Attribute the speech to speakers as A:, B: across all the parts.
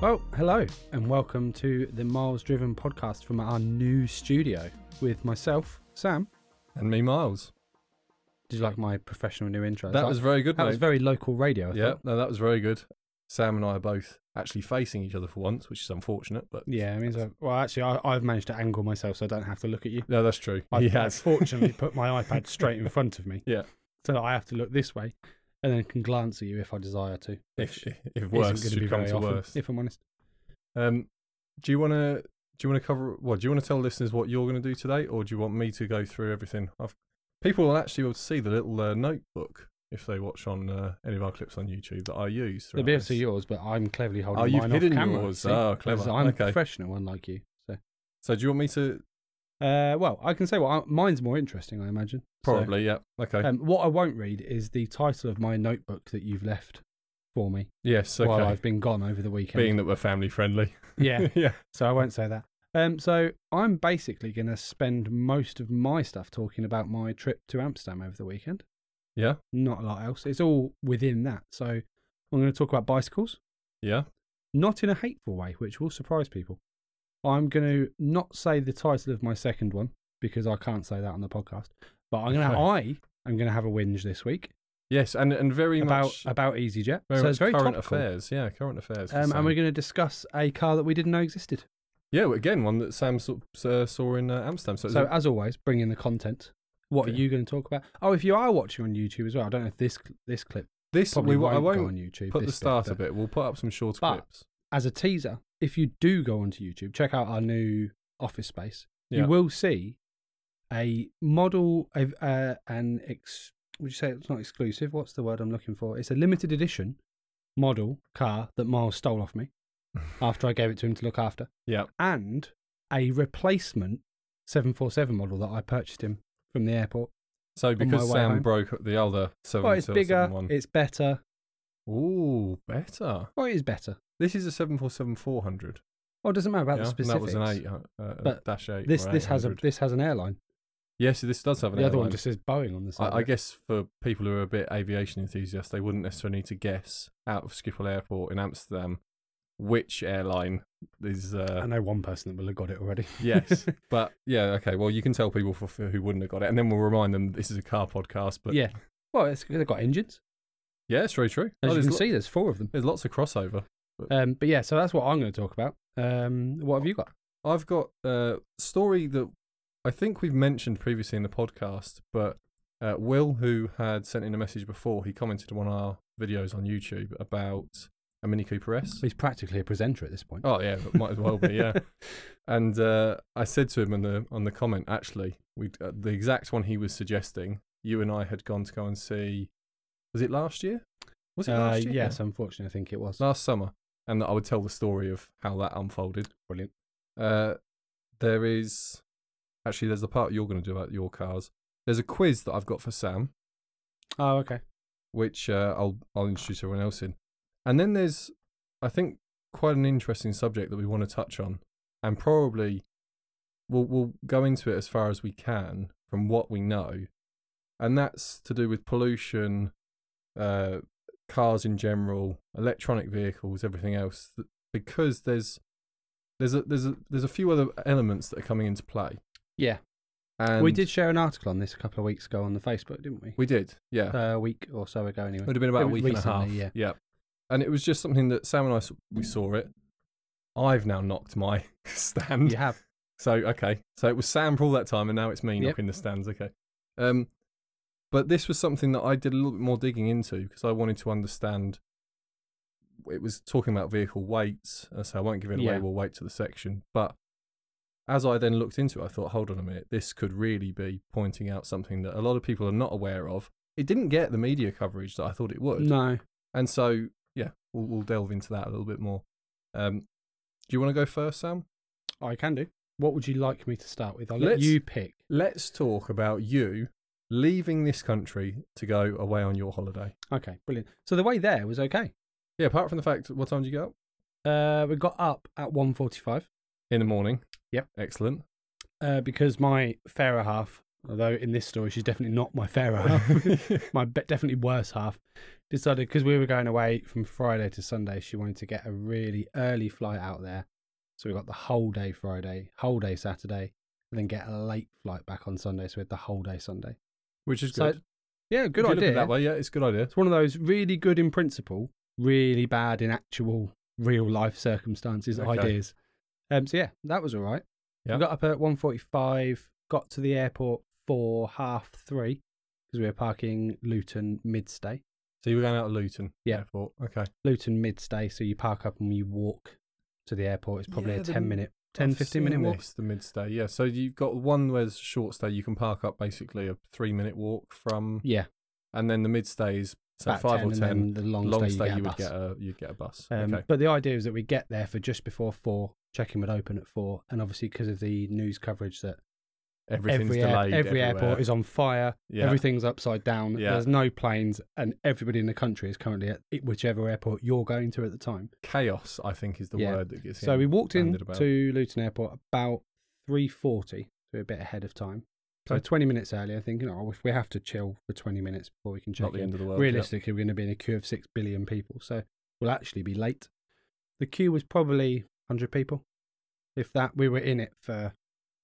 A: Well, hello, and welcome to the Miles Driven podcast from our new studio with myself, Sam.
B: And me, Miles.
A: Did you like my professional new intro?
B: That
A: It's
B: was
A: like-
B: very good,
A: that
B: mate.
A: was very local radio. I
B: yeah,
A: thought.
B: no, that was very good. Sam and I are both actually facing each other for once, which is unfortunate, but
A: yeah. It means I, well, actually, I, I've managed to angle myself so I don't have to look at you.
B: no, that's true.
A: I've
B: he has.
A: fortunately put my iPad straight in front of me.
B: Yeah.
A: So that I have to look this way, and then can glance at you if I desire to.
B: If,
A: which
B: if
A: isn't
B: worse
A: gonna
B: should come
A: very
B: to
A: often,
B: worse.
A: if I'm honest.
B: Um, do you want to do you want to cover what do you want to tell listeners what you're going to do today, or do you want me to go through everything? I've, people will actually be able to see the little uh, notebook if they watch on uh, any of our clips on YouTube that I use.
A: They'll
B: throughout
A: be able to
B: this.
A: see yours, but I'm cleverly holding
B: Oh, you've
A: mine
B: hidden
A: off camera.
B: yours.
A: see?
B: Oh,
A: 'Cause
B: clever.
A: I'm
B: Okay.
A: professional, unlike you. So,
B: So do you want me to
A: uh, well, I can say what I, mine's more interesting, I imagine. So,
B: probably? yeah. Okay.
A: um, what I won't read is the title of my notebook that you've left for me
B: yes. Okay.
A: while I've been gone over the weekend.
B: Being that we're family friendly.
A: yeah,
B: yeah.
A: so I won't say that. Um, so I'm basically going to spend most of my stuff talking about my trip to Amsterdam over the weekend.
B: Yeah.
A: Not a lot else. It's all within that. So I'm going to talk about bicycles,
B: Yeah.
A: not in a hateful way, which will surprise people. I'm going to not say the title of my second one because I can't say that on the podcast. But I'm going to, I am going to have a whinge this week
B: Yes, and and very
A: about
B: much
A: about EasyJet.
B: very
A: so
B: much
A: it's very
B: current
A: topical.
B: affairs. Yeah, current affairs. for
A: Um, and
B: Sam.
A: we're going to discuss a car that we didn't know existed.
B: yeah, well, again, one that Sam saw, uh, saw in uh, Amsterdam. So, it's
A: So,
B: a-
A: as always, bring in the content. What are
B: Okay.
A: you going to talk about? Oh, if you are watching on YouTube as well, I don't know if this this clip
B: this
A: probably
B: we,
A: won't,
B: I
A: go
B: won't
A: on YouTube.
B: put the
A: this bit,
B: start
A: but
B: of it. We'll put up some short
A: But-
B: clips.
A: As a teaser, if you do go onto YouTube, check out our new office space.
B: Yeah.
A: You will see a model, a, uh, an ex. Would you say it's not exclusive? What's the word I'm looking for? It's a limited edition model car that Miles stole off me after I gave it to him to look after,
B: Yeah,
A: and a replacement 747 model that I purchased him from the airport.
B: so
A: my
B: because
A: way
B: Sam
A: home.
B: broke the other seven
A: Well, it's bigger.
B: one.
A: It's better.
B: Ooh, better.
A: Well, it is better.
B: This is a seven four seven four hundred.
A: Well, it doesn't matter about
B: yeah?
A: the
B: and that
A: specifics.
B: was an eight uh, uh,
A: But
B: dash eight.
A: This
B: or
A: this has a
B: 800.
A: this has an airline.
B: yes, this does have
A: The
B: an.
A: other one
B: airline.
A: just says Boeing on the side.
B: I, I guess for people who are a bit aviation enthusiasts, they wouldn't necessarily need to guess out of Schiphol Airport in Amsterdam which airline is.
A: I
B: Uh,
A: know one person that will have got it already.
B: yes, but yeah, okay. Well, you can tell people for, for who wouldn't have got it, and then we'll remind them this is a car podcast. But yeah,
A: yeah. Well, it's, they've got engines.
B: it's very true.
A: As
B: Oh,
A: you
B: there's,
A: can
B: lo-
A: see, there's four of them.
B: there's lots of crossover.
A: Um, but yeah, so that's what I'm going to talk about. Um, what have you got?
B: I've got a story that I think we've mentioned previously in the podcast, but uh, Will, who had sent in a message before, he commented on our videos on YouTube about a Mini Cooper S.
A: He's practically a presenter at this point.
B: Oh yeah, it might as well be yeah. And uh, I said to him on the on the comment, actually, we uh, the exact one he was suggesting. You and I had gone to go and see. Was it last year? Was it
A: Uh,
B: last year?
A: yes, unfortunately, I think it was.
B: last summer, and that I would tell the story of how that unfolded.
A: Brilliant.
B: Uh, there is actually there's the part you're going to do about your cars. There's a quiz that I've got for Sam,
A: Oh, okay.
B: which uh, I'll I'll introduce everyone else in, and then there's I think quite an interesting subject that we want to touch on, and probably we'll we'll go into it as far as we can from what we know, and that's to do with pollution, uh, cars in general, electronic vehicles, everything else, th- because there's there's a there's a there's a few other elements that are coming into play.
A: Yeah.
B: And
A: we did share an article on this a couple of weeks ago on the Facebook, didn't we?
B: we did yeah.
A: Uh, a week or so ago, anyway.
B: It would have been about
A: It
B: a
A: was
B: week and a
A: recently,
B: half. And it was just something that Sam and I s- we saw it. I've now knocked my stand.
A: You have.
B: So okay. So it was Sam for all that time, and now it's me
A: Yep.
B: knocking the stands. Okay. Um, but this was something that I did a little bit more digging into because I wanted to understand. It was talking about vehicle weights, uh, so I won't give it away.
A: Yeah.
B: We'll wait to the section. But as I then looked into it, I thought, hold on a minute, this could really be pointing out something that a lot of people are not aware of. It didn't get the media coverage that I thought it would.
A: No.
B: And so, yeah, we'll, we'll delve into that a little bit more. Um, do you want to go first, Sam?
A: I can do. What would you like me to start with? I'll let
B: Let's-
A: you pick.
B: Let's talk about you leaving this country to go away on your holiday.
A: Okay, brilliant. So the way there was okay.
B: Yeah, apart from the fact, what time did you go up?
A: Uh, we got up at 1.45
B: In the morning.
A: Yep.
B: Excellent.
A: uh, because my fairer half although in this story she's definitely not my fairer half, my be- definitely worse half, decided because we were going away from Friday to Sunday, she wanted to get a really early flight out there. So we got the whole day Friday, whole day Saturday, and then get a late flight back on Sunday. So we had the whole day Sunday.
B: Which is
A: So,
B: good.
A: Yeah, good
B: If you look at
A: idea.
B: it that way, yeah, it's a good idea.
A: It's one of those really good in principle, really bad in actual real life circumstances
B: Okay.
A: ideas. Um, so yeah, that was all right.
B: Yeah.
A: We got up at one forty-five, got to the airport for half three because we were parking Luton midstay.
B: So you were going out of Luton.
A: Yeah.
B: Airport. Okay.
A: Luton midstay, so you park up and you walk to the airport. It's probably
B: Yeah,
A: a
B: the-
A: ten-minute, 10,
B: I've
A: 15 minute
B: seen
A: walk.
B: this, the midstay. Yeah. So you've got one where's short stay. You can park up basically a three minute walk from,
A: Yeah,
B: and then the midstay is so
A: about
B: five or
A: 10,
B: ten.
A: and then the long,
B: long
A: stay, you, get a
B: would
A: bus.
B: get a you'd get a bus.
A: Um,
B: okay.
A: But the idea is that we get there for just before four. Check-in would open at four, and obviously because of the news coverage that
B: Everything's
A: every, air-
B: delayed.
A: every airport
B: everywhere.
A: is on fire.
B: Yeah.
A: Everything's upside down.
B: Yeah.
A: There's no planes, and everybody in the country is currently at whichever airport you're going to at the time.
B: chaos. I think is the
A: Yeah.
B: word that gets.
A: So
B: him
A: we walked in
B: banded about.
A: to Luton Airport about 3:40, so we're a bit ahead of time. So
B: Okay.
A: 20 minutes earlier, thinking, oh, if we have to chill for 20 minutes before we can check
B: Not the
A: in.
B: end of the world. yeah.
A: Realistically, we're going to be in a queue of six billion people, so we'll actually be late. The queue was probably 100 people, if that. We were in it for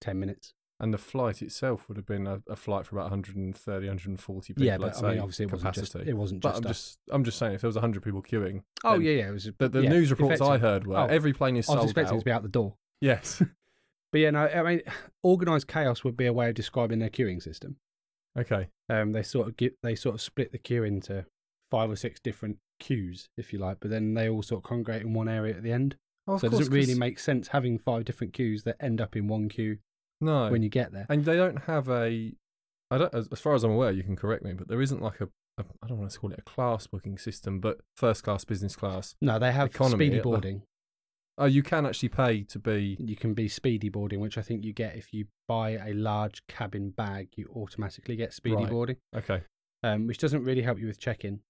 A: 10 minutes.
B: And the flight itself would have been a, a flight for about 130, 140 people.
A: yeah,
B: I'd
A: but
B: say,
A: I mean, obviously, it
B: capacity.
A: wasn't just it wasn't
B: but
A: just
B: I'm
A: us.
B: just I'm just saying, if there was 100 people queuing,
A: Oh
B: then-
A: yeah, yeah. It was
B: the, the
A: yeah,
B: news reports I
A: effective.
B: heard were
A: Oh,
B: every plane is
A: I was
B: sold
A: expecting it
B: out.
A: to be out the door.
B: Yes.
A: But yeah, no. I mean, organized chaos would be a way of describing their queuing system.
B: okay.
A: Um, they sort of get, they sort of split the queue into five or six different queues, if you like. But then they all sort of congregate in one area at the end.
B: Oh,
A: so it doesn't really make sense having five different queues that end up in one queue
B: no.
A: when you get there.
B: and they don't have a. I don't. As, as far as I'm aware, you can correct me, but there isn't like a. a I don't want to call it a class booking system, but first class, business class.
A: No, they have
B: Economy
A: speedy
B: at the-
A: boarding.
B: Oh, you can actually pay to be.
A: You can be speedy boarding, which I think you get if you buy a large cabin bag. You automatically get speedy
B: Right.
A: boarding.
B: Okay.
A: um, which doesn't really help you with check-in.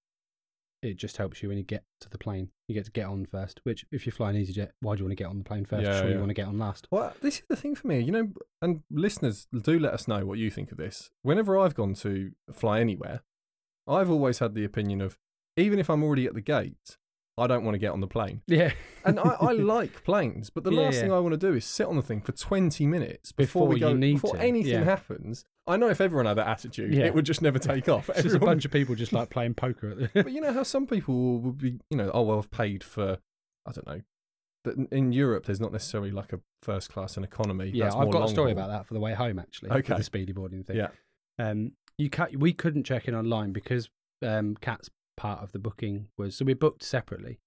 A: It just helps you when you get to the plane. You get to get on first. Which, if you're flying EasyJet, why do you want to get on the plane first?
B: Yeah,
A: sure,
B: yeah.
A: you want to get on last.
B: Well, this is the thing for me, you know, and listeners do let us know what you think of this. Whenever I've gone to fly anywhere, I've always had the opinion of even if I'm already at the gate, I don't want to get on the plane.
A: Yeah,
B: And I, I like planes, but the
A: Yeah,
B: last
A: yeah.
B: thing I want to do is sit on the thing for 20 minutes before,
A: Before
B: we
A: you
B: go,
A: need
B: before
A: to,
B: anything
A: yeah.
B: happens. I know if everyone had that attitude,
A: Yeah.
B: it would just never take off.
A: it's just a bunch of people just like playing poker. At the...
B: but you know how some people will be, you know, oh well, I've paid for, I don't know. But in- in Europe, there's not necessarily like a first class and economy.
A: yeah,
B: That's
A: I've
B: more
A: got a
B: long
A: story
B: haul.
A: about that for the way home actually. with
B: Okay.
A: the speedy boarding thing.
B: Yeah.
A: um, you can we couldn't check in online because um, Kat's part of the booking was so we booked separately.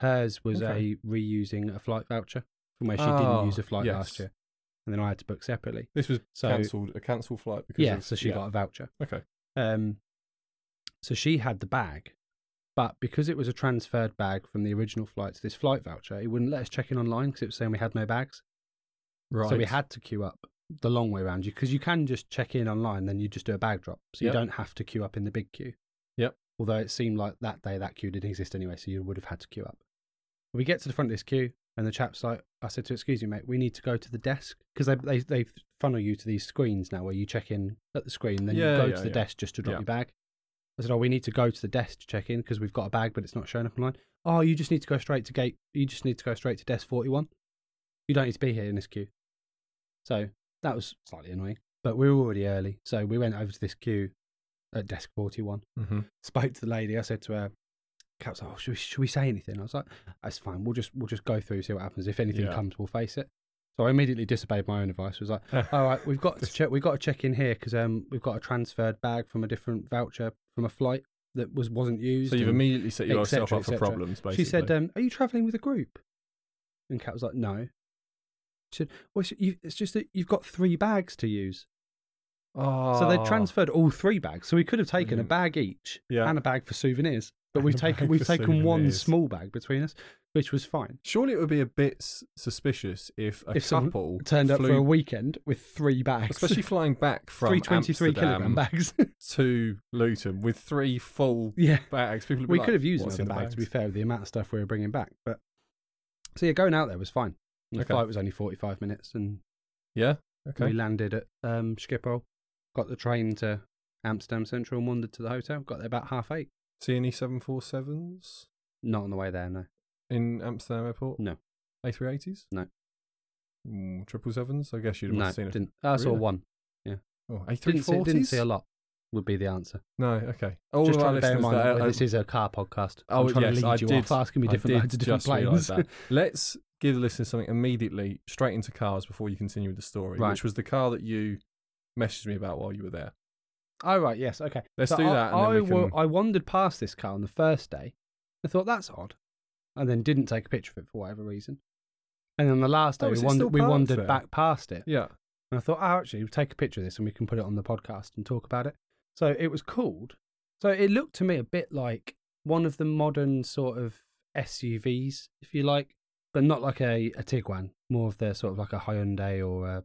A: Hers was
B: Okay.
A: a reusing a flight voucher from where she
B: Oh,
A: didn't use a flight
B: yes.
A: last year, and then I had to book separately.
B: This was
A: So-
B: cancelled a cancelled flight because
A: Yeah,
B: of,
A: so she got a voucher.
B: okay.
A: Um, so she had the bag, but because it was a transferred bag from the original flight to this flight voucher, it wouldn't let us check in online because it was saying we had no bags.
B: Right.
A: So we had to queue up the long way around you because you can just check in online, then you just do a bag drop. So
B: Yep.
A: you don't have to queue up in the big queue.
B: Yep.
A: Although it seemed like that day that queue didn't exist anyway, so you would have had to queue up. We get to the front of this queue, and the chap's like, I said to, her, excuse me, mate, we need to go to the desk because they, they, they funnel you to these screens now where you check in at the screen, then
B: Yeah,
A: you go
B: yeah,
A: to the
B: yeah.
A: desk just to drop
B: Yeah.
A: your bag. I said, oh, we need to go to the desk to check in because we've got a bag, but it's not showing up online. Oh, you just need to go straight to gate. You just need to go straight to desk 41. You don't need to be here in this queue. So that was slightly annoying, but we were already early. So we went over to this queue at desk 41
B: Mm-hmm.
A: spoke to the lady. I said to her, "Cap's like, oh, should we, should we say anything?" I was like, "That's fine. We'll just we'll just go through, see what happens. If anything
B: Yeah.
A: comes, we'll face it." So I immediately disobeyed my own advice. Was like, "All right, we've got to check. We've got to check in here because um we've got a transferred bag from a different voucher from a flight that was wasn't used."
B: So you've
A: and-
B: immediately set
A: et
B: yourself
A: cetera,
B: up
A: et
B: for
A: cetera.
B: problems. Basically,
A: she said, um, "Are you traveling with a group?" And Kat was like, "No." She said, "Well, it's, you, it's just that you've got three bags to use."
B: oh,
A: uh, So they transferred all three bags. So we could have taken a
B: Brilliant.
A: bag each
B: Yeah.
A: and a bag for souvenirs.
B: And
A: But we've
B: a bag
A: taken we've
B: for
A: taken one
B: souvenirs.
A: small bag between us, which was fine.
B: Surely it would be a bit s- suspicious if a
A: If someone
B: couple
A: Turned up for
B: flew-
A: a weekend with three bags.
B: especially flying back from
A: three twenty three kilogram
B: Amsterdam
A: bags.
B: to Luton with three full
A: yeah.
B: bags. People would be
A: We
B: like,
A: could have used
B: "What's
A: another
B: in
A: bag, to
B: the
A: be fair, with the amount of stuff we were bringing back. But so yeah, going out there was fine. And The
B: Okay.
A: flight was only forty five minutes and
B: Yeah. Okay.
A: we landed at um Schiphol. Got the train to Amsterdam Central and wandered to the hotel. Got there about half eight.
B: See any 747s
A: Not on the way there, no.
B: in Amsterdam Airport?
A: No.
B: A380s?
A: No.
B: Mm, 777s? I guess you'd have
A: no,
B: seen it.
A: didn't. I saw
B: Really?
A: one.
B: Oh,
A: Didn't see,
B: A340s?
A: didn't see a lot. Would be the answer.
B: No, okay. All
A: Just
B: of our
A: trying to bear in
B: listeners
A: mind
B: that
A: that
B: are-
A: this is a car podcast.
B: uh, Oh,
A: I'm trying
B: yes,
A: to lead
B: I
A: you
B: did-
A: off asking me
B: I
A: different
B: did
A: loads of different
B: just realise
A: planes.
B: that. Let's give the listeners something immediately straight into cars before you continue with the story,
A: Right.
B: which was the car that you messaged me about while you were there.
A: oh right, yes, okay.
B: Let's
A: So
B: do
A: I,
B: that. And
A: I,
B: then we
A: wa-
B: can...
A: I wandered past this car on the first day. I thought that's odd, and then didn't take a picture of it for whatever reason. And on the last day,
B: Oh,
A: we,
B: is it
A: wandered,
B: still
A: we
B: parked
A: wandered
B: there?
A: back past it,
B: Yeah.
A: and I thought, oh, actually, we'll take a picture of this and we can put it on the podcast and talk about it. So it was called. So it looked to me a bit like one of the modern sort of SUVs, if you like, but not like a, a Tiguan, more of the sort of like a Hyundai or a,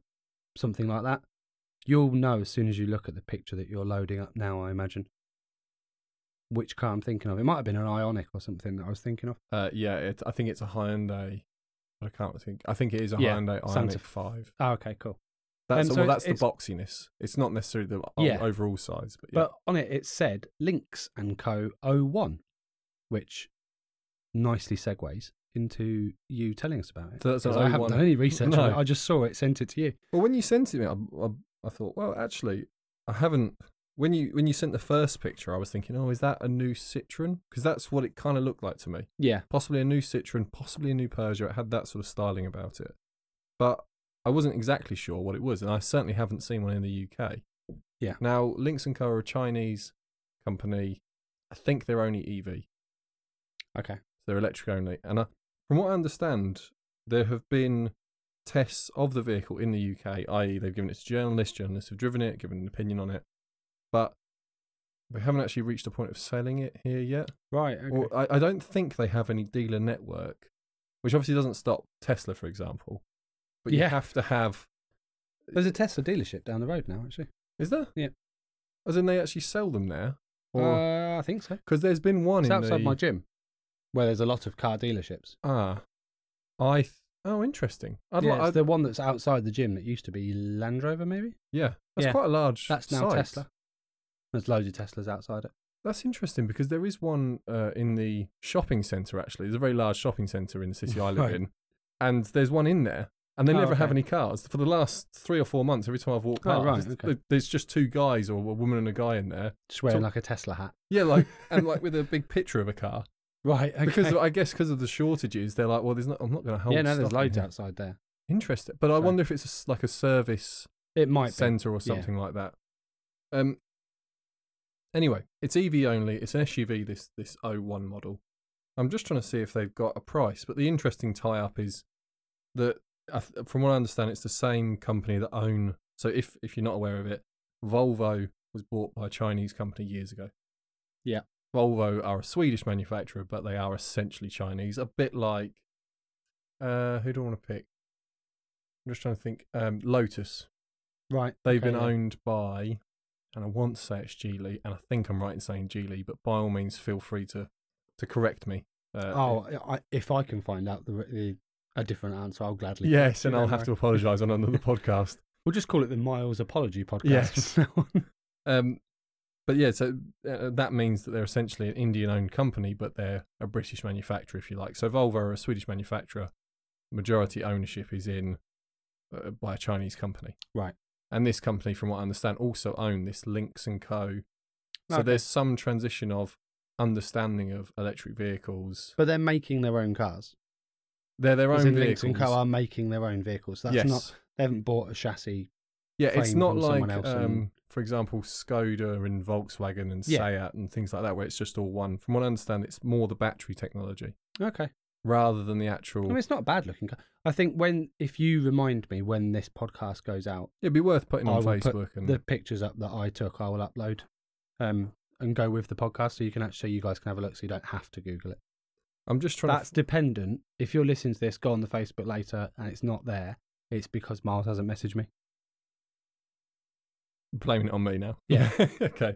A: something like that. You'll know as soon as you look at the picture that you're loading up now, I imagine, which car I'm thinking of. It might have been an Ionic or something that I was thinking of.
B: Uh, yeah, it, I think it's a Hyundai. I can't think. I think it is a
A: Yeah,
B: Hyundai
A: sounds
B: Ionic
A: a-
B: 5.
A: Oh, okay, cool.
B: That's,
A: so
B: well,
A: it's-
B: that's the boxiness. It's not necessarily the o-
A: Yeah.
B: overall size, but yeah.
A: But on it, it said Links and Co. 01, which nicely segues into you telling us about it.
B: So that's an
A: Because I haven't
B: 01.
A: done any research on
B: No.
A: it. I just saw it, sent it to you.
B: Well, when you sent it, me, I, I, I thought, well, actually, I haven't. When you when you sent the first picture, I was thinking, oh, is that a new Citroen? Because that's what it kind of looked like to me.
A: Yeah.
B: Possibly a new Citroen, possibly a new Peugeot. It had that sort of styling about it, but I wasn't exactly sure what it was, and I certainly haven't seen one in the UK.
A: Yeah.
B: Now, Lynx and Co are a Chinese company. I think they're only E EV.
A: Okay.
B: They're electric only. And I, from what I understand, there have been tests of the vehicle in the UK, i.e., they've given it to journalists, journalists have driven it, given an opinion on it. But we haven't actually reached the point of selling it here yet.
A: Right. Okay.
B: Or I, I don't think they have any dealer network, which obviously doesn't stop Tesla, for example. But you
A: Yeah.
B: have to have.
A: There's a Tesla dealership down the road now, actually.
B: Is there?
A: Yeah.
B: As in they actually sell them there? Because
A: Uh, I think so.
B: there's been one
A: It's
B: in
A: outside
B: the-
A: my gym where there's a lot of car dealerships.
B: Ah. I. Th- oh, interesting. I'd
A: yeah,
B: like.
A: it's
B: I'd-
A: the one that's outside the gym that used to be Land Rover, maybe?
B: Yeah, that's
A: Yeah.
B: quite a large.
A: That's now
B: site.
A: Tesla. There's loads of Teslas outside it.
B: That's interesting because there is one uh, in the shopping centre. Actually, there's a very large shopping centre in the city I live
A: Right.
B: in, and there's one in there, and they
A: Oh,
B: never have
A: okay.
B: any cars for the last three or four months. Every time I've walked
A: Oh,
B: past,
A: right,
B: there's-
A: okay.
B: there- there's just two guys or a woman and a guy in there.
A: Just wearing
B: So-
A: like a Tesla hat.
B: Yeah, like and like with a big picture of a car
A: Right. Okay.
B: because I guess because of the shortages, they're like, well, there's not. I'm not going to hold.
A: yeah, no, there's
B: stuff in
A: loads
B: here.
A: outside there.
B: Interesting, but I
A: So-
B: wonder if it's a s like a service
A: It might be.
B: center or
A: yeah.
B: something like that. Um. Anyway, it's EV only. It's an SUV. This this 01 model. I'm just trying to see if they've got a price. But the interesting tie up is that, I th- from what I understand, it's the same company that own. So if if you're not aware of it, Volvo was bought by a Chinese company years ago.
A: Yeah.
B: Volvo are a Swedish manufacturer, but they are essentially Chinese. A bit like, uh, who do I want to pick? I'm just trying to think. Um, Lotus
A: Right.
B: They've
A: okay,
B: been
A: yeah.
B: owned by, and I want to say it's Geely, and I think I'm right in saying Geely, but by all means, feel free to, to correct me. Uh,
A: Oh, I, if I can find out the, the a different answer, I'll gladly.
B: yes, and
A: Don't
B: I'll have
A: worry.
B: to apologise on another podcast.
A: We'll just call it the Miles Apology Podcast.
B: Yes.
A: from now on.
B: Um, but yeah, so uh, that means that they're essentially an Indian-owned company, but they're a British manufacturer, if you like. So Volvo are a Swedish manufacturer. Majority ownership is in uh, by a Chinese company,
A: Right.
B: And this company, from what I understand, also own this Lynx and Co. So
A: Okay.
B: there's some transition of understanding of electric vehicles.
A: But they're making their own cars.
B: They're their
A: As
B: own
A: in Lynx
B: vehicles.
A: and Co are making their own vehicles. That's
B: yes.
A: not. They haven't bought a chassis.
B: yeah, it's
A: framed
B: not
A: from
B: like
A: someone else
B: um,
A: and-
B: for example, Skoda and Volkswagen and
A: Yeah.
B: Seat and things like that, where it's just all one. From what I understand, it's more the battery technology
A: Okay.
B: rather than the
A: I
B: actual.
A: mean, it's not a bad looking car. I think when if you remind me when this podcast goes out,
B: It'd be worth putting
A: I
B: on
A: will put
B: Facebook and
A: the pictures up that I took, I will upload, um, and go with the podcast, so you can actually you guys can have a look, so you don't have to Google it.
B: I'm just trying
A: That's dependent. If you're listening to this, go on the Facebook later, and it's not there. It's because Miles hasn't messaged me.
B: to blame it on me now.
A: Yeah.
B: okay.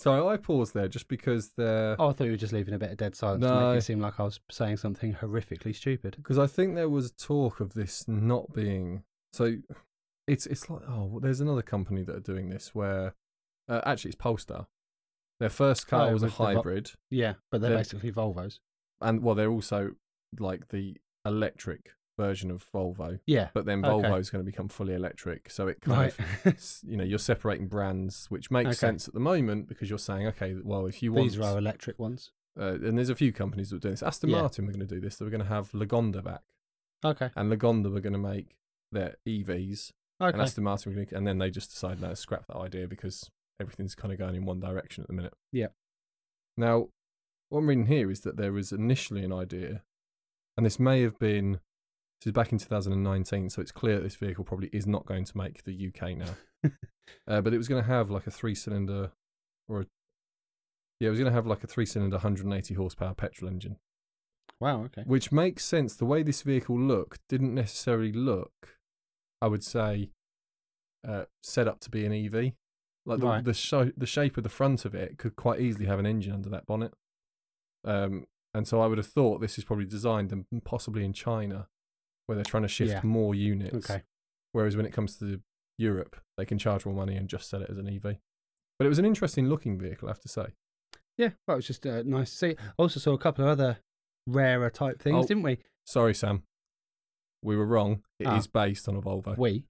B: So I paused there just because the
A: Oh, I thought you were just leaving a bit of dead silence to
B: No.
A: make it seem like I was saying something horrifically stupid.
B: because I think there was talk of this not being so. it's it's like oh, well, there's another company that are doing this where uh, actually it's Polestar. Their first car
A: Oh,
B: was a
A: with the vo-
B: hybrid,
A: Yeah, but they're
B: They're-
A: basically Volvos.
B: and well, they're also like the electric version of Volvo.
A: Yeah,
B: But then
A: Okay.
B: Volvo's going to become fully electric, so it kind
A: right.
B: of s- you know you're separating brands, which makes
A: Okay.
B: sense at the moment because you're saying okay, well if you want
A: These are our electric ones.
B: uh, and there's a few companies that are doing this. Aston
A: Yeah.
B: Martin were going to do this. They were going to have Lagonda back,
A: Okay,
B: and Lagonda were going to make their E EVs, and
A: okay.
B: Aston Martin were going to, and then they just decided no, scrap that idea because everything's kind of going in one direction at the minute.
A: Yeah.
B: Now, what I'm reading here is that there was initially an idea, and this may have been this is back in 2019, so it's clear that this vehicle probably is not going to make the UK now. uh, but it was going to have like a three-cylinder, or a, yeah, it was going to have like a three-cylinder, 180 horsepower petrol engine.
A: Wow. Okay.
B: Which makes sense. The way this vehicle looked didn't necessarily look, I would say, uh, set up to be an EV. Like the
A: Right.
B: the, sho- the shape of the front of it could quite easily have an engine under that bonnet. Um, and so I would have thought this is probably designed and possibly in China, where they're trying to shift
A: Yeah.
B: more units.
A: Okay.
B: Whereas when it comes to Europe, they can charge more money and just sell it as an EV. But it was an interesting looking vehicle, I have to say.
A: Yeah, well, it was just uh, nice to see. Also saw a couple of other rarer type things,
B: Oh.
A: didn't we?
B: Sorry, Sam. We were wrong. It is
A: Ah.
B: based on a Volvo.
A: We,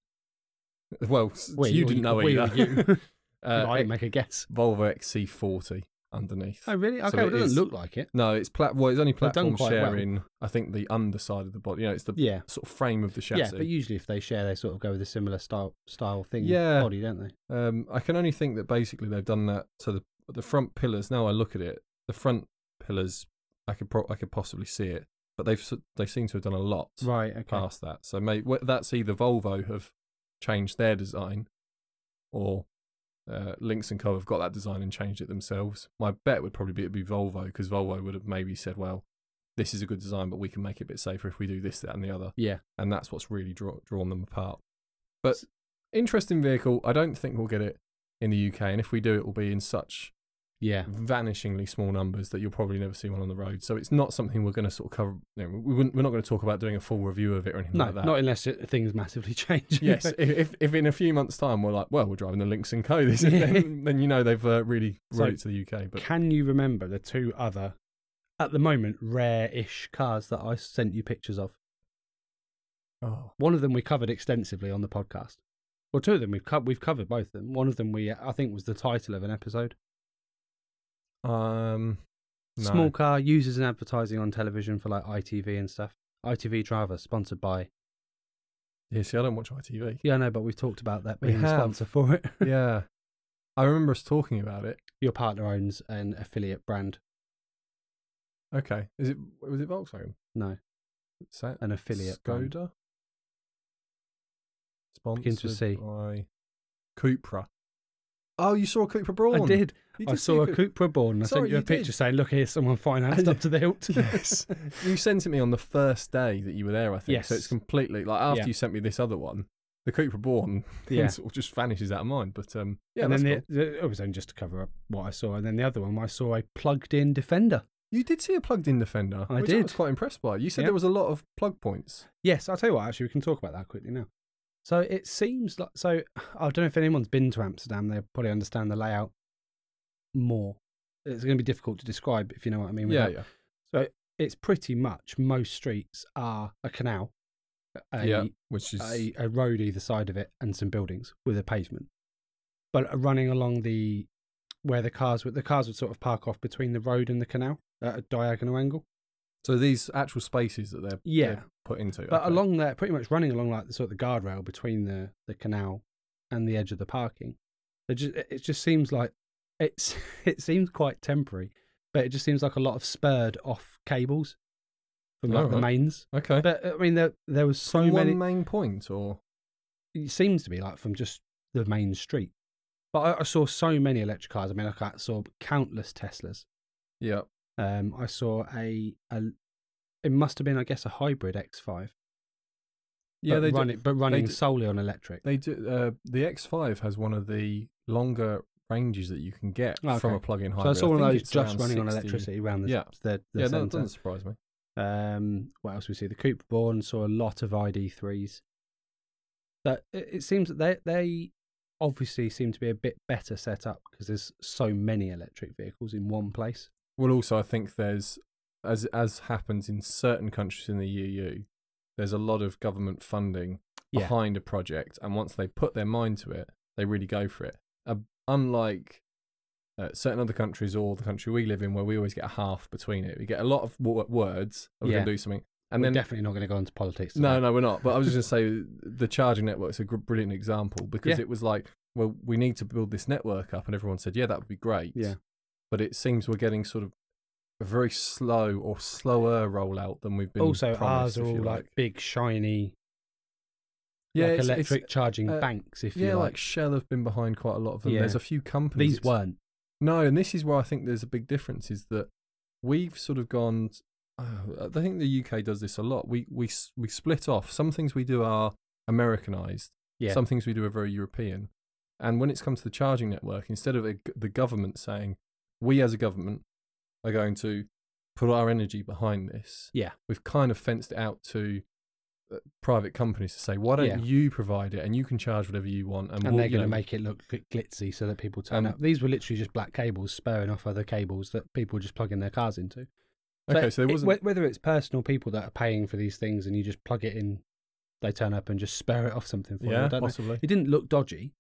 B: Well, s-
A: we,
B: you
A: or
B: didn't know
A: we or
B: either.
A: you. I
B: uh,
A: didn't
B: X-
A: make a guess.
B: Volvo XC40 underneath.
A: Oh, really?
B: So
A: Okay, well,
B: it
A: it doesn't
B: is-
A: look like it.
B: No, it's plat. Well, it's only
A: done
B: platform
A: quite well.
B: sharing. I think the underside of the body. You know, it's the
A: Yeah,
B: sort of frame of the chassis.
A: yeah, but usually if they share, they sort of go with a similar style style thing.
B: Yeah.
A: body, don't they?
B: um, I can only think that basically they've done that. So the the front pillars. Now I look at it, the front pillars. I could pro- I could possibly see it, but they've s- they seem to have done a lot
A: Right. Okay.
B: past that. So may- wh- that's either Volvo have changed their design, or uh, Lynx and Co have got that design and changed it themselves. My bet would probably be it'd be Volvo because Volvo would have maybe said, "Well, this is a good design, but we can make it a bit safer if we do this, that, and the other."
A: Yeah.
B: and that's what's really draw- drawn them apart. But interesting vehicle. I don't think we'll get it in the UK, and if we do, it will be in such
A: Yeah.
B: vanishingly small numbers that you'll probably never see one on the road. So it's not something we're going to sort of cover. You know, we wouldn't, we're not going to talk about doing a full review of it or anything
A: No,
B: like that.
A: not unless it, things massively change.
B: yes, if, if if in a few months' time we're like, well, we're driving the Lynx and Co. This is, then, then you know they've uh, really
A: So-
B: brought it to the UK. But
A: Can you remember the two other, at the moment, rare ish cars that I sent you pictures of?
B: oh,
A: One of them we covered extensively on the podcast. Well, two of them we've co- we've covered both of them. One of them we I think was the title of an episode.
B: um, no.
A: Small car uses and advertising on television for like ITV and stuff. ITV Driver sponsored by.
B: Yeah, see, I don't watch ITV.
A: Yeah, I know, but we've talked about that
B: We
A: being a
B: have.
A: sponsor for it.
B: yeah, I remember us talking about it.
A: Your partner owns an affiliate brand.
B: Okay, is it was it Volkswagen?
A: No,
B: Is that
A: an affiliate brand.
B: Skoda?
A: Begins with C.
B: Sponsored by Cupra. Oh, you saw a Cupra Braun?
A: I did.
B: You
A: I
B: did see
A: saw a
B: Cup-
A: Cupra Born. and I sent
B: Sorry,
A: you a
B: you did.
A: picture saying, "Look here, someone financed up to the hilt."
B: Yes. You sent it me on the first day that you were there, I think. So it's
A: Yes.
B: completely like after
A: Yeah.
B: you sent me this other one, the Cupra Born
A: Yeah.
B: sort of just vanishes out of mind. But um, yeah,
A: and
B: that's
A: then
B: cool.
A: the, the, it was only just to cover up what I saw. And then the other one, I saw a plugged-in Defender.
B: you did see a plugged-in Defender.
A: I
B: which I was
A: did.
B: quite impressed by. You said
A: Yeah.
B: there was a lot of plug points.
A: Yes, I'll tell you what. Actually, we can talk about that quickly now. So it seems like so. I don't know if anyone's been to Amsterdam. They probably understand the layout more. It's going to be difficult to describe if you know what I mean.
B: Yeah,
A: without-
B: yeah.
A: It's pretty much most streets are a canal, a,
B: yeah, which is
A: a, a road either side of it, and some buildings with a pavement. But uh, running along the where the cars would the cars would sort of park off between the road and the canal at a diagonal angle.
B: so these actual spaces that they're
A: Yeah.
B: they're put into.
A: But
B: okay.
A: along there, pretty much running along like the sort of the guardrail between the, the canal and the edge of the parking, it just, it just seems like it's it seems quite temporary, but it just seems like a lot of spurred off cables from like the
B: Alright.
A: mains.
B: okay,
A: But I mean, there there was so
B: one
A: many.
B: main point or
A: It seems to be like from just the main street. But I, I saw so many electric cars. I mean, like I saw countless Teslas.
B: yeah,
A: Um, I saw a, a it must have been I guess a hybrid X5.
B: yeah.
A: but
B: They
A: run
B: do,
A: it- but running
B: do.
A: solely on electric.
B: They do. Uh, the X5 has one of the longer ranges that you can get
A: Oh,
B: from
A: okay.
B: a plug-in
A: So I
B: hybrid.
A: saw one of
B: think
A: those
B: it's
A: just
B: around
A: running on
B: 60.
A: electricity around the,
B: Yeah.
A: the, the
B: yeah, no, that
A: centre.
B: doesn't surprise me.
A: um, what else we see? The Cooper Born saw a lot of ID3s. that it it seems that they they obviously seem to be a bit better set up because there's so many electric vehicles in one place.
B: Well, also I think there's as as happens in certain countries in the EU, there's a lot of government funding
A: Yeah.
B: behind a project, and once they put their mind to it, they really go for it. Uh, unlike uh, certain other countries or the country we live in, where we always get a half between it, we get a lot of w- words. "Oh, We're
A: Yeah.
B: gonna do something, and
A: We're
B: then
A: definitely not going to go into politics.
B: no,
A: today.
B: no, we're not. But I was just going to say the charging network's a gr- brilliant example because
A: Yeah.
B: it was like, well, we need to build this network up, and everyone said, yeah, that would be great.
A: Yeah.
B: But it seems we're getting sort of a very slow or slower rollout than we've been.
A: Also, ours
B: promised,
A: are
B: if you
A: all like big shiny,
B: yeah,
A: like
B: it's- it's-
A: electric charging
B: uh,
A: banks. If
B: yeah,
A: you
B: like,
A: like,
B: Shell have been behind quite a lot of them.
A: Yeah.
B: There's a few companies.
A: these weren't.
B: No, and this is where I think there's a big difference is that we've sort of gone. Uh, I think the UK does this a lot. We we s- we split off. Some things we do are Americanized.
A: Yeah.
B: Some things we do are very European. And when it's come to the charging network, instead of a g the government saying, "We as a government are going to put our energy behind this,"
A: Yeah.
B: we've kind of fenced it out to uh, private companies to say, "Why don't
A: Yeah.
B: you provide it and you can charge whatever you want?"
A: and
B: we'll,
A: they're
B: you
A: going to
B: know,
A: make it look gl- glitzy so that people turn
B: Um,
A: up. These were literally just black cables spurring off other cables that people just plugging their cars into.
B: Okay, so there
A: it-
B: wasn't.
A: whe- whether it's personal people that are paying for these things and you just plug it in, they turn up and just spare it off something for you. I
B: yeah,
A: don't know.
B: possibly.
A: It didn't look dodgy,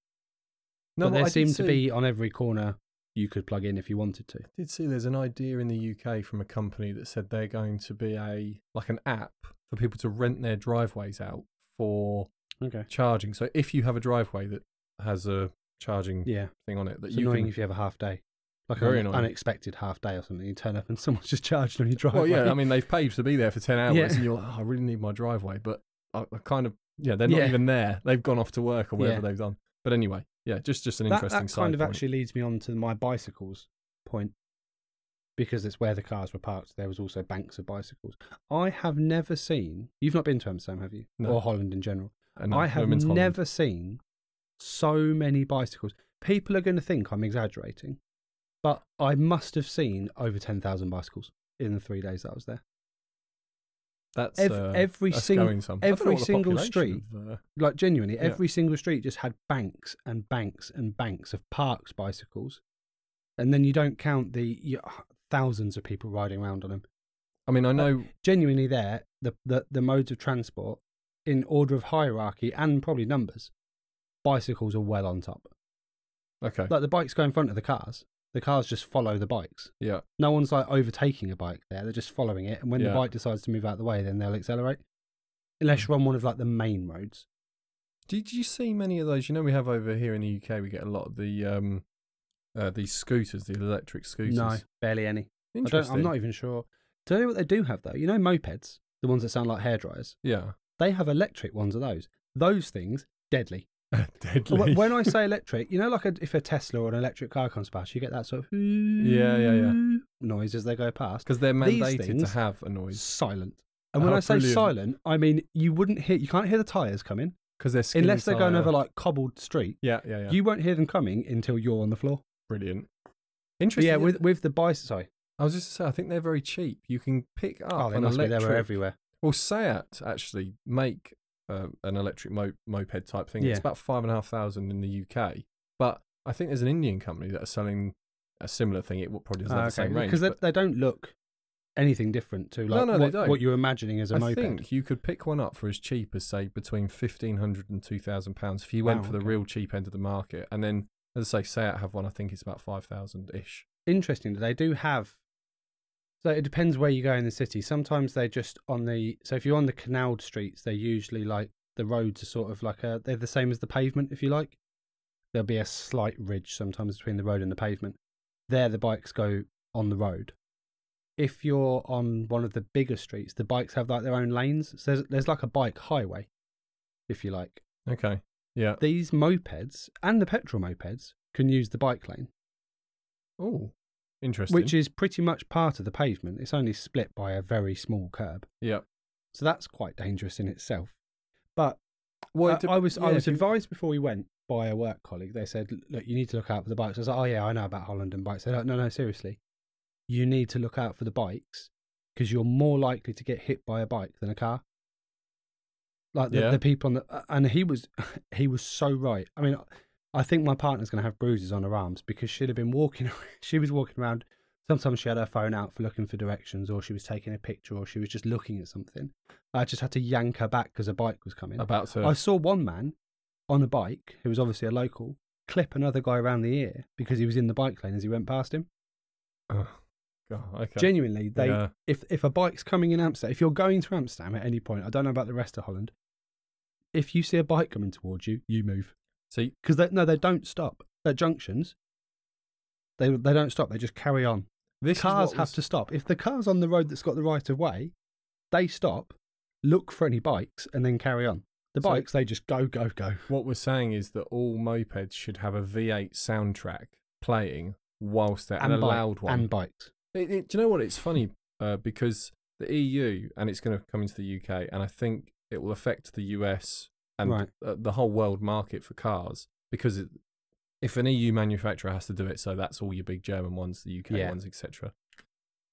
A: but
B: but
A: there
B: I did
A: seemed to
B: see-
A: be on every corner you could plug in if you wanted to.
B: did see there's an idea in the UK from a company that said they're going to be a like an app for people to rent their driveways out for
A: Okay.
B: charging. So if you have a driveway that has a charging
A: Yeah.
B: thing on it that
A: It's
B: you
A: annoying
B: can
A: if you have a half day, like
B: Very
A: an
B: annoying.
A: unexpected half day or something. You turn up and someone's just charged on your driveway.
B: Well, yeah, I mean they've paid to be there for 10 hours
A: Yeah.
B: and you're like, oh, I really need my driveway, but I, I kind of yeah, they're not
A: Yeah.
B: even there. They've gone off to work or whatever
A: Yeah.
B: they've done. But anyway, yeah, just just an
A: that,
B: interesting
A: that
B: side
A: kind of
B: point.
A: actually leads me on to my bicycles point because it's where the cars were parked. There was also banks of bicycles. I have never seen. You've not been to Amsterdam, have you?
B: No.
A: Or Holland in general.
B: And, uh,
A: I have
B: Women's Holland.
A: never seen so many bicycles. People are going to think I'm exaggerating, but I must have seen over ten thousand bicycles in the three days that I was there.
B: that's
A: ev-
B: uh,
A: every
B: that's
A: single-
B: going some. I don't know
A: every
B: what the
A: single
B: population of, uh,
A: like genuinely
B: Yeah.
A: every single street just had banks and banks and banks of parked bicycles and then you don't count the you, thousands of people riding around on them
B: I mean, I know
A: genuinely there the, the the modes of transport in order of hierarchy and probably numbers bicycles are well on top
B: okay.
A: like the bikes go in front of the cars the cars just follow the bikes
B: yeah.
A: no one's like overtaking a bike there they're just following it and when the
B: Yeah. Hmm.
A: bike decides to move out of the way then they'll accelerate unless you're on one of like the main roads
B: Did you see many of those? You know, we have over here in the UK, we get a lot of the um, uh, these scooters, the electric scooters.
A: no barely any I don't,
B: Interesting.
A: I'm not even sure. Do you know what they do have though? You know mopeds, the ones that sound like hairdryers.
B: Yeah.
A: They have electric ones of those. Those things deadly.
B: Deadly.
A: Wh- when I say electric, you know, like a, if a Tesla or an electric car comes past, you get that sort of
B: Yeah, yeah, yeah.
A: noise as they go past.
B: Because they're
A: These
B: mandated to
A: things-
B: have a noise.
A: Silent. And when
B: How
A: I say
B: brilliant.
A: silent, I mean you wouldn't hear, you can't hear the tires coming
B: Because they're skinny
A: unless they're going
B: tyre.
A: over like cobbled street.
B: Yeah, yeah, yeah.
A: You won't hear them coming until you're on the floor.
B: Brilliant.
A: But
B: Interesting.
A: yeah, with with the bicycle. Sorry.
B: I was just to say, I think they're very cheap. You can pick up
A: Oh, they
B: an
A: must
B: electric.
A: be there everywhere.
B: Well, Sayat actually make uh, an electric mo- moped type thing.
A: Yeah.
B: It's about five and a half thousand in the UK, but I think there's an Indian company that are selling a similar thing. It probably
A: Ah,
B: doesn't have the same range.
A: Because they,
B: but
A: they don't look anything different to like
B: no, they
A: what,
B: don't.
A: what you're imagining as a
B: I
A: moped.
B: think you could pick one up for as cheap as say between fifteen hundred and two thousand pounds if you went
A: Wow,
B: for the
A: okay.
B: real cheap end of the market, and then as I say, Sayat have one. I think it's about five thousand ish.
A: Interesting that they do have. So it depends where you go in the city. Sometimes they just on the. So if you're on the canaled streets, they're usually like the roads are sort of like a. They're the same as the pavement, if you like. There'll be a slight ridge sometimes between the road and the pavement. There, the bikes go on the road. If you're on one of the bigger streets, the bikes have like their own lanes. So there's, there's like a bike highway, if you like.
B: Okay. Yeah.
A: these mopeds and the petrol mopeds can use the bike lane,
B: Oh, interesting.
A: which is pretty much part of the pavement. It's only split by a very small curb,
B: yeah.
A: so that's quite dangerous in itself. But
B: Well,
A: Uh, I, I was I was
B: advised.
A: advised before we went by a work colleague. They said, "Look, you need to look out for the bikes." I was like, "Oh yeah, I know about Holland and bikes." They said, "No, no, seriously, you need to look out for the bikes because you're more likely to get hit by a bike than a car." like the,
B: Yeah.
A: the people on the and he was he was so right i mean i think my partner's going to have bruises on her arms because she'd have been walking she was walking around sometimes she had her phone out for looking for directions or she was taking a picture or she was just looking at something i just had to yank her back because a bike was coming
B: About to.
A: i saw one man on a bike who was obviously a local clip another guy around the ear because he was in the bike lane as he went past him
B: Ugh. God, okay.
A: Genuinely, they
B: Yeah.
A: if if a bike's coming in Amsterdam, if you're going to Amsterdam at any point, I don't know about the rest of Holland. If you see a bike coming towards you, you move
B: See,
A: because they no, they don't stop at junctions. They they don't stop. They just carry on.
B: this is
A: cars
B: what
A: have
B: was-
A: to stop. If the car's on the road that's got the right of way, they stop, look for any bikes, and then carry on. The
B: So-
A: bikes they just go go go.
B: What we're saying is that all mopeds should have a V8 soundtrack playing whilst they're and, a
A: bike-
B: loud one.
A: and bikes.
B: It, it, do you know what? It's funny uh, because the EU and it's going to come into the UK, and I think it will affect the US and
A: Right.
B: uh, the whole world market for cars because it, if an EU manufacturer has to do it, so that's all your big German ones, the UK
A: Yeah.
B: ones, etc.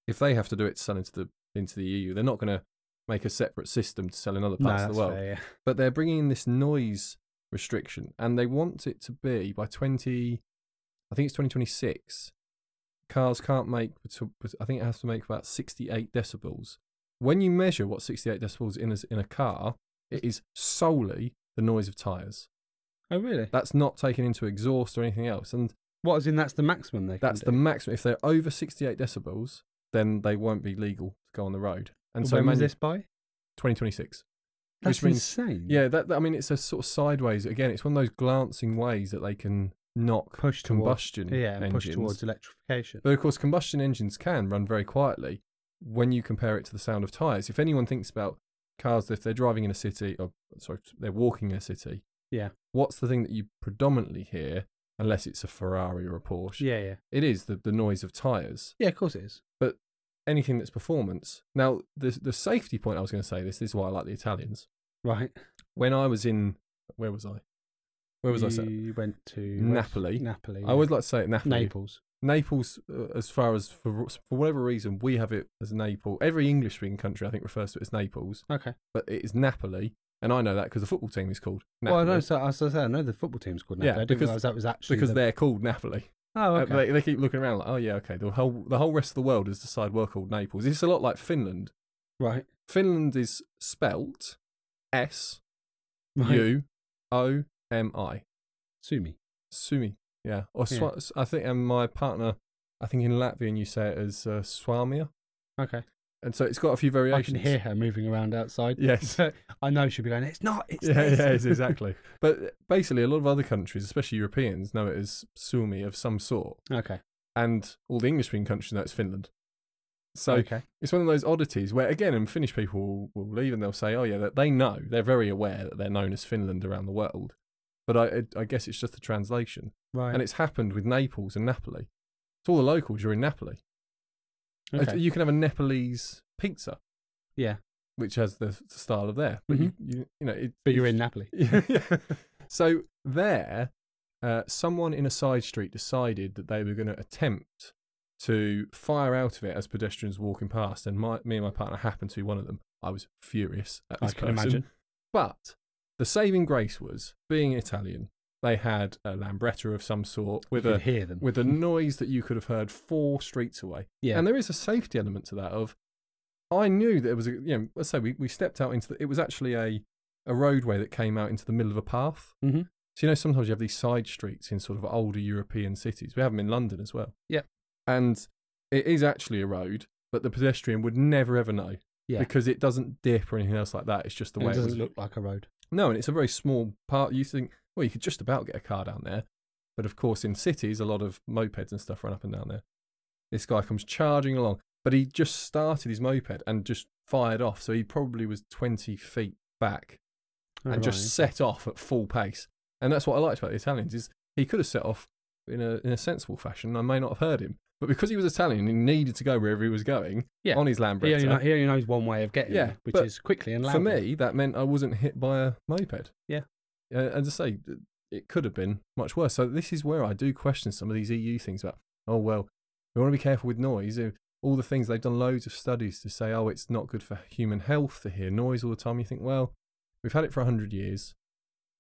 B: If they have to do it to sell into the into the EU, they're not going to make a separate system to sell in other
A: No,
B: parts of
A: that's
B: the world
A: fair, yeah.
B: but they're bringing in this noise restriction and they want it to be by 20 i think it's 2026 cars can't make betw- bet- i think it has to make about 68 decibels when you measure what 68 decibels in a, in a car it is solely the noise of tires
A: Oh really?
B: that's not taken into exhaust or anything else and
A: What as in that's the maximum they.
B: that's the
A: can do.
B: maximum if they're over 68 decibels then they won't be legal to go on the road and so
A: when was
B: manu-
A: this by?
B: 2026
A: That's
B: which means
A: insane.
B: Yeah, that, that- I mean, it's a sort of sideways. Again, it's one of those glancing ways that they can knock
A: push
B: combustion
A: towards, yeah, and
B: engines.
A: push towards electrification.
B: But of course, combustion engines can run very quietly when you compare it to the sound of tyres. If anyone thinks about cars, if they're driving in a city, or sorry, they're walking in a city,
A: Yeah.
B: what's the thing that you predominantly hear, unless it's a Ferrari or a Porsche?
A: Yeah, yeah,
B: It is the, the noise of tyres
A: yeah. Of course it is.
B: anything that's performance. Now, the the safety point I was going to say this, this is why I like the Italians.
A: Right.
B: When I was in, where was I? Where was I? Sat?
A: You went to
B: Napoli.
A: Napoli.
B: I always like to say it Napoli.
A: Naples.
B: Naples, uh, as far as for, for whatever reason, we have it as Naples. Every English speaking country, I think, refers to it as Naples,
A: Okay.
B: but it is Napoli. And I know that because the football team is called Napoli.
A: Well, I know. So as I said, I know the football team's called Napoli.
B: Yeah,
A: I didn't
B: because-
A: realize that was actually
B: because
A: the-
B: they're called Napoli.
A: Oh,
B: Uh,
A: okay.
B: They, they keep looking around like, oh, yeah, okay. The whole, the whole rest of the world has decided we're called Naples. It's a lot like Finland.
A: right.
B: Finland is spelt S
A: Right.
B: U O M I.
A: Sue me.
B: Sumi. Yeah. Or
A: Yeah.
B: Swa- s- I think, and my partner, I think in Latvian you say it as uh, Swamia.
A: Okay.
B: And so it's got a few
A: I
B: variations.
A: can hear her moving around outside.
B: Yes.
A: So I know she'll be going. It's not. It's
B: yeah,
A: this."
B: yeah, it's exactly. But basically, a lot of other countries, especially Europeans, know it as Suomi of some sort,
A: okay.
B: and all the English-speaking countries know it's Finland. So
A: okay.
B: it's one of those oddities where, again, and Finnish people will, will leave and they'll say, "Oh yeah, that they know. They're very aware that they're known as Finland around the world." But I, I- I guess it's just the translation,
A: Right.
B: and it's happened with Naples and Napoli. It's all the locals. You're in Napoli. If-
A: okay.
B: You can have a Nepalese pizza,
A: yeah.
B: which has the, the style of there, but you, you, you know, it,
A: Mm-hmm. But you're in Napoli.
B: Yeah. so there, uh, someone in a side street decided that they were going to attempt to fire out of it as pedestrians walking past, and my, me and my partner happened to be one of them. I was furious at
A: I
B: this
A: can
B: person.
A: imagine.
B: But the saving grace was being Italian. They had a Lambretta of some sort with
A: you
B: a
A: can hear them.
B: with a noise that you could have heard four streets away.
A: Yeah.
B: And there is a safety element to that of I knew that it was a you know, let's say we, we stepped out into the it was actually a, a roadway that came out into the middle of a path.
A: Mhm.
B: So you know sometimes you have these side streets in sort of older European cities. We have them in London as well.
A: Yeah.
B: And it is actually a road, but the pedestrian would never ever know.
A: Yeah.
B: Because it doesn't dip or anything else like that. It's just the
A: And
B: way
A: it
B: it was
A: doesn't look like a road.
B: no, and it's a very small part. You think, well, you could just about get a car down there. But of course, in cities, a lot of mopeds and stuff run up and down there. This guy comes charging along, but he just started his moped and just fired off. So he probably was 20 feet back
A: Oh,
B: and just set off at full pace. And that's what I liked about the Italians is he could have set off in a, in a sensible fashion. I may not have heard him, but because he was Italian, he needed to go wherever he was going
A: Yeah.
B: on his Lambretta.
A: He only, know, he only knows one way of getting
B: Yeah,
A: there, which
B: but
A: is quickly and
B: For
A: loudly.
B: me, that meant I wasn't hit by a moped.
A: Yeah.
B: Uh, as I say, th- it could have been much worse. So this is where I do question some of these EU things about, oh, well, we want to be careful with noise. Uh, All the things they've done loads of studies to say, oh, it's not good for human health to hear noise all the time. You think, well, We've had it for 100 years.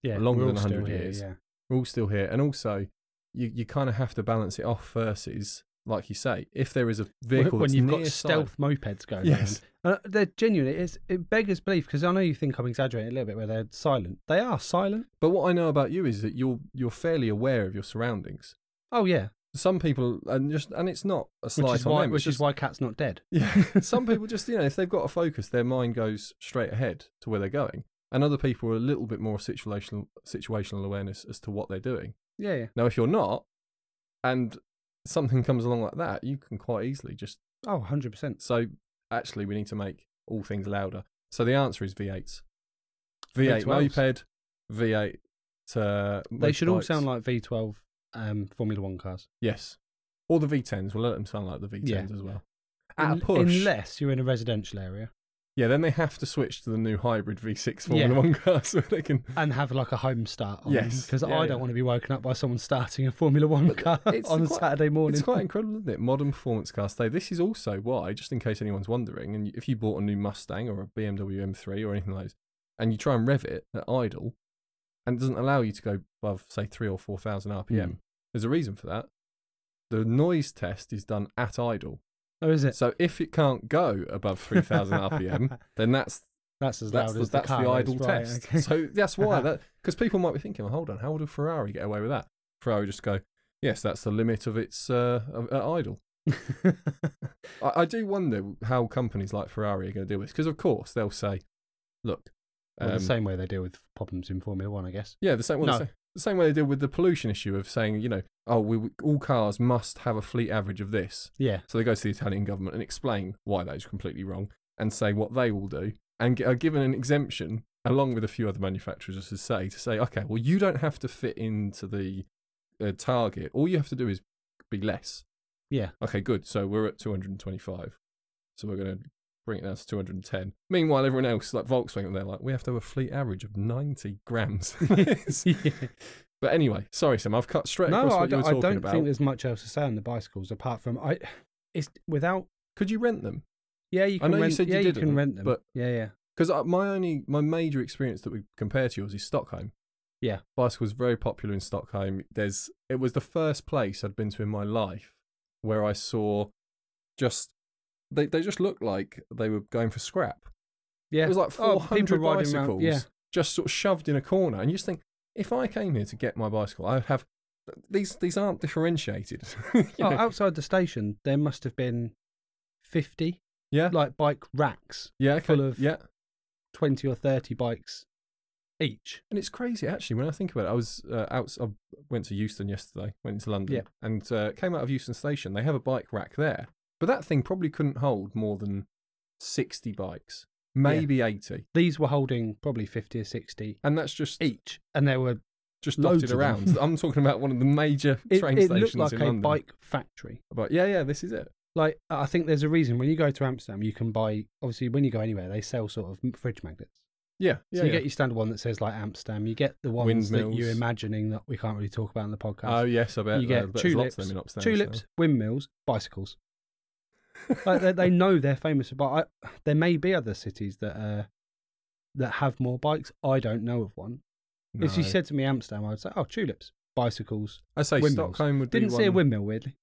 A: Yeah,
B: Longer
A: we're
B: than
A: all still
B: 100
A: here,
B: years.
A: Yeah.
B: We're all still here. And also, you, you kind of have to balance it off versus, like you say, if there is a vehicle
A: when, when
B: that's
A: you've got
B: near
A: stealth
B: side-
A: mopeds going
B: Yes.
A: around. And uh, they're genuinely, it's, it beggars belief because I know you think I'm exaggerating a little bit where they're silent. They are silent.
B: But what I know about you is that you're, you're fairly aware of your surroundings.
A: Oh, yeah.
B: Some people, and just and it's not a slight
A: Which is,
B: on
A: why,
B: them.
A: which
B: it's
A: is
B: just-
A: why Cat's not dead.
B: Yeah. Some people just, you know, if they've got a focus, their mind goes straight ahead to where they're going. And other people are a little bit more situational situational awareness as to what they're doing.
A: Yeah, yeah.
B: Now, if you're not, and something comes along like that, you can quite easily just.
A: Oh, 100%.
B: So actually, we need to make all things louder. So the answer is V8s. V8
A: V12s.
B: moped, V8. Uh,
A: They should all
B: motorbikes.
A: sound like V12 um, Formula One cars.
B: Yes. Or the V10s. We'll let them sound like the V10s as well. At
A: Un-
B: a push.
A: Unless you're in a residential area
B: Yeah, then they have to switch to the new hybrid V6 Formula
A: Yeah.
B: One car so they can.
A: and have like a home start on.
B: Yes.
A: Because
B: Yeah,
A: I
B: yeah.
A: don't want to be woken up by someone starting a Formula One car
B: it's
A: on a
B: quite-
A: Saturday morning.
B: It's quite incredible, isn't it? Modern performance car stay. This is also why, just in case anyone's wondering, and if you bought a new Mustang or a BMW M3 or anything like this, and you try and rev it at idle, and it doesn't allow you to go above, say, three or 4,000 RPM, there's a reason for that. The noise test is done at idle.
A: oh, is it?
B: So if it can't go above 3,000 RPM, then that's
A: That's as
B: that's
A: loud
B: the,
A: as
B: that's
A: the, car
B: the
A: is,
B: idle
A: right,
B: test.
A: okay.
B: So that's why that because people might be thinking, well, hold on, how would a Ferrari get away with that? Ferrari would just go, yes, that's the limit of its uh, of- at idle. I, I do wonder how companies like Ferrari are going to deal with this because, of course, they'll say, look,
A: Well,
B: um,
A: the same way they deal with problems in Formula One, I guess.
B: yeah, the same, well,
A: No.
B: the, same, the same way they deal with the pollution issue of saying, you know, oh, we, we, all cars must have a fleet average of this.
A: Yeah.
B: So they go to the Italian government and explain why that is completely wrong and say what they will do and g- are given an exemption along with a few other manufacturers just to say to say okay well you don't have to fit into the uh, target all you have to do is be less
A: Yeah.
B: okay good so we're at 225 so we're going to bring it down to 210 meanwhile everyone else like Volkswagen they're like we have to have a fleet average of 90 grams but anyway sorry Sam I've cut straight
A: No,
B: across
A: I
B: what you were
A: don't, I
B: talking
A: don't
B: about
A: think there's much else to say on the bicycles apart from I. It's without.
B: could you rent them
A: Yeah, you
B: I
A: can
B: know you
A: rent.
B: said you
A: yeah, you
B: didn't,
A: can rent them.
B: but-
A: yeah, yeah,
B: Because uh, my only, my major experience that we compare to yours is Stockholm.
A: Yeah.
B: bicycles very popular in Stockholm. There's, it was the first place I'd been to in my life where I saw just they they just looked like they were going for scrap.
A: yeah.
B: It was like
A: Oh,
B: 400
A: people riding
B: bicycles
A: around- Yeah,
B: just sort of shoved in a corner, and you just think, if I came here to get my bicycle, I would have these these aren't differentiated. You
A: Oh,
B: know?
A: outside the station, there must have been fifty
B: yeah,
A: like bike racks,
B: yeah, okay,
A: full of-
B: yeah.
A: twenty or thirty bikes each.
B: And it's crazy, actually, when I think about it. I was uh, out. I went to Euston yesterday. Went into London
A: Yeah.
B: and uh, came out of Euston Station. They have a bike rack there, but that thing probably couldn't hold more than sixty bikes, maybe eighty,
A: These were holding probably fifty or sixty
B: and that's just
A: each, and there were.
B: just
A: Loads
B: dotted
A: of them.
B: around. I'm talking about one of the major
A: It,
B: train
A: it
B: stations
A: looked like
B: in
A: a
B: London.
A: bike factory.
B: But yeah, yeah, this is it.
A: Like I think there's a reason when you go to Amsterdam, you can buy. Obviously, when you go anywhere, they sell sort of m- fridge magnets.
B: Yeah, yeah.
A: So you
B: yeah.
A: get your standard one that says like Amsterdam. You get the ones that you're
B: Windmills.
A: imagining that we can't really talk about in the
B: Oh
A: podcast.
B: yes, I bet.
A: you
B: there-
A: get
B: but there's lots
A: tulips,
B: of them in upstairs, so-
A: tulips, windmills, bicycles. like they, they know they're famous for bike. I- There may be other cities that uh, that have more bikes. I don't know of one. If you
B: No.
A: said to me Amsterdam, I'd say, oh, tulips, bicycles.
B: I say
A: windmills.
B: Stockholm would
A: Didn't
B: be
A: see a
B: one-
A: windmill. Weirdly,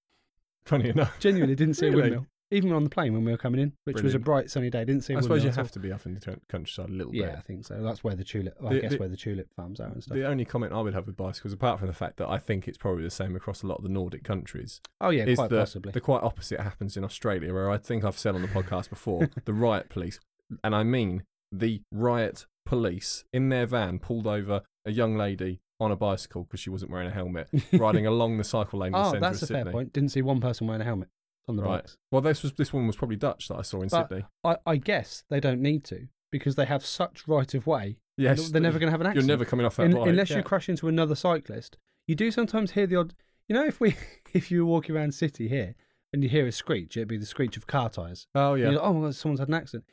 B: Funny enough,
A: genuinely didn't see a
B: Really?
A: windmill. Even on the plane when we were coming in, which was a
B: Brilliant.
A: bright sunny day, didn't see. a
B: I suppose
A: windmill
B: you
A: at all.
B: have to be up in the t- countryside a little
A: Yeah,
B: bit.
A: I think so. That's where the tulip. Well, I
B: The-
A: guess
B: the-
A: where the tulip farms are and stuff.
B: The only comment I would have with bicycles, apart from the fact that I think it's probably the same across a lot of the Nordic countries,
A: oh yeah,
B: is
A: quite
B: that
A: possibly.
B: the quite opposite happens in Australia, where I think I've said on the podcast before the riot police, and I mean the riot police in their van pulled over a young lady on a bicycle because she wasn't wearing a helmet, riding along the cycle lane in the
A: oh,
B: centre
A: that's
B: of
A: a
B: Sydney.
A: fair point. Didn't see one person wearing a helmet on the
B: Right.
A: bikes.
B: Well, this was this one was probably Dutch that I saw in
A: But-
B: Sydney.
A: I, I guess they don't need to because they have such right of way.
B: Yes,
A: they're never going to have an
B: You're
A: accident.
B: never coming off that
A: In-
B: bike
A: unless
B: yeah.
A: you crash into another cyclist. You do sometimes hear the odd. You know, if we if you were walking around city here and you hear a screech, it'd be the screech of car tires.
B: Oh yeah.
A: You're like, oh, my God, someone's had an accident.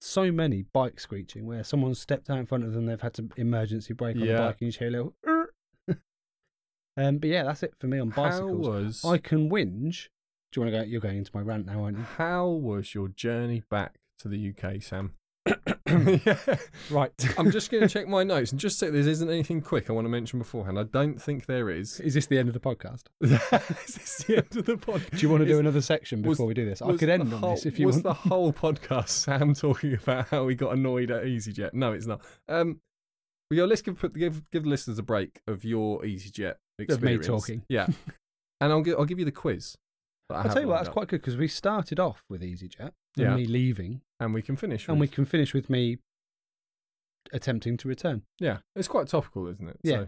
A: So many bike screeching where someone's stepped out in front of them, they've had to emergency brake on the
B: Yeah.
A: bike, and you just hear a little. "Er." um, but yeah, that's it for me on bicycles.
B: How was
A: I can whinge. Do you want to go? You're going into my rant now, aren't you?
B: How was your journey back to the UK, Sam? yeah.
A: Right.
B: I'm just going to check my notes and just say there isn't anything quick I want to mention beforehand. I don't think there is.
A: Is this the end of the podcast?
B: is this the end of the podcast?
A: Do you want to do
B: Is-
A: another section
B: was-
A: before we do this? I
B: was
A: could
B: the
A: end on
B: whole-
A: this if you
B: was
A: want.
B: the whole podcast Sam talking about how he got annoyed at EasyJet? No, it's not. Um, well, yeah, let's give put- give give the listeners a break of your EasyJet experience.
A: Of me talking.
B: yeah. And I'll give I'll give you the quiz. that I
A: I'll
B: have
A: tell you what, that's
B: lined up.
A: quite good because we started off with EasyJet and
B: Yeah.
A: me leaving,
B: And we can finish.
A: and we
B: with-
A: can finish with me attempting to return.
B: yeah, it's quite topical, isn't it?
A: Yeah.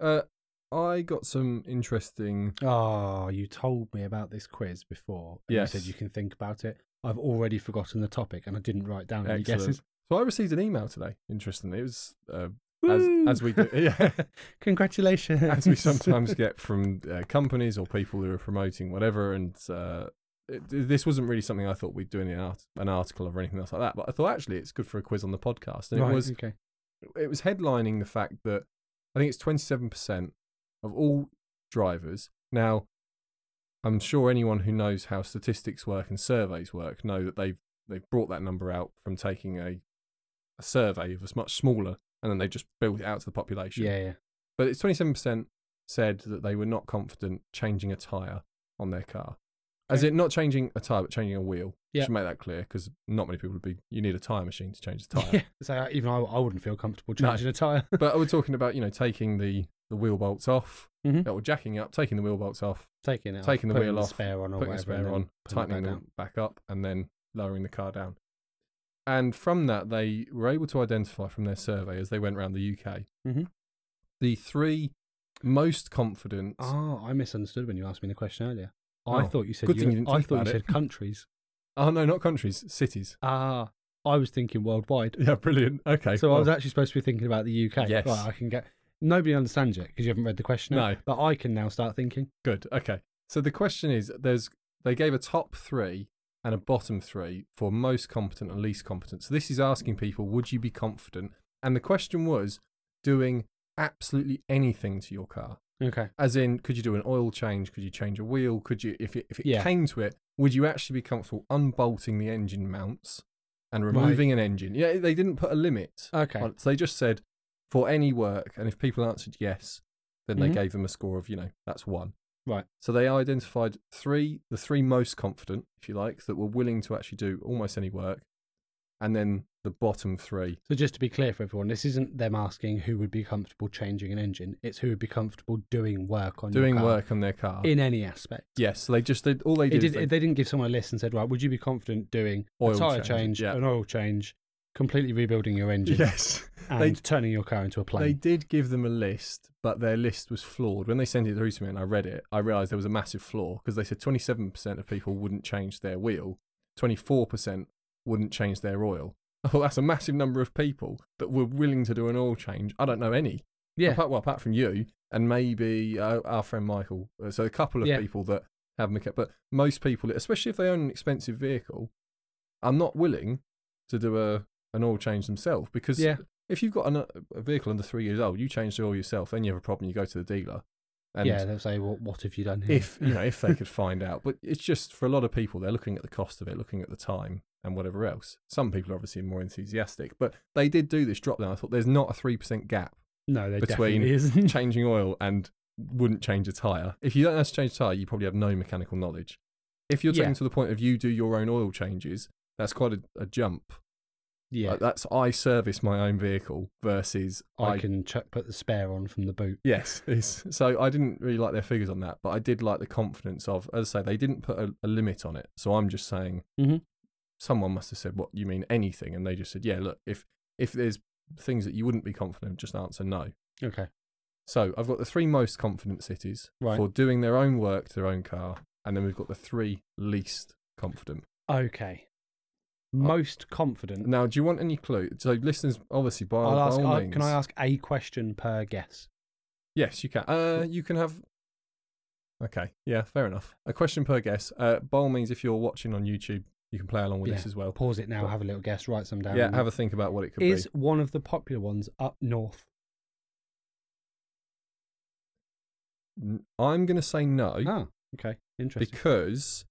B: So, uh, I got some interesting.
A: Oh, you told me about this quiz before. And You
B: Yes.
A: said you can think about it. I've already forgotten the topic and I didn't write down any
B: Excellent.
A: guesses.
B: So I received an email today. Interestingly, it was uh, as as we do. Yeah.
A: Congratulations.
B: as we sometimes get from uh, companies or people who are promoting whatever. And uh, it, this wasn't really something I thought we'd do in an, art- an article or anything else like that. But I thought actually it's good for a quiz on the podcast. And
A: Right,
B: it was
A: okay.
B: it was headlining the fact that I think it's twenty seven percent of all drivers now. I'm sure anyone who knows how statistics work and surveys work know that they've they've brought that number out from taking a, a survey of a much smaller, and then they just built it out to the population
A: Yeah, yeah.
B: but it's 27% said that they were not confident changing a tire on their car. As
A: Okay.
B: in, not changing a tire, but changing a wheel.
A: Yeah.
B: Should make that clear because not many people would be. You need a tire machine to change a tire.
A: yeah. So uh, even I, I wouldn't feel comfortable
B: No.
A: changing a tyre.
B: But we're talking about you know taking the the wheel bolts off
A: Mhm.
B: or jacking up, taking the wheel bolts off,
A: taking it
B: Taking
A: off,
B: the
A: putting
B: wheel
A: the
B: off,
A: spare on or
B: putting
A: whatever,
B: a
A: and
B: spare
A: then
B: on,
A: putting it
B: tightening
A: back
B: them
A: down.
B: back up, and then lowering the car down. And from that, they were able to identify from their survey as they went around the UK
A: Mhm.
B: the three most confident.
A: Oh, I misunderstood when you asked me the question earlier. I
B: Oh,
A: thought you said
B: good thing
A: Euro-
B: you didn't
A: I
B: think
A: thought you
B: about it.
A: said countries.
B: oh no, not countries, cities.
A: Ah, I was thinking worldwide.
B: Yeah, brilliant. Okay.
A: So I
B: well,
A: was actually supposed to be thinking about the UK.
B: Yes.
A: Right, I can get. Nobody understands it because you haven't read the question. out,
B: No.
A: But I can now start thinking.
B: good. Okay. So the question is there's they gave a top 3 and a bottom 3 for most competent and least competent. So this is asking people would you be confident? And the question was doing absolutely anything to your car.
A: Okay.
B: As in could you do an oil change, could you change a wheel, could you if it, if it
A: Yeah.
B: came to it, would you actually be comfortable unbolting the engine mounts and removing an engine? Yeah, they didn't put a limit.
A: Okay.
B: Well, So they just said for any work, and if people answered yes, then
A: Mhm.
B: they gave them a score of you know that's one.
A: Right.
B: So they identified three, the three most confident, if you like, that were willing to actually do almost any work, and then the bottom three.
A: So just to be clear for everyone, this isn't them asking who would be comfortable changing an engine. It's who would be comfortable doing work on your
B: Doing
A: car
B: work on their car.
A: in any aspect.
B: yes, so they just did all they
A: It
B: did. is
A: did, they didn't give someone a list and said, right, would you be confident doing
B: Oil
A: a tyre
B: change,
A: change,
B: yeah.
A: an oil change, completely rebuilding your
B: they-
A: engine,
B: yes,
A: and
B: they-
A: turning your car into a
B: they
A: plane?
B: did give them a list, but their list was flawed. When they sent it through to me and I read it, I realised there was a massive flaw because they said 27% of people wouldn't change their wheel, 24% wouldn't change their oil. I thought that's a massive number of people that were willing to do an oil change. I don't know any.
A: yeah.
B: Apart, well, apart from you and maybe uh, our friend Michael. Uh, So a couple of
A: Yeah.
B: people that have mecha- but most people, especially if they own an expensive vehicle, are not willing to do a an oil change themselves because
A: Yeah.
B: if you've got an, a vehicle under three years old, you change the oil yourself, then you have a problem. You go to the dealer, and
A: yeah, they'll say, well, what have you done here?
B: if you know if they could find out, but it's just for a lot of people, they're looking at the cost of it, looking at the time, and whatever else. Some people are obviously more enthusiastic, but they did do this drop down. I thought there's not a three percent gap
A: no, there
B: between
A: definitely isn't.
B: changing oil and wouldn't change a tire. If you don't know how to change a tire, you probably have no mechanical knowledge. If you're
A: Yeah.
B: taken to the point of you do your own oil changes, that's quite a, a jump.
A: yeah,
B: Like, that's I service my own vehicle versus
A: I, can ch- put the spare on from the boot.
B: Yes, it's, so I didn't really like their figures on that, but I did like the confidence of, as I say, they didn't put a, a limit on it. So I'm just saying,
A: Mhm.
B: someone must have said, "What you mean anything?" And they just said, "Yeah, look, if if there's things that you wouldn't be confident, just answer no."
A: Okay.
B: So I've got the three most confident cities
A: Right.
B: for doing their own work to their own car, and then we've got the three least confident.
A: Okay.
B: Uh,
A: Most confident.
B: Now, do you want any clue? So listeners, obviously, by,
A: I'll
B: by
A: ask.
B: all
A: I-
B: means,
A: can I ask a question per guess?
B: Yes, you can. Uh, you can have. Okay, yeah, fair enough. A question per guess. Uh, by all means, if you're watching on YouTube, you can play along with this
A: Yeah.
B: as well.
A: Pause it now.
B: But-
A: Have a little guess. Write some down.
B: Yeah, have a think about what it could
A: Is
B: be.
A: one of the popular ones up north?
B: N- I'm going to say no
A: Ah, okay. Interesting.
B: because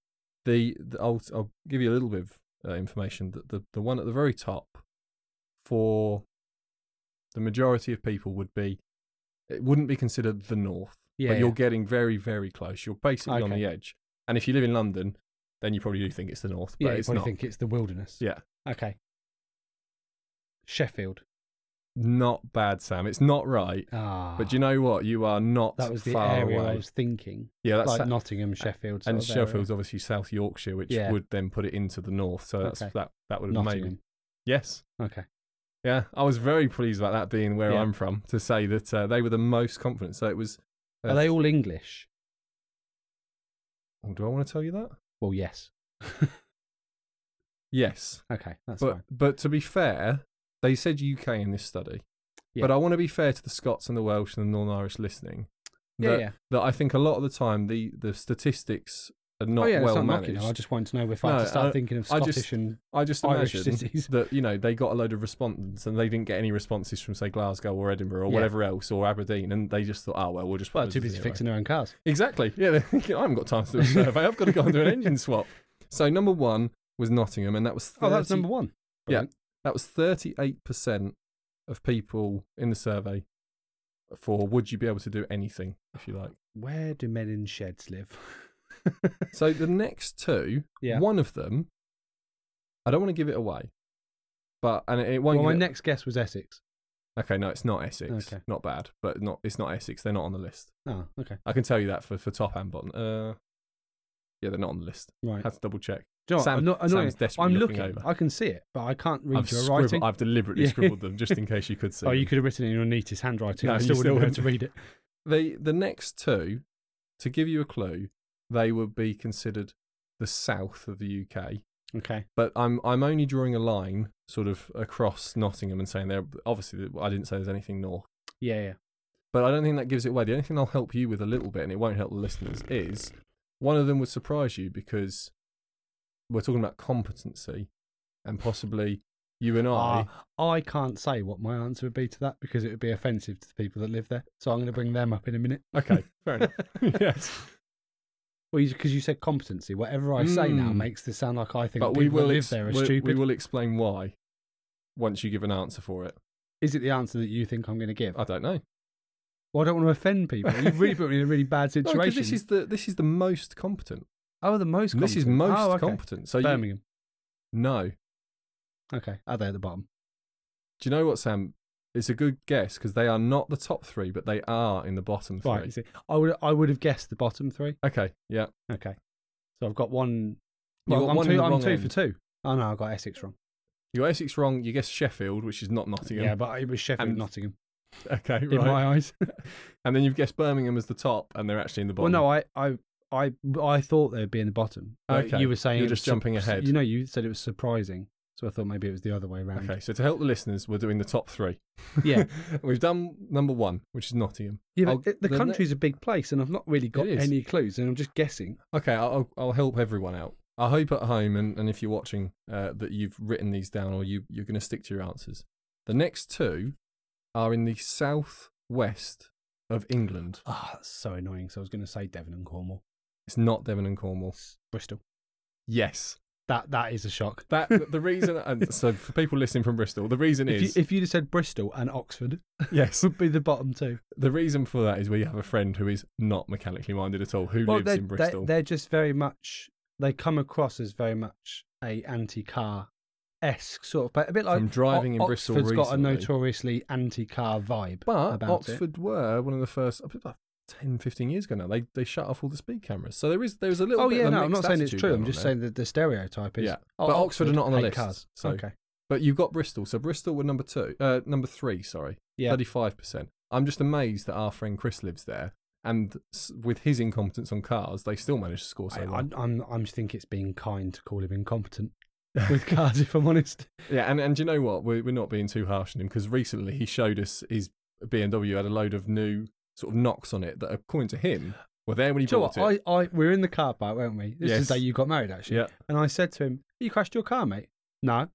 B: the, the I'll, I'll give you a little bit of uh, information. That the the one at the very top for the majority of people would be it wouldn't be considered the north,
A: Yeah,
B: but you're
A: yeah.
B: getting very very close. You're basically on
A: Okay.
B: the edge. And if you live in London, then you probably do think it's the north, but
A: yeah, you
B: it's
A: probably
B: not.
A: think it's the wilderness.
B: Yeah.
A: Okay. Sheffield.
B: Not bad, Sam. It's not right.
A: Ah.
B: But do you know what? You are not
A: that was the
B: far
A: area
B: away.
A: I was thinking.
B: yeah, that's
A: like
B: sa-
A: Nottingham, Sheffield. sort
B: and
A: of area.
B: Sheffield's obviously South Yorkshire, which
A: Yeah.
B: would then put it into the north. So that's,
A: Okay.
B: that that would have made
A: Nottingham.
B: yes,
A: Okay.
B: yeah. I was very pleased about that being where
A: Yeah.
B: I'm from to say that uh, they were the most confident. So it was. uh,
A: Are they all English?
B: Oh, do I want to tell you that?
A: Well, yes.
B: Yes,
A: Okay, that's
B: but
A: fine.
B: but to be fair, they said UK in this study.
A: Yeah.
B: But I want to be fair to the Scots and the Welsh and the Northern Irish listening.
A: Yeah,
B: that,
A: yeah.
B: that I think a lot of the time the, the statistics are not
A: oh, yeah,
B: well
A: it's not knocking
B: managed.
A: them. I just wanted to know if I had
B: No,
A: to start
B: I-
A: thinking of
B: I
A: Scottish
B: just-
A: and
B: I just
A: Irish
B: imagine
A: cities.
B: that you know they got a load of respondents and they didn't get any responses from say Glasgow or Edinburgh or
A: Yeah.
B: whatever else or Aberdeen, and they just thought, oh well, we'll just put
A: well,
B: it
A: too
B: as a
A: busy
B: zero."
A: fixing their own cars.
B: Exactly. Yeah, they're thinking, I haven't got time to do a survey. I've got to go and do an engine swap. So number one was Nottingham, and that was 30,
A: Oh, that's number one.
B: Yeah,
A: Brilliant.
B: that was thirty eight percent of people in the survey for would you be able to do anything if you like.
A: Where do men in sheds live?
B: So the next two,
A: Yeah.
B: one of them, I don't want to give it away, but and it, it won't.
A: Well, my
B: give it-
A: next guess was Essex.
B: Okay, no, it's not Essex.
A: Okay.
B: Not bad, but not it's not Essex. They're not on the list.
A: Oh, okay.
B: I can tell you that for for Top and Bottom. Uh, yeah, they're not on the list.
A: Right.
B: Have to double check.
A: Do you know what?
B: Sam-
A: I'm, not, I'm, not-
B: uh, Sam's desperately
A: I'm
B: looking
A: looking.
B: over.
A: I can see it, but I can't read
B: I've,
A: your
B: scribbled-
A: writing.
B: I've deliberately
A: Yeah.
B: scribbled them just in case you could see.
A: oh, you
B: them.
A: could have written it in your neatest handwriting.
B: No,
A: I
B: you
A: still
B: still
A: wouldn't have been able to read it.
B: The the next two, to give you a clue, they would be considered the south of the UK.
A: Okay.
B: But I'm I'm only drawing a line sort of across Nottingham and saying there. Obviously, I didn't say there's anything north.
A: Yeah, yeah.
B: But I don't think that gives it away. The only thing I'll help you with a little bit, and it won't help the listeners, is one of them would surprise you because we're talking about competency and possibly you and I.
A: Ah, I can't say what my answer would be to that because it would be offensive to the people that live there. So I'm going to bring them up in a minute.
B: okay, fair enough. yes.
A: Well, because you, said competency, whatever I say now
B: Mm.
A: makes this sound like I think
B: But
A: the
B: we
A: people that
B: will,
A: live
B: ex-
A: there are
B: we-
A: stupid.
B: we will explain why once you give an answer for it.
A: Is it the answer that you think I'm going to give?
B: I don't know.
A: well, I don't want to offend people. You've really put me in a really bad
B: No,
A: situation.
B: 'cause this is the this is the most competent.
A: oh, the most.
B: This is
A: competent.
B: most
A: oh, okay.
B: competent. So you,
A: Birmingham.
B: no. Do
A: Okay, are they at the bottom?
B: you know what, Sam? It's a good guess because they are not the top three, but they are in the bottom three.
A: Right. you see. I would. I would have guessed the bottom three.
B: Okay. Yeah.
A: Okay. So I've got one.
B: You
A: Well,
B: got
A: I'm
B: one in
A: two.
B: the
A: I'm
B: wrong
A: two for
B: end.
A: two. Oh no, I got Essex wrong.
B: You got Essex wrong. You guessed Sheffield, which is not Nottingham.
A: Yeah, but it was Sheffield,
B: And-
A: Nottingham.
B: Okay,
A: In my eyes.
B: And then you've guessed Birmingham as the top, and they're actually in the
A: well,
B: bottom.
A: no, I, I, I, I thought they'd be in the bottom. but
B: Okay,
A: You were saying
B: you're
A: it was
B: just jumping ahead.
A: You know, you said it was surprising, so I thought maybe it was the other way around.
B: Okay, so to help the listeners, we're doing the top three.
A: Yeah.
B: We've done number one, which is Nottingham.
A: Yeah,
B: I'll-
A: but it- the,
B: Oh, the ne-
A: country's a big place, and I've not really got
B: It is.
A: any clues, and I'm just guessing.
B: Okay, I'll, I'll- I'll help everyone out. I hope at home, and, and if you're watching, uh, that you've written these down or you, you're going to stick to your answers. The next two are in the southwest of England.
A: Ah, that's so annoying. So I was going to say Devon and Cornwall,
B: It's not Devon and Cornwall.
A: Bristol.
B: Yes.
A: That that is a shock.
B: That the reason, and so for people listening from Bristol, the reason
A: If
B: is
A: you, if you'd have said Bristol and Oxford,
B: yes,
A: would be the bottom two.
B: The reason for that is we have a friend who is not mechanically minded at all, who lives
A: they're,
B: in Bristol.
A: They're, just very much. They come across as very much a anti-car esque sort of, but a bit like
B: From driving in Bristol
A: Oxford's got a
B: recently.
A: notoriously anti-car vibe
B: but
A: about it.
B: Oxford were one of the first, about 10, 15 years ago now, they, they shut off all the speed cameras. So there is there's a little
A: Oh
B: bit
A: yeah,
B: of a
A: no, I'm
B: mixed
A: not saying it's
B: attitude
A: true.
B: going
A: I'm
B: on
A: just
B: there.
A: saying that the stereotype is.
B: Yeah.
A: oh,
B: But Oxford are not on the
A: hate
B: list,
A: Cars.
B: so-
A: Okay.
B: But you've got Bristol. So Bristol were number two, uh, number three, sorry,
A: Yeah.
B: 35%. I'm just amazed that our friend Chris lives there. And s- with his incompetence on cars, they still managed to score so
A: I,
B: well.
A: I'm, I'm, I'm just think it's being kind to call him incompetent with cars, if I'm honest.
B: Yeah, and, and do you know what? We're, we're not being too harsh on him because recently he showed us his BMW had a load of new sort of knocks on it that, according to him, were there when he
A: Do you know
B: bought
A: what?
B: it.
A: I, I, we were in the car park, weren't we? This is the
B: Yes.
A: day you got married, actually.
B: yeah,
A: And I said to him, You crashed your car, mate? No.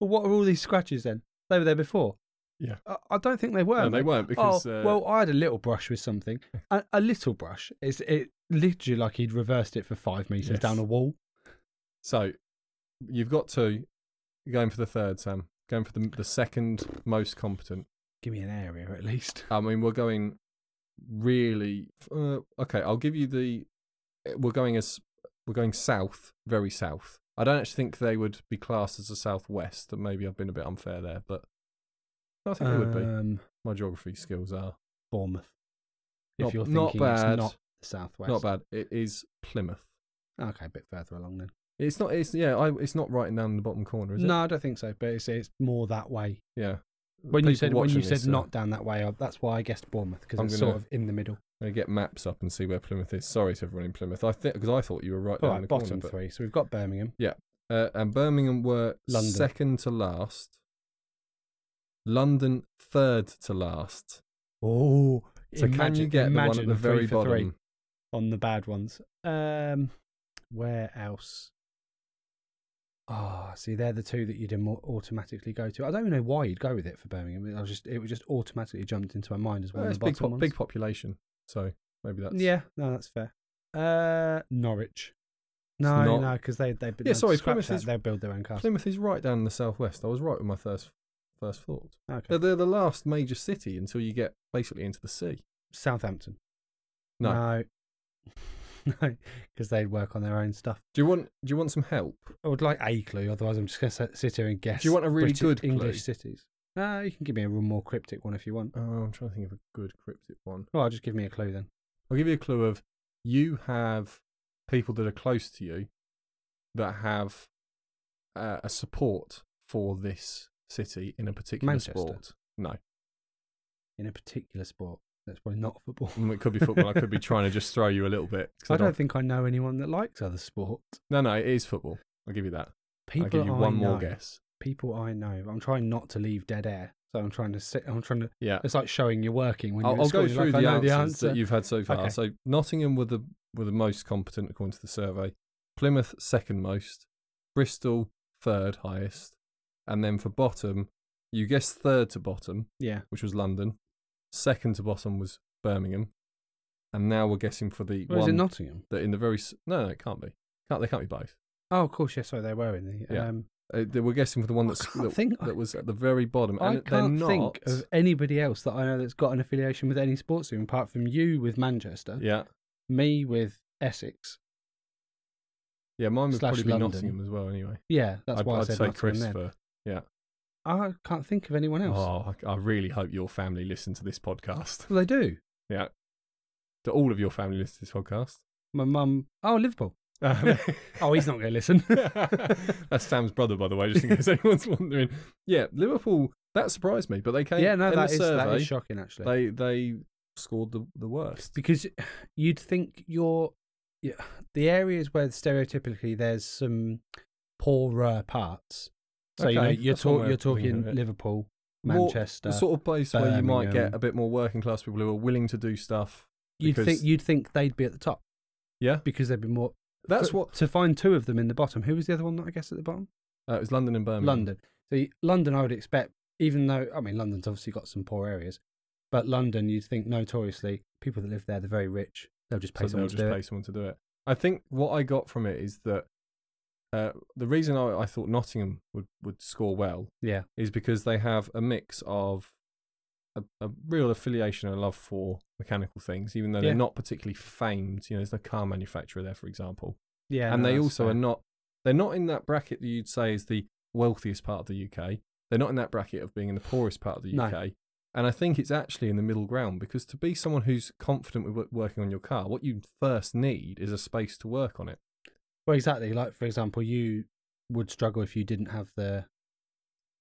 A: Well, what are all these scratches then? They were there before.
B: Yeah.
A: I, I don't think they were.
B: no, they
A: mate.
B: weren't because
A: oh,
B: uh,
A: well, I had a little brush with something. A, a little brush. It's it literally like he'd reversed it for five meters
B: Yes.
A: down a wall.
B: so you've got two You're going for the third, Sam. Going for the, the second most competent.
A: Give me an area at least.
B: I mean, we're going really. Uh, okay, I'll give you the. eh, We're going as we're going south, very south. I don't actually think they would be classed as a southwest. That maybe I've been a bit unfair there, but I think they would be.
A: Um,
B: My geography skills are
A: Bournemouth. If
B: Not-
A: you're
B: not
A: thinking
B: bad.
A: it's not the southwest.
B: not bad. It is Plymouth.
A: Okay, a bit further along then.
B: It's not. It's yeah. I, it's not writing down in the bottom corner, is it?
A: No, I don't think so. But it's, it's more that way.
B: Yeah.
A: When you
B: People
A: said when you
B: watching
A: said
B: this uh, are-
A: not down that way, I, that's why I guessed Bournemouth because
B: I'm
A: it's
B: gonna-
A: sort of in the middle.
B: I'm gonna get maps up and see where Plymouth is. Sorry to everyone in Plymouth. I think because I thought you were right
A: All
B: down in
A: right,
B: the
A: Oh, bottom
B: corner.
A: three. So we've got Birmingham.
B: But, uh, and Birmingham were
A: London.
B: second to last. London third to last.
A: Oh,
B: So can you get the one at the very bottom?
A: on the bad ones? Um, where else? Ah, see, they're the two that you'd im- automatically go to. I don't even know why you'd go with it for Birmingham. I was just it was just automatically jumped into my mind as one
B: Well,
A: of
B: it's
A: the
B: big,
A: bottom
B: po-
A: ones.
B: big population, so maybe that's
A: Yeah, no, that's fair. Uh, Norwich. No, no, 'cause
B: not-
A: no, because they they
B: Yeah, sorry,
A: scratch
B: Plymouth
A: that,
B: is-
A: they'll build their own castle.
B: Plymouth is right down in the southwest. I was right with my first first thought.
A: Okay,
B: They're, they're the last major city until you get basically into the sea.
A: Southampton.
B: No.
A: no, no, because they'd work on their own stuff.
B: Do you want Do you want some help?
A: I would like a clue, otherwise I'm just going to sit here and guess.
B: Do you want a really
A: British-
B: good clue?
A: English cities? Uh, you can give me a more cryptic one if you want.
B: Oh, I'm trying to think of a good cryptic one.
A: Well, just give me a clue then.
B: I'll give you a clue of you have people that are close to you that have uh, a support for this city in a particular
A: Manchester.
B: sport. No,
A: In a particular sport, that's probably not football.
B: Mm, it could be football. I could be trying to just throw you a little bit. 'cause
A: I don't think I know anyone that likes other sports.
B: No, no, it is football. I'll give you that.
A: People
B: I'll give you
A: I
B: one
A: know,
B: more guess.
A: People I know. I'm trying not to leave dead air, so I'm trying to sit. I'm trying to.
B: Yeah,
A: It's like showing you're working when
B: I'll,
A: you're
B: I'll
A: at school.
B: go
A: You're
B: through
A: like,
B: the
A: I know
B: answers
A: the
B: that
A: answer.
B: you've had so far.
A: Okay.
B: So Nottingham were the were the most competent according to the survey. Plymouth second most, Bristol third highest, and then for bottom, you guessed third to bottom,
A: Yeah.
B: which was London. Second to bottom was Birmingham, and now we're guessing for the
A: Well, is
B: one
A: it Nottingham?
B: that in the very s- no no it can't be can't they can't be both.
A: Oh, of course. Yes, sorry, they were in the.
B: Yeah.
A: Um,
B: Uh, they- we're guessing for the one
A: I
B: that's,
A: can't
B: that,
A: think-
B: that was at the very bottom, and
A: I can't
B: they're not.
A: think of uh, anybody else that I know that's got an affiliation with any sports team apart from you with Manchester.
B: yeah,
A: me with Essex.
B: yeah, mine would
A: Slash
B: probably be
A: London.
B: Nottingham as well. Anyway,
A: Yeah, that's
B: I'd,
A: why i
B: I'd
A: said
B: say
A: Nottingham
B: Chris
A: then.
B: for
A: I can't think of anyone else.
B: Oh, I, I really hope your family listen to this podcast.
A: Well, they do.
B: Yeah. Do all of your family listen to this podcast?
A: My mum. Oh, Liverpool.
B: Um,
A: Oh, he's not going to listen.
B: That's Sam's brother, by the way, just in case anyone's wondering. Yeah, Liverpool, that surprised me, but they came
A: yeah, no,
B: in
A: that
B: the
A: is that
B: survey,
A: is shocking actually.
B: they, they scored the, the worst.
A: because you'd think you're yeah, the areas where stereotypically there's some poorer parts. So you know,
B: Okay,
A: you're,
B: that's one
A: talk,
B: way
A: you're
B: of thinking
A: talking
B: of it.
A: Liverpool,
B: More-
A: Manchester.
B: the sort of place where you might
A: Birmingham.
B: get a bit more working class people who are willing to do stuff.
A: you'd
B: because-
A: think you'd think they'd be at the top
B: Yeah,
A: because they'd be more.
B: that's
A: for-
B: what.
A: to find two of them in the bottom. Who was the other one that I guess at the bottom?
B: Uh, it was London and Birmingham.
A: London. So you- London, I would expect, even though I mean London's obviously got some poor areas, but London, you'd think notoriously people that live there, they're very rich. They'll just pay
B: so
A: someone
B: they'll
A: to
B: just
A: do
B: pay
A: it.
B: someone to do it. I think what I got from it is that uh, the reason I, I thought Nottingham would, would score well
A: Yeah,
B: is because they have a mix of a, a real affiliation and love for mechanical things, even though
A: Yeah.
B: they're not particularly famed. You know, there's no car manufacturer there, for example,
A: yeah.
B: and
A: no,
B: they
A: that's
B: also
A: fair.
B: are not. They're not in that bracket that you'd say is the wealthiest part of the UK. They're not in that bracket of being in the poorest part of the
A: No.
B: UK. And I think it's actually in the middle ground because to be someone who's confident with wo- working on your car, what you first need is a space to work on it.
A: well exactly. Like for example, you would struggle if you didn't have the.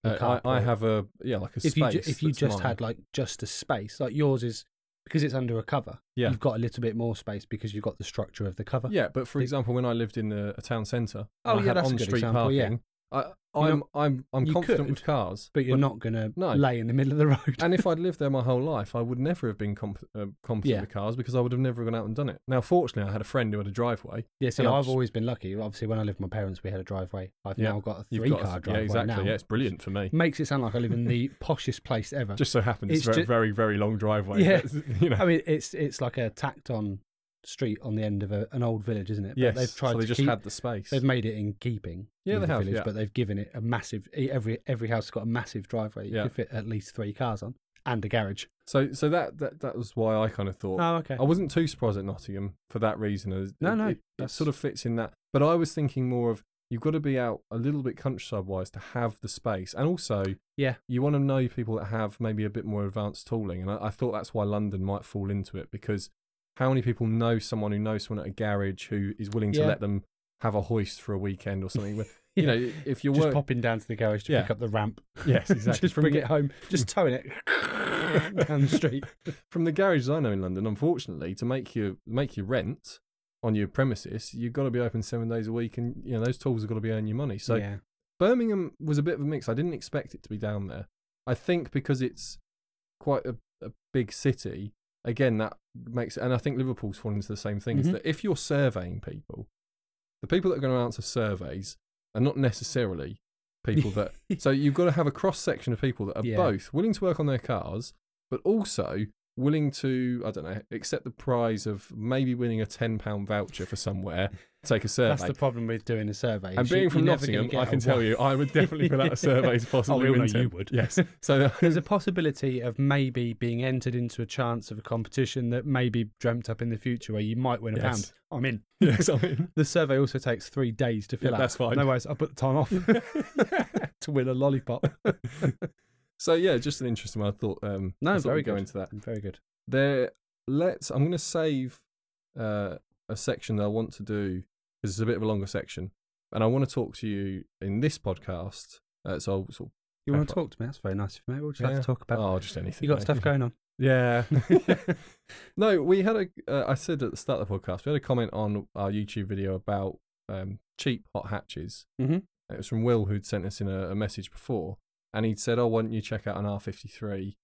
A: the
B: Uh, I, I
A: carport.
B: have a yeah, like a
A: if
B: space.
A: you ju- if you
B: that's
A: just
B: mine.
A: had like just a space like yours is because it's under a cover.
B: Yeah.
A: you've got a little bit more space because you've got the structure of the cover.
B: Yeah, but for
A: The-
B: example, when I lived in a, a town centre,
A: Oh,
B: and I
A: yeah,
B: had
A: that's a good
B: on-street
A: example, yeah.
B: parking. I,
A: You're
B: I'm,
A: not-
B: I'm, I'm
A: you
B: confident
A: could,
B: with cars,
A: but you're not gonna
B: No.
A: lay in the middle of the road.
B: and if I'd lived there my whole life, I would never have been comp- uh, competent
A: Yeah.
B: with cars because I would have never gone out and done it. Now, fortunately, I had a friend who had a driveway.
A: Yeah, see,
B: Yeah,
A: I've
B: just-
A: always been lucky. Obviously, when I lived with my parents, we had a driveway. I've
B: Yeah,
A: now got a
B: You've
A: three
B: got a-
A: car driveway
B: yeah, exactly.
A: now.
B: Yeah, it's brilliant for me.
A: Makes it sound like I live in the poshest place ever.
B: Just so happens
A: It's
B: it's, very,
A: ju-
B: very, very long driveway.
A: Yeah.
B: you know.
A: I mean, it's it's like a tacked on street on the end of a, an old village, isn't it? But
B: Yes,
A: they've tried
B: so
A: to
B: they just
A: keep,
B: had the space.
A: they've made it in keeping.
B: Yeah,
A: with
B: they
A: the
B: have,
A: Village,
B: yeah.
A: But they've given it a massive. e- Every every house has got a massive driveway. You
B: Yeah.
A: could fit at least three cars on and a garage.
B: So so that, that that was why I kind of thought
A: Oh, okay.
B: I wasn't too surprised at Nottingham for that reason. as-
A: No,
B: it,
A: no,
B: it, it
A: that's-
B: sort of fits in that. But I was thinking more of you've got to be out a little bit countryside wise to have the space, and also
A: Yeah.
B: you want to know people that have maybe a bit more advanced tooling. And I, I thought that's why London might fall into it because how many people know someone who knows someone at a garage who is willing to
A: Yeah.
B: let them have a hoist for a weekend or something? Where- You
A: Yeah.
B: know, if you're
A: just
B: work-
A: popping down to the garage to
B: Yeah.
A: pick up the ramp.
B: Yes, exactly.
A: just
B: From
A: bring
B: the-
A: it home. Just towing it down the street.
B: from the garages I know in London, unfortunately, to make your make your rent on your premises, you've got to be open seven days a week, and you know those tools have got to be earning you money. So
A: yeah,
B: Birmingham was a bit of a mix. I didn't expect it to be down there. I think because it's quite a, a big city, again that makes and I think Liverpool's fallen into the same thing. Is
A: Mhm.
B: that if you're surveying people, the people that are going to answer surveys are not necessarily people that so you've got to have a cross section of people that are
A: Yeah.
B: both willing to work on their cars, but also willing to I don't know accept the prize of maybe winning a ten pound voucher for somewhere. Take a survey.
A: that's the problem with doing a survey.
B: And
A: is you-
B: being from
A: you're never gonna
B: Nottingham,
A: get
B: I
A: a
B: can tell
A: one.
B: you, I would definitely fill out a survey to
A: Oh,
B: possibly
A: we all know
B: win.
A: you
B: ten.
A: would.
B: Yes. So uh,
A: There's a possibility of maybe being entered into a chance of a competition that may be dreamt up in the future where you might win a
B: Yes.
A: pound. I'm in.
B: yes, I mean,
A: The survey also takes three days to fill
B: Yeah,
A: out.
B: that's fine.
A: No worries, I'll put the time off to win a lollipop.
B: so yeah, just an interesting one. I thought. Um,
A: No,
B: I thought
A: very
B: we'd go
A: good.
B: into that.
A: Very good.
B: There, let's. I'm going to save uh, a section that I want to do because it's a bit of a longer section, and I want to talk to you in this podcast. Uh, so, I'll sort
A: You want
B: Pepper.
A: to talk to me? That's very nice of you, mate. What would you like
B: Yeah.
A: to talk
B: of,
A: about?
B: oh, just anything.
A: you got
B: mate.
A: stuff going on.
B: Yeah. no, we had a. Uh, I said at the start of the podcast, we had a comment on our YouTube video about um, cheap hot hatches.
A: Mhm.
B: It was from Will, who'd sent us in a, a message before, and he'd said, "Oh, why don't you check out an R53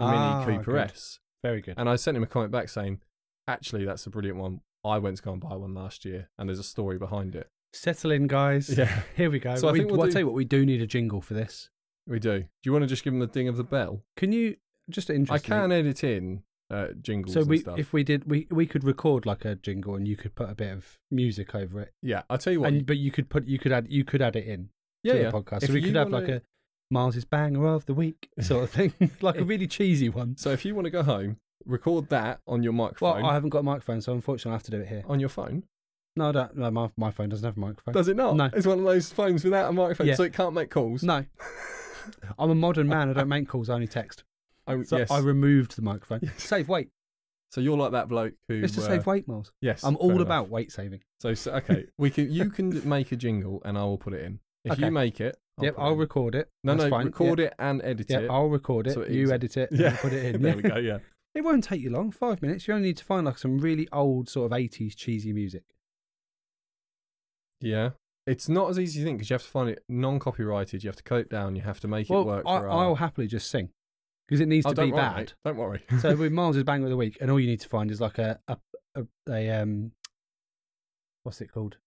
A: Ah,
B: Mini Cooper
A: good.
B: S?"
A: Very good.
B: And I sent him a comment back saying, "Actually, that's a brilliant one. I went to go and buy one last year, and there's a story behind it."
A: Settle in, guys.
B: Yeah,
A: Here we go.
B: So I
A: we,
B: think we'll
A: well, I'll
B: do-
A: tell you what, we do need a jingle for this.
B: we do. Do you want to just give him the ding of the bell?
A: Can you just
B: I
A: interesting?
B: can edit in uh, jingles.
A: So
B: and
A: we,
B: stuff.
A: if we did, we we could record like a jingle, and you could put a bit of music over it,
B: yeah, I'll tell you what.
A: and but you could put you could add you could add it in
B: yeah,
A: to
B: yeah.
A: the podcast.
B: If
A: so we
B: you
A: could have
B: wanna-
A: like a Miles's banger of the week sort of thing, like a really cheesy one.
B: So if you want to go home, record that on your
A: Well,
B: microphone
A: I haven't got a microphone, so unfortunately I have to do it here.
B: on your phone.
A: No, I don't, no, my my phone doesn't have a microphone.
B: Does it not?
A: No.
B: It's one of those phones without a microphone,
A: Yeah.
B: so it can't make calls.
A: No, I'm a modern man. I don't make calls, I only text.
B: I,
A: So
B: yes.
A: I removed the microphone. Save weight.
B: so you're like that bloke who.
A: It's to
B: uh,
A: save weight, Miles.
B: Yes.
A: I'm
B: fair
A: all
B: enough.
A: about weight saving.
B: So, so okay, we can. You can make a jingle, and I will put it in. If
A: Okay.
B: you make it, I'll
A: yep,
B: put it
A: I'll
B: in.
A: record it.
B: No,
A: That's
B: no,
A: fine.
B: record it and edit
A: Yeah,
B: it.
A: I'll record it.
B: So it is-
A: you edit it. Yeah,
B: yeah,
A: and put it in.
B: there
A: yeah.
B: we go. Yeah,
A: It won't take you long. Five minutes. You only need to find like some really old sort of eighties cheesy music.
B: yeah. It's not as easy as you think because you have to find it non-copyrighted. You have to cut it down. You have to make it
A: well,
B: work.
A: I,
B: for
A: I'll
B: our...
A: happily just sing because it needs
B: Oh,
A: to
B: don't
A: be
B: worry,
A: bad.
B: mate, Don't worry.
A: so with Miles' bang of the week, and all you need to find is like a a, a, a um, what's it called?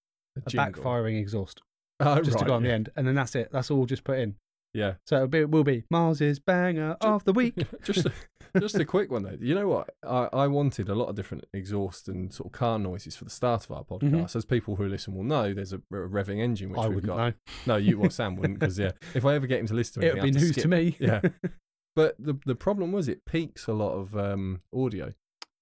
A: A
B: jingle.
A: backfiring exhaust,
B: Oh,
A: just to
B: right,
A: go on
B: yeah.
A: the end, and then that's it. That's all just put in.
B: Yeah.
A: So it'll be, it will be Miles' banger of the week.
B: just a, just a quick one though. You know what? I, I wanted a lot of different exhaust and sort of car noises for the start of our podcast. As people who listen will know, there's a, a revving engine which
A: Mm-hmm. I
B: we've
A: wouldn't
B: got.
A: know.
B: No, you or Sam wouldn't because yeah, if I ever get him to listen to
A: It
B: anything,
A: would be
B: I have to
A: news
B: skip.
A: to me.
B: Yeah. But the the problem was it peaks a lot of um, audio.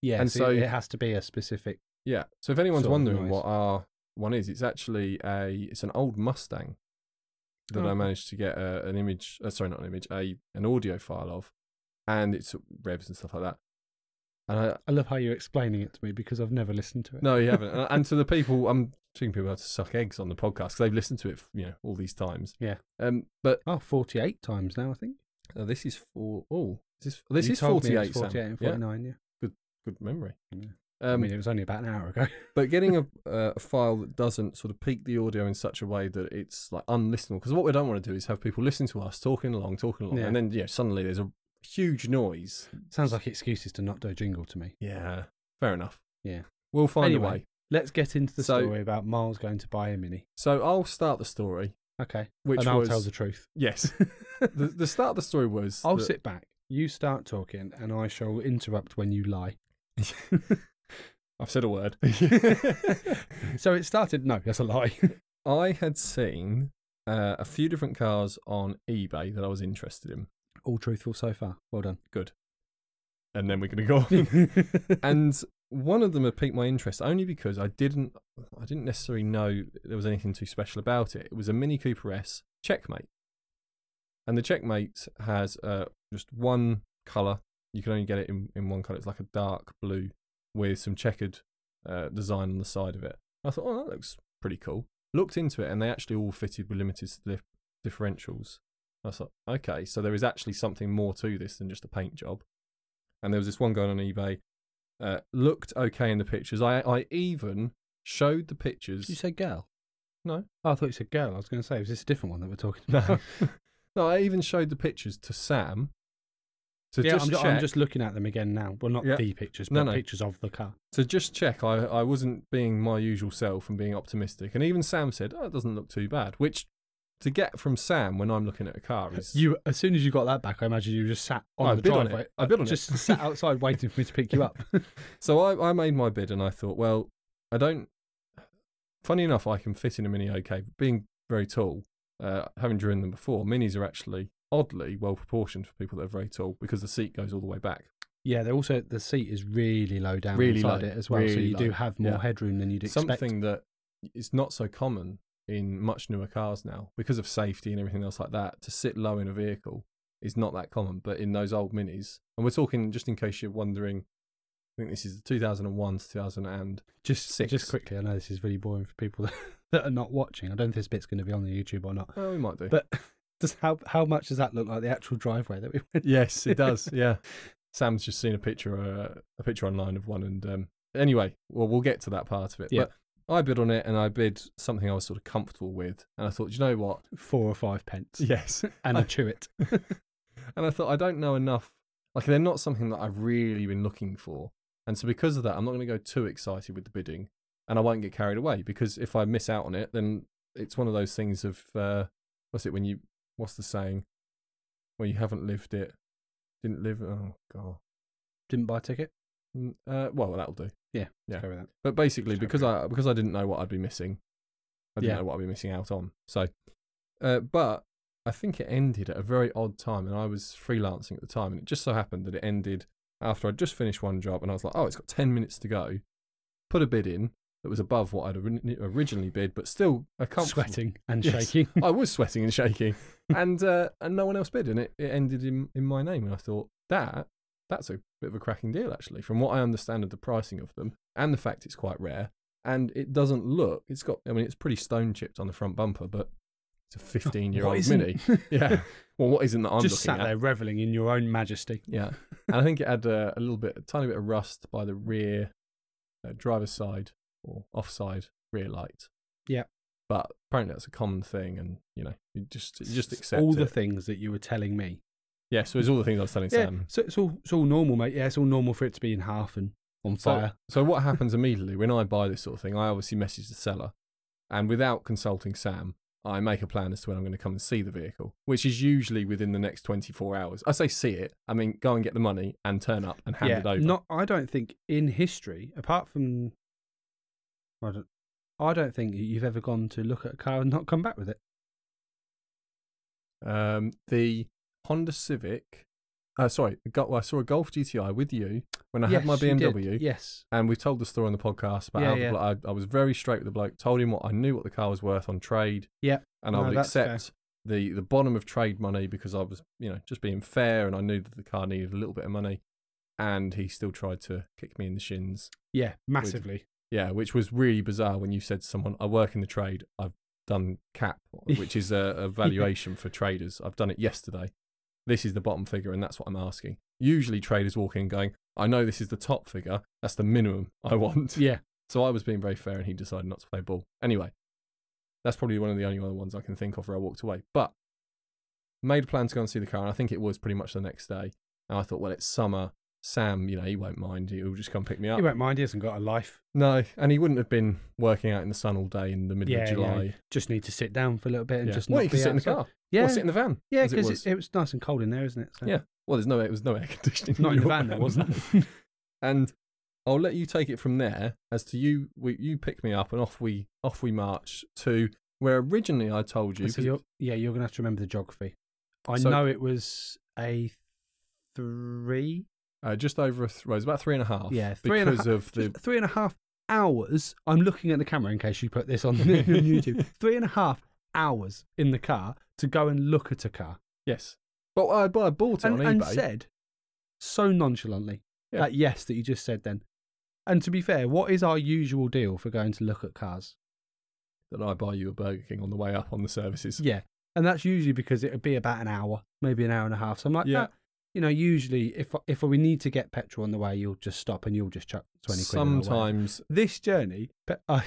A: yeah.
B: And
A: so,
B: so-
A: it has to be a specific.
B: Yeah. So if anyone's
A: Sort of
B: wondering
A: noise.
B: what our one is, it's actually a it's an old Mustang that I
A: Oh.
B: managed to get a, an image. Uh, sorry, not an image. A an audio file of, and it's revs and stuff like that. And I,
A: I love how you're explaining it to me because I've never listened to it.
B: No, you haven't. And- and to the people, I'm thinking people have to suck eggs on the podcast because they've listened to it, you know, all these times.
A: Yeah.
B: Um, but
A: Oh, 48 times now, I think.
B: uh, this is for oh, is this this
A: You
B: is
A: told me it was
B: 48. Sam.
A: 48 and
B: Yeah,
A: 49, yeah.
B: good memory.
A: Yeah. I
B: Um,
A: mean, it was only about an hour ago.
B: but getting a, uh, a file that doesn't sort of peak the audio in such a way that it's like unlistenable. Because what we don't want to do is have people listen to us talking along, talking along,
A: Yeah.
B: and then you know, suddenly there's a huge noise.
A: Sounds like excuses to not do a jingle to me.
B: Yeah, fair enough.
A: Yeah.
B: we'll find
A: Anyway.
B: a way.
A: Let's get into the
B: So-
A: story about Miles going to buy a mini.
B: So I'll start the story,
A: Okay.
B: which
A: and I'll
B: was
A: tell the truth.
B: yes. the, the start of the story was
A: I'll
B: that-
A: sit back. You start talking and I shall interrupt when you lie.
B: I've said a word.
A: So it started. No, that's a lie.
B: I had seen uh, a few different cars on eBay that I was interested in,
A: All truthful so far. Well done.
B: and then we're going to go on. and one of them had piqued my interest only because I didn't, I didn't necessarily know there was anything too special about it. It was a Mini Cooper S Checkmate, and the Checkmate has uh, just one color. You can only get it in, in one color. It's like a dark blue with some checkered uh, design on the side of it. I thought, oh, that looks pretty cool. Looked into it, and they actually all fitted with limited slip differentials. I thought, okay, so there is actually something more to this than just a paint job. And there was this one going on eBay. Uh, looked okay in the pictures. I, I even showed the
A: Did you
B: pictures.
A: say girl?
B: No.
A: Oh, I thought you said girl. I was going to say, is this a different one that we're talking about?
B: No. no, I even showed the pictures to Sam to
A: yeah,
B: just
A: I'm, ju-
B: check.
A: I'm just looking at them again now. Well, not
B: Yeah.
A: the pictures, but
B: No, no.
A: pictures of the car.
B: to just check I, I wasn't being my usual self and being optimistic. And even Sam said, Oh, it doesn't look too bad. Which to get from Sam when I'm looking at a car is
A: You, as soon as you got that back, I imagine you just sat Oh, on
B: I
A: the
B: bid on
A: driveway,
B: it. I bid on
A: just
B: it.
A: sat outside waiting for me to pick you up.
B: So I, I made my bid and I thought, well, I don't. Funny enough, I can fit in a mini okay, but being very tall, uh, having driven them before, minis are actually oddly well proportioned for people that are very tall because the seat goes all the way back.
A: yeah, they also the seat is really low down
B: Really
A: inside
B: low,
A: it as well, so
B: really
A: you do
B: low,
A: have more
B: yeah.
A: headroom than you'd expect.
B: Something that is not so common in much newer cars now because of safety and everything else like that. To sit low in a vehicle is not that common, but in those old minis, and we're talking just in case you're wondering, I think this is the 2001 to 2000 and
A: just
B: six.
A: just quickly, I know this is really boring for people that, that are not watching. I don't know if this bit's going to be on the YouTube or not,
B: well, we might do.
A: but just how how much does that look like the actual driveway that we went?
B: yes, it does. Yeah, Sam's just seen a picture, uh, a picture online of one, and um, anyway, well, we'll get to that part of it.
A: Yeah.
B: But I bid on it, and I bid something I was sort of comfortable with, and I thought, "Do you know what?
A: Four or five pence
B: Yes.
A: and a chewit.
B: and I thought, I don't know enough. Like they're not something that I've really been looking for, and so because of that, I'm not going to go too excited with the bidding, and I won't get carried away because if I miss out on it, then it's one of those things of uh, what's it when you what's the saying when you haven't lived it, didn't live. Oh god.
A: Didn't buy a ticket.
B: Mm, Uh, well, that'll do. Yeah.
A: Go with that.
B: But basically,
A: Just
B: because I because I didn't know what I'd be missing, I didn't
A: Yeah.
B: know what I'd be missing out on. So, uh, but I think it ended at a very odd time, and I was freelancing at the time, and it just so happened that it ended after I'd just finished one job, and I was like, oh, it's got ten minutes to go. Put a bid in that was above what I'd ori- originally bid, but still a comfortable.
A: Sweating and
B: Yes.
A: shaking.
B: I was sweating and shaking, and uh, and no one else bid, and it, it ended in in my name. And I thought that that's a bit of a cracking deal, actually, from what I understand of the pricing of them and the fact it's quite rare, and it doesn't look. It's got. I mean, it's pretty stone chipped on the front bumper, but it's a fifteen year
A: What
B: old
A: isn't?
B: mini. Yeah. Well, what isn't that I'm
A: just sat
B: looking at?
A: there reveling in your own majesty.
B: Yeah, and I think it had uh, a little bit, a tiny bit of rust by the rear uh, driver's side or offside rear light.
A: Yeah.
B: but apparently that's a common thing, and you know, you just you just accept
A: all
B: it.
A: the things that you were telling me.
B: yeah, so it's um, all the things I was telling
A: Yeah,
B: Sam.
A: so it's all it's all normal, mate. Yeah, it's all normal for it to be in half and on
B: So-
A: fire.
B: So what happens immediately when I buy this sort of thing? I obviously message the seller, and without consulting Sam, I make a plan as to when I'm going to come and see the vehicle, which is usually within the next 24 hours. I say see it, I mean go and get the money and turn up and hand
A: yeah,
B: it over.
A: not. I don't think in history, apart from, I don't, I don't think you've ever gone to look at a car and not come back with it.
B: Um, the Honda Civic. Uh, sorry, the go- I saw a Golf GTI with you when I had my
A: Yes, you did.
B: BMW,
A: Yes.
B: and we've told the story on the podcast about
A: Yeah,
B: how the
A: yeah.
B: blo- I, I was very straight with the bloke, told him what I knew what the car was worth on trade,
A: Yeah.
B: and I
A: No,
B: would
A: that's fair.
B: accept the the bottom of trade money because I was you know just being fair, and I knew that the car needed a little bit of money, and he still tried to kick me in the shins.
A: Yeah. Massively.
B: Yeah, which was really bizarre when you said to someone, I work in the trade, I've done CAP, which is a, a valuation for traders. I've done it yesterday. This is the bottom figure, and that's what I'm asking. Usually traders walk in going, I know this is the top figure, that's the minimum I want.
A: Yeah.
B: So I was being very fair, and he decided not to play ball. Anyway, that's probably one of the only other ones I can think of where I walked away. But made a plan to go and see the car, and I think it was pretty much the next day. And I thought, well, it's summer. Sam, you know, he won't mind. He'll just come pick me up.
A: He won't mind. He hasn't got a life.
B: No, and he wouldn't have been working out in the sun all day in the middle of July.
A: Just need to sit down for a little bit and
B: Yeah.
A: just.
B: well,
A: not
B: you could
A: be
B: sit in the
A: outside.
B: car.
A: Yeah.
B: Or sit in the van.
A: yeah,
B: as it
A: because
B: was.
A: it, it was nice and cold in there, isn't it? So.
B: Yeah. well, there's no, it was no air conditioning.
A: Not in the
B: your
A: van, there wasn't.
B: And I'll let you take it from there as to you. We, you pick me up and off we off we march to where originally I told you.
A: So
B: 'cause-
A: you're, yeah, you're gonna have to remember the geography. I
B: So-
A: know it was a three,
B: Uh, just over a th- well, it was about three and a half.
A: Yeah, three and a
B: because of the
A: just three and a half hours. I'm looking at the camera in case you put this on, on YouTube. Three and a half hours in the car to go and look at a car,
B: yes. But I, but I bought it
A: and,
B: on
A: and
B: eBay.
A: said so nonchalantly
B: Yeah.
A: that yes that you just said then. And to be fair, what is our usual deal for going to look at cars?
B: that I buy you a Burger King on the way up on the services.
A: Yeah. And that's usually because it would be about an hour, maybe an hour and a half. So I'm like,
B: Yeah.
A: "Ah, you know, usually if if we need to get petrol on the way, you'll just stop and you'll just chuck 20 quid. in or whatever.
B: Sometimes
A: This journey, pe- I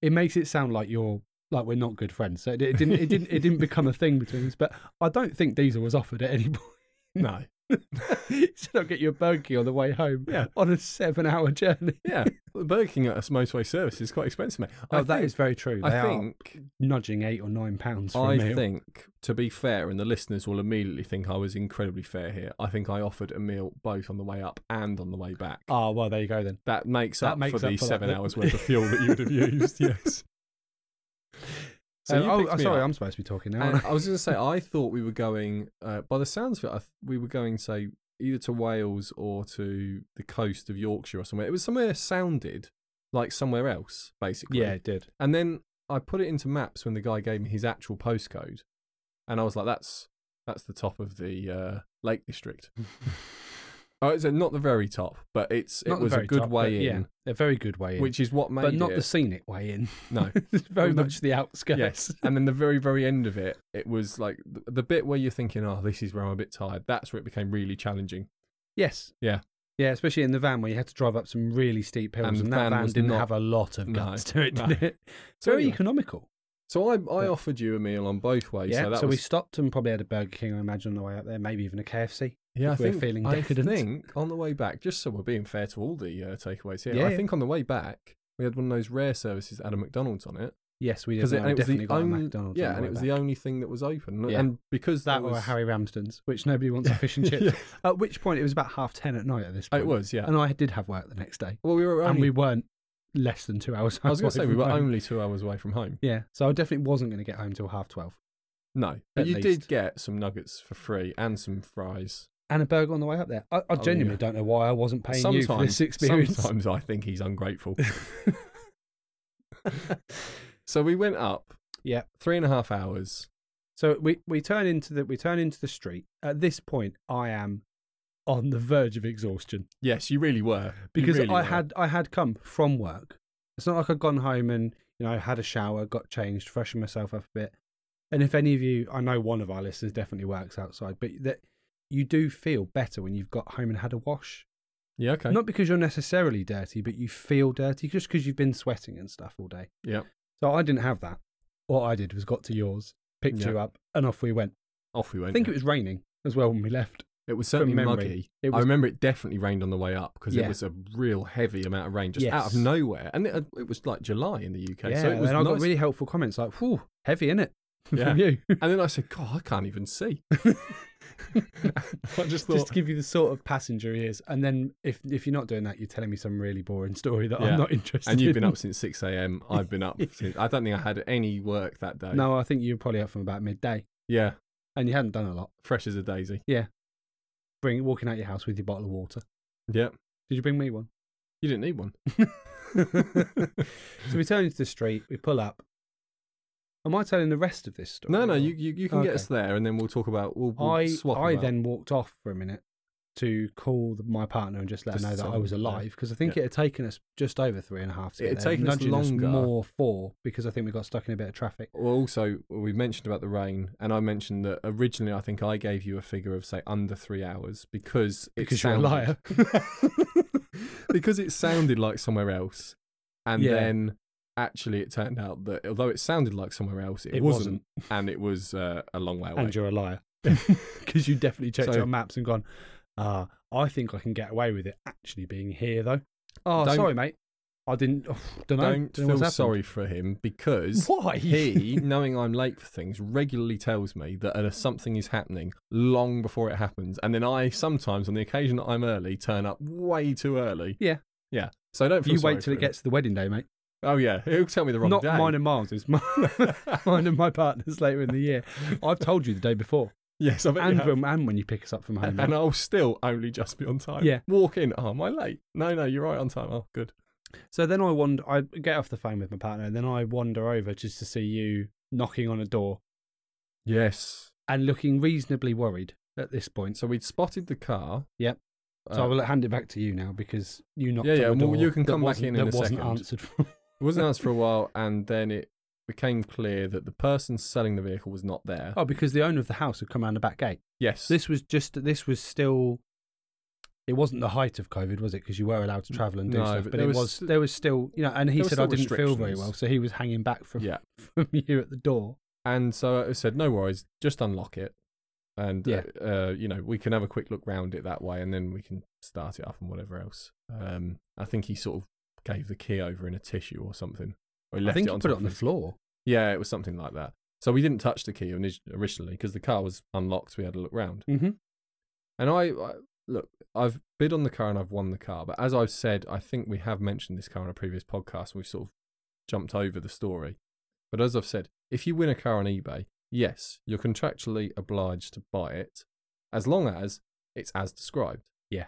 A: it makes it sound like you're like we're not good friends. So it, it didn't it didn't it didn't become a thing between us, but I don't think diesel was offered at any point.
B: no.
A: he said I'll get you a Burger King on the way home
B: Yeah.
A: on a 7-hour journey.
B: Yeah, the Burger King at a motorway service is quite expensive, mate.
A: Oh,
B: I
A: that
B: think-
A: is very true. They
B: I
A: are
B: think.
A: nudging 8 or 9 pounds for a
B: I
A: meal.
B: think, to be fair, and the listeners will immediately think I was incredibly fair here. I think I offered a meal both on the way up and on the way back.
A: Oh, well, there you go then.
B: that makes
A: that
B: up
A: makes
B: for the
A: up for that
B: seven
A: bit.
B: hours worth of fuel that you would have used. Yes. So
A: Um,
B: you
A: oh,
B: picked
A: oh,
B: me
A: sorry,
B: up. Uh,
A: I'm supposed to be talking now.
B: And
A: aren't
B: I was going to say, I thought we were going, uh, by the sounds of it, I th- we were going, say, either to Wales or to the coast of Yorkshire or somewhere. It was somewhere that sounded like somewhere else, basically.
A: Yeah, it did.
B: And then I put it into maps when the guy gave me his actual postcode. And I was like, that's that's the top of the uh, Lake District. oh, it's uh, not the very top, but it's it
A: Not the
B: was a
A: very
B: good
A: top, but
B: way in,
A: Yeah, a very good way in.
B: which is what made
A: but not
B: it.
A: the scenic way in.
B: no.
A: It's very
B: Well, the-
A: much the outskirts.
B: Yes. and then the very, very end of it, it was like the, the bit where you're thinking, oh, this is where I'm a bit tired. That's where it became really challenging.
A: Yes.
B: Yeah.
A: Yeah, especially in the van where you had to drive up some really steep hills,
B: And
A: and,
B: the
A: that
B: van
A: van
B: was
A: didn't
B: not-
A: have a lot of
B: No,
A: guts to it,
B: no.
A: did it?
B: So,
A: very
B: anyway,
A: economical.
B: so I, I offered you a meal on both ways.
A: yeah.
B: so
A: So,
B: that
A: we
B: was,
A: stopped and probably had a Burger King, I imagine, on the way up there, maybe even a KFC.
B: yeah, I
A: if we're
B: think,
A: feeling
B: I
A: decadent.
B: think on the way back, just so we're being fair to all the uh, takeaways here,
A: Yeah,
B: I
A: yeah.
B: think on the way back, we had one of those rare services that had a McDonald's on it.
A: Yes, we did.
B: Because
A: no, we
B: it, and it was
A: definitely
B: the
A: got a
B: only,
A: McDonald's.
B: yeah,
A: on
B: and it was the
A: way back.
B: only thing that was open.
A: Yeah.
B: And because
A: that
B: there
A: or a
B: was,
A: Harry Ramsden's, which nobody wants a fish and chips.
B: Yeah.
A: At which point it was about half ten at night at this point.
B: Oh, It was, yeah.
A: And I did have work the next day.
B: well, we were
A: and
B: only,
A: we weren't less than two hours.
B: I was going
A: away
B: to say,
A: from
B: we were
A: home.
B: only two hours away from home.
A: Yeah, so I definitely wasn't going to get home till half twelve.
B: No. But
A: At
B: you
A: least.
B: did get some nuggets for free and some fries.
A: And a burger on the way up there. I, I genuinely
B: Oh, yeah.
A: don't know why I wasn't paying you for this experience.
B: Sometimes I think he's ungrateful. so we went up.
A: Yeah.
B: Three and a half hours.
A: So we, we turn into the we turn into the street. At this point, I am on the verge of exhaustion
B: Yes, you really were. You
A: because
B: really
A: I
B: were.
A: had I had come from work. It's not like I'd gone home and you know had a shower, got changed, freshened myself up a bit. And if any of you, I know one of our listeners definitely works outside, but that you do feel better when you've got home and had a wash.
B: Yeah, okay.
A: Not because you're necessarily dirty, but you feel dirty just because you've been sweating and stuff all day.
B: Yeah.
A: So I didn't have that. What I did was got to yours, picked
B: Yeah.
A: you up, and off we went.
B: Off we
A: I
B: went.
A: think it was raining as well when we left.
B: It was certainly
A: from memory,
B: muggy.
A: it
B: I
A: was-
B: remember it definitely rained on the way up because it
A: Yeah.
B: was a real heavy amount of rain just out of
A: Yes.
B: nowhere. And it, it was like July in the UK.
A: yeah,
B: so it was
A: and I got
B: nice.
A: really helpful comments like, whew, heavy, innit?
B: Yeah.
A: From you.
B: And then I said, God, I can't even see. I just thought,
A: Just to give you the sort of passenger he is. And then if if you're not doing that, you're telling me some really boring story that
B: Yeah.
A: I'm not interested
B: and you've
A: in.
B: been up since 6 a.m. I've been up since, I don't think I had any work that day.
A: No, I think you were probably up from about midday
B: Yeah,
A: and you hadn't done a lot.
B: fresh as a daisy.
A: Bring walking out your house with your bottle of water.
B: Yeah.
A: Did you bring me one?
B: You didn't need one.
A: So we turn into the street, we pull up. Am I telling the rest of this story?
B: No, no,
A: or-
B: you, you, you can get us there, and then we'll talk about. We'll, we'll
A: I
B: swap.
A: I
B: about-
A: then walked off for a minute to call th- my partner and just let
B: Just
A: her know
B: to
A: that
B: say,
A: I was
B: yeah.
A: alive because I think it
B: Yeah.
A: had taken us just over three and a half. To
B: It
A: get
B: had
A: there,
B: taken us
A: nudging
B: longer.
A: more four because I think we got stuck in a bit of traffic.
B: Well, also we mentioned about the rain, and I mentioned that originally I think I gave you a figure of say under three hours because it
A: Because
B: sounded,
A: you're a liar.
B: because it sounded like somewhere else, and
A: Yeah.
B: then actually it turned out that although it sounded like somewhere else, it,
A: It
B: wasn't, and it was uh, a long way away.
A: and you're a liar because you definitely checked
B: So-
A: your maps and gone. Ah, I think I can get away with it actually being here though. Oh,
B: Don't-
A: sorry, mate. I didn't. Oh, don't know.
B: Don't
A: know what's
B: feel
A: happened.
B: sorry for him because
A: Why?
B: he, knowing I'm late for things, regularly tells me that uh, something is happening long before it happens. And then I sometimes, on the occasion that I'm early, turn up way too early.
A: Yeah. Yeah.
B: So I don't. Feel
A: You
B: sorry
A: wait till
B: for
A: it
B: him.
A: gets to the wedding day, mate.
B: Oh yeah, he'll tell me the wrong
A: Not
B: day.
A: mine and Miles. It's mine, mine and my partner's later in the year. I've told you the day before,
B: yes, I bet you
A: and
B: have.
A: when, and when you pick us up from home.
B: and I'll still only just be on time.
A: Yeah.
B: Walk in. Oh, am I late? No, no, you're right on time. Oh, good.
A: So then I wander. I get off the phone with my partner, and then I wander over just to see you knocking on a door
B: Yes.
A: and looking reasonably worried at this point.
B: So we'd spotted the car. Uh,
A: Yep. So I will hand it back to you now because you knocked.
B: Yeah,
A: on
B: yeah,
A: a
B: well,
A: door
B: you can
A: that
B: come back
A: wasn't-
B: in
A: That
B: in a
A: wasn't
B: second.
A: answered. From.
B: It wasn't answered for a while, and then it became clear that the person selling the vehicle was not there.
A: oh, because the owner of the house had come round the back gate.
B: yes.
A: This was just. This was still. It wasn't the height of COVID, was it? Because you were allowed to travel and do
B: No,
A: stuff,
B: but
A: but,
B: there
A: it
B: was
A: was,
B: st-
A: there was still, you know. And he
B: there were
A: said I
B: still
A: didn't feel very
B: restrictions.
A: well, so he was hanging back from
B: yeah.
A: from you at the door.
B: And so I said, no worries, just unlock it. And,
A: Yeah.
B: uh, uh, you know, we can have a quick look round it that way and then we can start it up and whatever else. Um, I think he sort of gave the key over in a tissue or something. Or he
A: I
B: left
A: think
B: it
A: you
B: on
A: put
B: top
A: it on the
B: of his-
A: floor.
B: Yeah, it was something like that. So we didn't touch the key orig- originally because the car was unlocked. We had a look round.
A: Mm-hmm.
B: And I, I look, I've bid on the car and I've won the car. But as I've said, I think we have mentioned this car on a previous podcast. And we've sort of jumped over the story. But as I've said, if you win a car on eBay, yes, you're contractually obliged to buy it, as long as it's as described.
A: Yeah.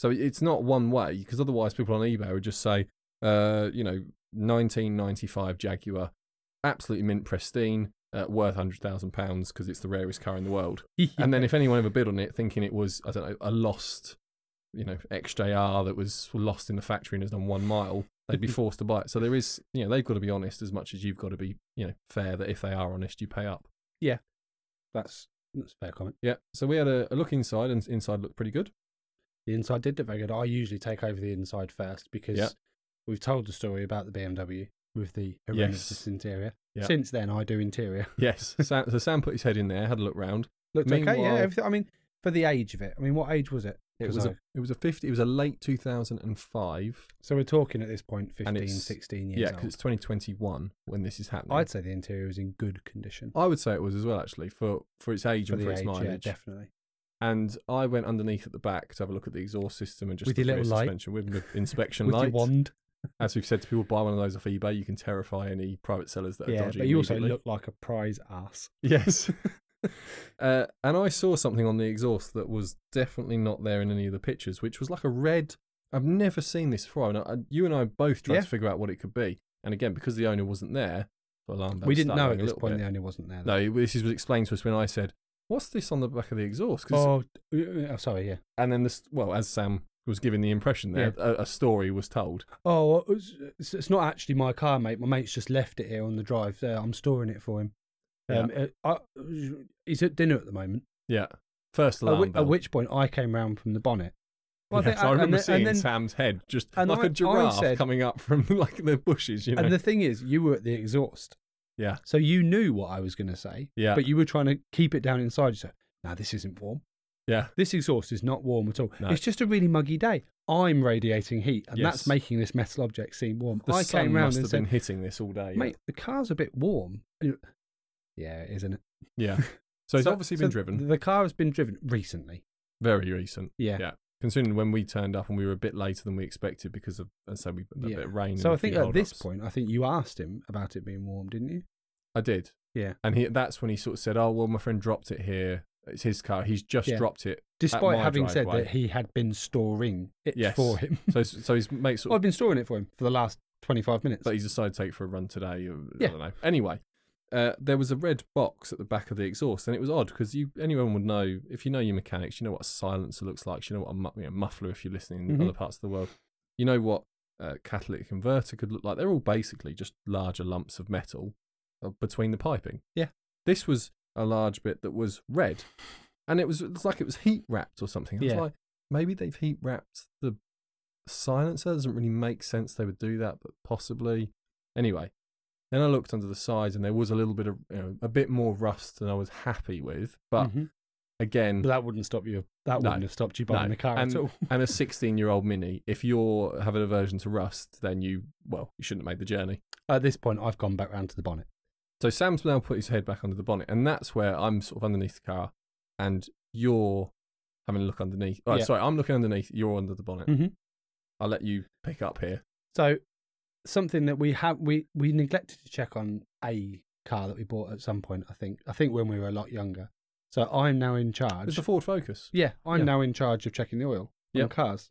B: So it's not one way because otherwise people on eBay would just say, uh, you know, 1995 Jaguar, absolutely mint pristine, uh, worth hundred thousand pounds because it's the rarest car in the world. And then if anyone ever bid on it thinking it was, I don't know, a lost, you know, XJR that was lost in the factory and has done one mile, they'd be forced to buy it. So there is, you know, they've got to be honest as much as you've got to be, you know, fair that if they are honest, you pay up.
A: that's that's a fair comment.
B: Yeah. So we had a, a look inside and inside looked pretty good.
A: The inside did look very good. I usually take over the inside first because
B: Yeah.
A: we've told the story about the BMW with the horrendous
B: Yes.
A: interior.
B: Yeah.
A: Since then, I do interior.
B: Yes. Sam, so Sam put his head in there, had a look round.
A: Looked okay, yeah.
B: Meanwhile-
A: Everything, I mean, for the age of it, I mean, what age was it?
B: It
A: 'Cause
B: was
A: I-
B: a it was a fifty. It was a late two thousand and five.
A: so we're talking at this point 15,
B: it's-
A: 16
B: Yeah,
A: years
B: because
A: old.
B: it's twenty twenty one when this is happening.
A: I'd say the interior was in good condition
B: I would say it was as well actually for for its age
A: for
B: and
A: the
B: Oh, for its
A: age, yeah,
B: mileage.
A: definitely.
B: and I went underneath at the back to have a look at the exhaust system and just
A: With
B: the
A: your
B: rear
A: little light?
B: suspension with the inspection
A: With your
B: light.
A: wand,
B: As we've said to people, buy one of those off eBay. You can terrify any private sellers that are
A: yeah.
B: dodgy.
A: But you also
B: immediately.
A: look like a prize ass.
B: Yes. uh, and I saw something on the exhaust that was definitely not there in any of the pictures, which was like a red. I've never seen this before. And I, you and I both tried
A: Yeah.
B: to figure out what it could be. And again, because the owner wasn't there, the alarm bells
A: we didn't
B: started
A: know at
B: ringing a
A: this
B: little
A: point
B: bit.
A: the owner wasn't there.
B: No, it- this is- was explained to us when I said, "What's this on the back of the exhaust?" 'Cause-
A: Oh, uh, uh, sorry, yeah.
B: and then this, well, as Sam was giving the impression there, a, a story was told.
A: Oh, well, it's, it's- it's not actually my car, mate. My mate's just left it here on the drive. So I'm storing it for him. Um, uh, I, he's at dinner at the moment.
B: Yeah, first
A: At,
B: alarm
A: whi-
B: bell.
A: at which point, I came round from the bonnet. Well, I
B: Yes,
A: think-
B: I
A: and
B: remember
A: then-
B: seeing
A: and then,
B: Sam's head just
A: and
B: like
A: I-
B: a
A: I
B: giraffe
A: said-
B: coming up from like the bushes, you know.
A: And the thing is, you were at the exhaust,
B: yeah,
A: so you knew what I was going to say,
B: yeah,
A: but you were trying to keep it down inside yourself. Now this isn't warm.
B: yeah.
A: This exhaust is not warm at all.
B: No.
A: It's just a really muggy day. I'm radiating heat, and
B: Yes.
A: that's making this metal object seem warm.
B: The
A: I
B: sun
A: came round
B: must
A: and
B: have been
A: said,
B: hitting this all day. yeah.
A: "Mate, the car's a bit warm." And you- Yeah, it is, isn't it?
B: Yeah. So it's obviously
A: so
B: been driven
A: The car has been driven recently.
B: very recent.
A: Yeah.
B: Yeah. Considering when we turned up and we were a bit later than we expected because of, and so we a
A: Yeah.
B: bit of rain.
A: So
B: and
A: I
B: a
A: think
B: few
A: at this
B: hold-ups.
A: point, I think you asked him about it being warm, didn't you?
B: I did.
A: Yeah.
B: And he, that's when he sort of said, "Oh well, my friend dropped it here. It's his car. He's just
A: Yeah.
B: dropped it."
A: Despite
B: my
A: having said
B: driveway.
A: that he had been storing it
B: Yes.
A: for him.
B: So so his mate sort of
A: I've been storing it for him for the last 25 minutes.
B: But he's decided to take it for a run today. Or,
A: Yeah.
B: I don't know. Anyway, uh, there was a red box at the back of the exhaust, and it was odd because you anyone would know if you know your mechanics, you know what a silencer looks like, you know what a mu- you know, muffler if you're listening in
A: Mhm.
B: other parts of the world, you know what a catalytic converter could look like. They're all basically just larger lumps of metal uh, between the piping.
A: Yeah.
B: this was a large bit that was red, and it was it's like it was heat wrapped or something. I was
A: Yeah.
B: like, maybe they've heat wrapped the silencer. It doesn't really make sense they would do that, but possibly. Anyway, then I looked under the sides and there was a little bit of, you know, a bit more rust than I was happy with. But
A: Mhm.
B: again,
A: But that wouldn't stop you. That
B: No.
A: wouldn't have stopped you buying
B: No.
A: the car
B: and,
A: at all.
B: and a 16 year old Mini, if you're have an aversion to rust, then you, well, you shouldn't have made the journey.
A: At this point, I've gone back round to the bonnet.
B: So Sam's now put his head back under the bonnet, and that's where I'm sort of underneath the car, and you're having a look underneath. Oh,
A: Yeah.
B: sorry, I'm looking underneath. You're under the bonnet,
A: Mhm.
B: I'll let you pick up here.
A: So something that we have we we neglected to check on a car that we bought at some point. I think I think when we were a lot younger. So I'm now in charge.
B: It's the Ford Focus.
A: yeah, I'm
B: yeah.
A: now in charge of checking the oil on
B: Yep.
A: cars.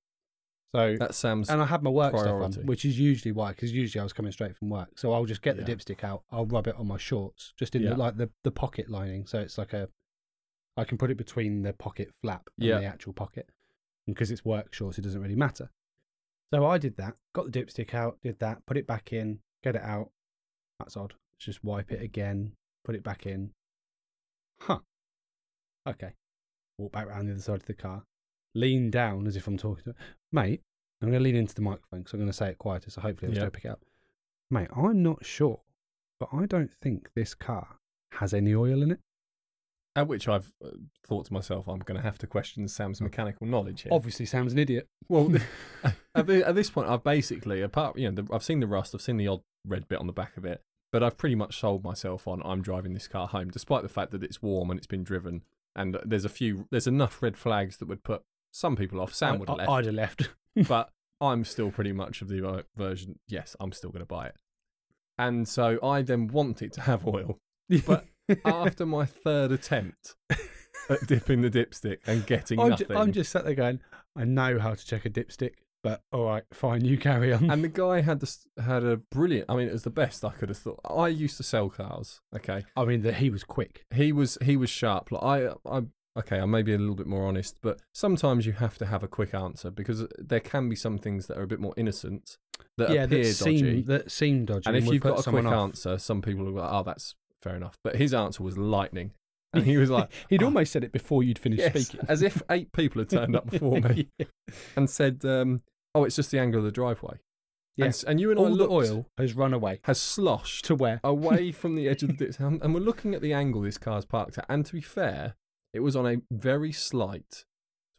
A: So
B: That's Sam's.
A: and I had my work stuff
B: priority.
A: on, which is usually why, because usually I was coming straight from work. So I'll just get the
B: Yeah.
A: dipstick out. I'll rub it on my shorts, just in
B: Yeah.
A: the, like the the pocket lining. So it's like a, I can put it between the pocket flap and
B: Yeah.
A: the actual pocket, because it's work shorts, it doesn't really matter. So I did that. Got the dipstick out. Did that. Put it back in. Get it out. That's odd. Let's just wipe it again. Put it back in. Huh. Okay. Walk back around the other side of the car. Lean down as if I'm talking to mate. I'm going to lean into the microphone because I'm going to say it quieter, so hopefully it'll
B: Yeah.
A: still pick it up. Mate, I'm not sure, but I don't think this car has any oil in it.
B: At which I've uh, thought to myself, I'm going to have to question Sam's mechanical knowledge here.
A: Obviously, Sam's an idiot.
B: Oh. Well, at, thi- at this point, I've basically, apart, you know, the, I've seen the rust, I've seen the odd red bit on the back of it, but I've pretty much sold myself on I'm driving this car home, despite the fact that it's warm and it's been driven, and uh, there's a few, there's enough red flags that would put some people off. Sam would have
A: I,
B: left,
A: I'd have left.
B: but I'm still pretty much of the uh, version. Yes, I'm still going to buy it, and so I then want it to have oil. But after my third attempt at dipping the dipstick and getting
A: I'm, ju-
B: nothing,
A: I'm just sat there going, I know how to check a dipstick, but all right, fine, you carry on.
B: and the guy had this had a brilliant. I mean, it was the best I could have thought. I used to sell cars. Okay,
A: I mean, the, he was quick.
B: he was he was sharp. Like I I okay, I may be a little bit more honest, but sometimes you have to have a quick answer because there can be some things that are a bit more innocent that
A: yeah,
B: appear
A: that
B: dodgy.
A: seemed, that seemed dodgy.
B: and if
A: would
B: you've
A: put
B: got a
A: someone
B: quick
A: off.
B: answer, some people will go, "Oh, that's fair enough." But his answer was lightning, and he was like,
A: He'd
B: "Oh,
A: almost said it before you'd finished
B: yes,"
A: speaking.
B: as if eight people had turned up before me and said, um, "Oh, it's just the angle of the driveway."
A: Yeah.
B: And, s- and you and I
A: All the
B: looked,
A: oil has run away.
B: has sloshed
A: To where?
B: away from the edge of the ditch. And and we're looking at the angle this car's parked at. And to be fair, it was on a very slight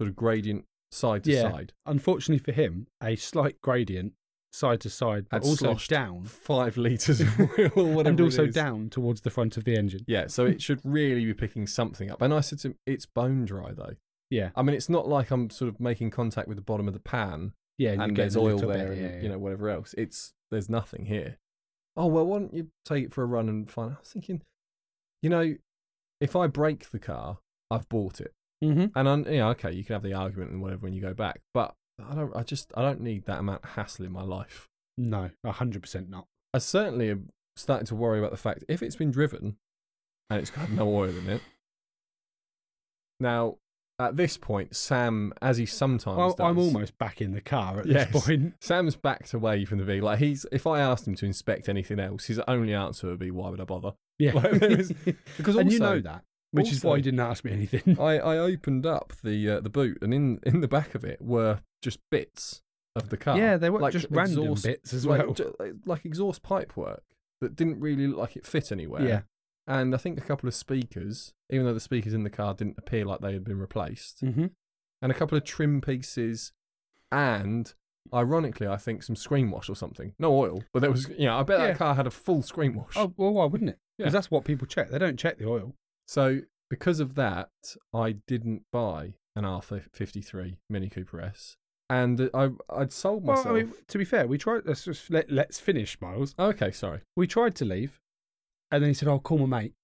B: sort of gradient side to
A: Yeah.
B: side.
A: unfortunately for him, a slight gradient side to side, but
B: Had
A: also
B: sloshed
A: down,
B: Five litres of oil, whatever.
A: and
B: it
A: also
B: is.
A: down towards the front of the engine.
B: Yeah, so it should really be picking something up. And I said to him, it's bone dry though.
A: Yeah,
B: I mean, it's not like I'm sort of making contact with the bottom of the pan
A: yeah.
B: and,
A: you get
B: there's
A: a
B: oil
A: little
B: there
A: bit,
B: and,
A: yeah, yeah.
B: you know, whatever else. It's, there's nothing here. Oh, well, why don't you take it for a run and find I was thinking, you know, if I break the car, I've bought it.
A: Mhm.
B: And I'm, yeah, okay, you can have the argument and whatever when you go back, but I don't. I just I don't need that amount of hassle in my life.
A: Mm-hmm. No, hundred percent not.
B: I certainly am starting to worry about the fact if it's been driven and it's got no oil in it. Now, at this point, Sam, as he sometimes
A: I'm,
B: does,
A: I'm almost back in the car at
B: Yes.
A: this point.
B: Sam's backed away from the vehicle. Like he's, if I asked him to inspect anything else, his only answer would be, "Why would I bother?"
A: Yeah,
B: Like, there is- Because
A: and you
B: also-
A: know that, which is why
B: also-
A: you didn't ask me anything.
B: I, I opened up the uh, the boot, and in in the back of it were just bits of the car.
A: yeah, they were
B: like
A: just random
B: exhaust-
A: bits as
B: like,
A: well.
B: ju- like- like exhaust pipe work that didn't really look like it fit anywhere.
A: yeah,
B: and I think a couple of speakers, even though the speakers in the car didn't appear like they had been replaced,
A: mm-hmm.
B: and a couple of trim pieces, and ironically, I think some screen wash or something. No oil, but there was. You know, I bet
A: Yeah.
B: that car had a full screen wash.
A: Oh well, why wouldn't it?
B: Yeah.
A: Because that's what people check. They don't check the oil.
B: So because of that, I didn't buy an R53 Mini Cooper S, and uh, I I'd sold
A: Well,
B: myself.
A: I mean, to be fair, we tried. Let's just let, let's finish, Miles.
B: okay, sorry,
A: We tried to leave, and then he said, "I'll call my mate."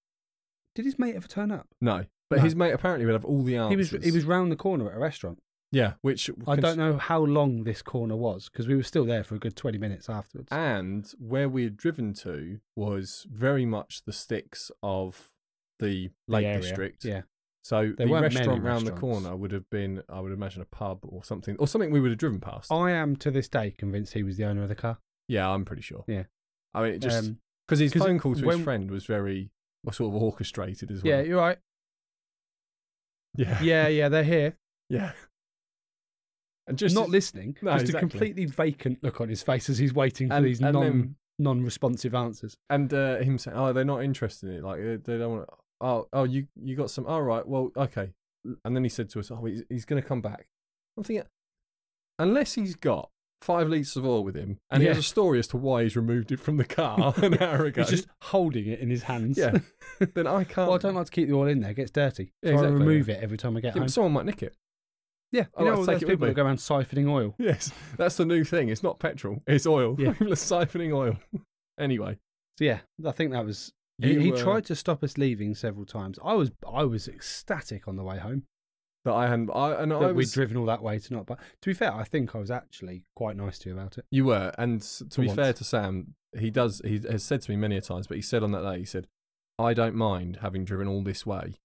A: Did his mate ever turn up?
B: no. But
A: No.
B: his mate apparently would have all the
A: He
B: answers.
A: was he was round the corner at a restaurant.
B: yeah, which
A: I don't know how long this corner was because we were still there for a good twenty minutes afterwards.
B: Ah, And where we had driven to was very much the sticks of the
A: The
B: Lake
A: area.
B: District.
A: Yeah,
B: So
A: There
B: the
A: weren't
B: restaurant
A: many
B: round the
A: restaurants.
B: corner would have been, I would imagine, a pub or something, or something we would have driven past.
A: I am to this day convinced he was the owner of the car.
B: yeah, I'm pretty sure.
A: Yeah.
B: I mean, it just
A: Um,
B: because his
A: 'cause
B: phone
A: it-
B: call to
A: when-
B: his friend was very well, sort of orchestrated as
A: yeah,
B: well.
A: you're right.
B: yeah,
A: Yeah, yeah, they're here.
B: yeah. And just
A: Not listening.
B: No,
A: just
B: exactly.
A: a completely vacant look on his face as he's waiting for
B: And-
A: these
B: and
A: non
B: then-
A: non-responsive answers.
B: and uh, him saying, "Oh, they're not interested in it. Like they, they don't want. Oh, oh, you you got some. All right, well, okay." And then he said to us, "Oh, he's, he's going to come back." I'm thinking, unless he's got five liters of oil with him, and he has
A: Yeah.
B: a story as to why he's removed it from the car an hour ago,
A: He's just holding it in his hands.
B: yeah, then I can't.
A: well, I don't like to keep the oil in there; it gets dirty. So
B: Yeah,
A: I
B: exactly,
A: remove it every time I get
B: Yeah, but
A: home.
B: someone might nick it.
A: Yeah, you
B: Oh,
A: know
B: I'll
A: all
B: take
A: those
B: it with
A: people
B: me.
A: that go around siphoning oil.
B: Yes, that's the new thing. It's not petrol, it's oil.
A: Yeah.
B: People are siphoning oil. anyway,
A: So yeah, I think that was.
B: you,
A: he he
B: uh,
A: tried to stop us leaving several times. I was I was ecstatic on the way home
B: that I hadn't. I, and I
A: that we'd
B: was,
A: driven all that way to not. But to be fair, I think I was actually quite nice to you about it.
B: you were, and s- to
A: For
B: be fair
A: once.
B: to Sam, he does. He has said to me many a times, but he said on that day, he said, "I don't mind having driven all this way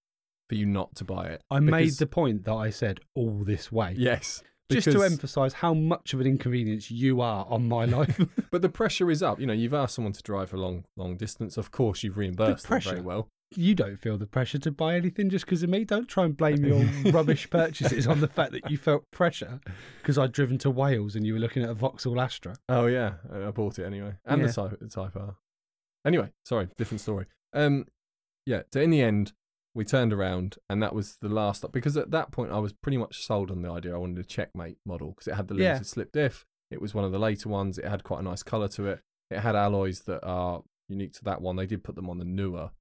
B: for you not to buy it."
A: I made
B: Because-
A: the point that I said all this way,
B: yes,
A: just to
B: because-
A: emphasise how much of an inconvenience you are on my life.
B: But the pressure is up. You know, you've asked someone to drive a long, long distance. Of course, you've reimbursed them very
A: pressure.
B: well.
A: you don't feel the pressure to buy anything just because of me. Don't try and blame your rubbish purchases on the fact that you felt pressure because I'd driven to Wales and you were looking at a Vauxhall Astra.
B: Oh yeah, I I bought it anyway, and
A: Yeah.
B: the type the Type R. Anyway, sorry, different story. Um, yeah. So in the end, we turned around, and that was the last because at that point I was pretty much sold on the idea. I wanted a checkmate model because it had the
A: Yeah.
B: limited slip diff. It was one of the later ones. It had quite a nice color to it. It had alloys that are unique to that one. They did put them on the newer,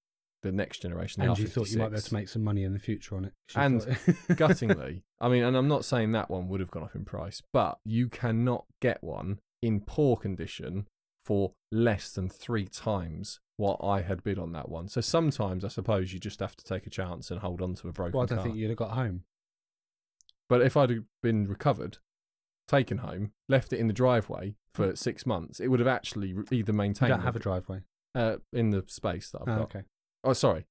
B: the next generation. the
A: and you thought you might be able
B: R56.
A: to make some money in the future on it. 'cause
B: And
A: you thought-
B: guttingly. I mean, and I'm not saying that one would have gone up in price, but you cannot get one in poor condition for less than three times what I had bid on that one. So sometimes I suppose you just have to take a chance and hold on to a broken
A: well, I
B: car.
A: don't think you'd have got home.
B: But if I'd have been recovered, taken home, left it in the driveway for six months, it would have actually re- either
A: Mm. You
B: maintained
A: don't have a driveway.
B: uh, in the space that I've
A: Oh,
B: got.
A: okay. Oh,
B: Oh, sorry,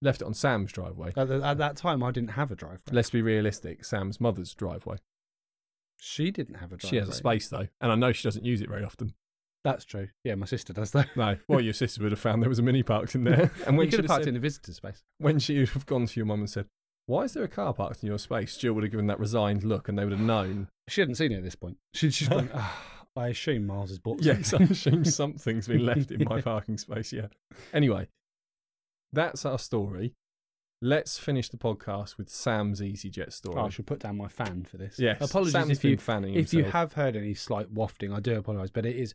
B: left it on Sam's driveway.
A: At, the- at that time, I didn't have a driveway.
B: Let's be realistic, Sam's mother's driveway.
A: she didn't have a driveway.
B: She has a space though, and I know she doesn't use it very often.
A: That's true. Yeah, my sister does though.
B: No, well, your sister would have found there was a mini parked in there, and when
A: you
B: she'd
A: could have
B: have
A: parked
B: said-
A: in a visitor space.
B: when she would have gone to your mum and said, "Why is there a car parked in your space?" Jill would have given that resigned look, and they would have known.
A: She hadn't seen it at this point. She'd just gone, "Ah, I assume Miles has bought
B: yes, I
A: something."
B: assume something's been left in my parking space. Yeah. Anyway, that's our story. Let's finish the podcast with Sam's EasyJet story.
A: Oh, I should put down my fan for this.
B: yes,
A: Apologies
B: Sam's
A: if
B: been
A: you
B: fanning
A: if you
B: himself.
A: have heard any slight wafting. I do apologise, but it is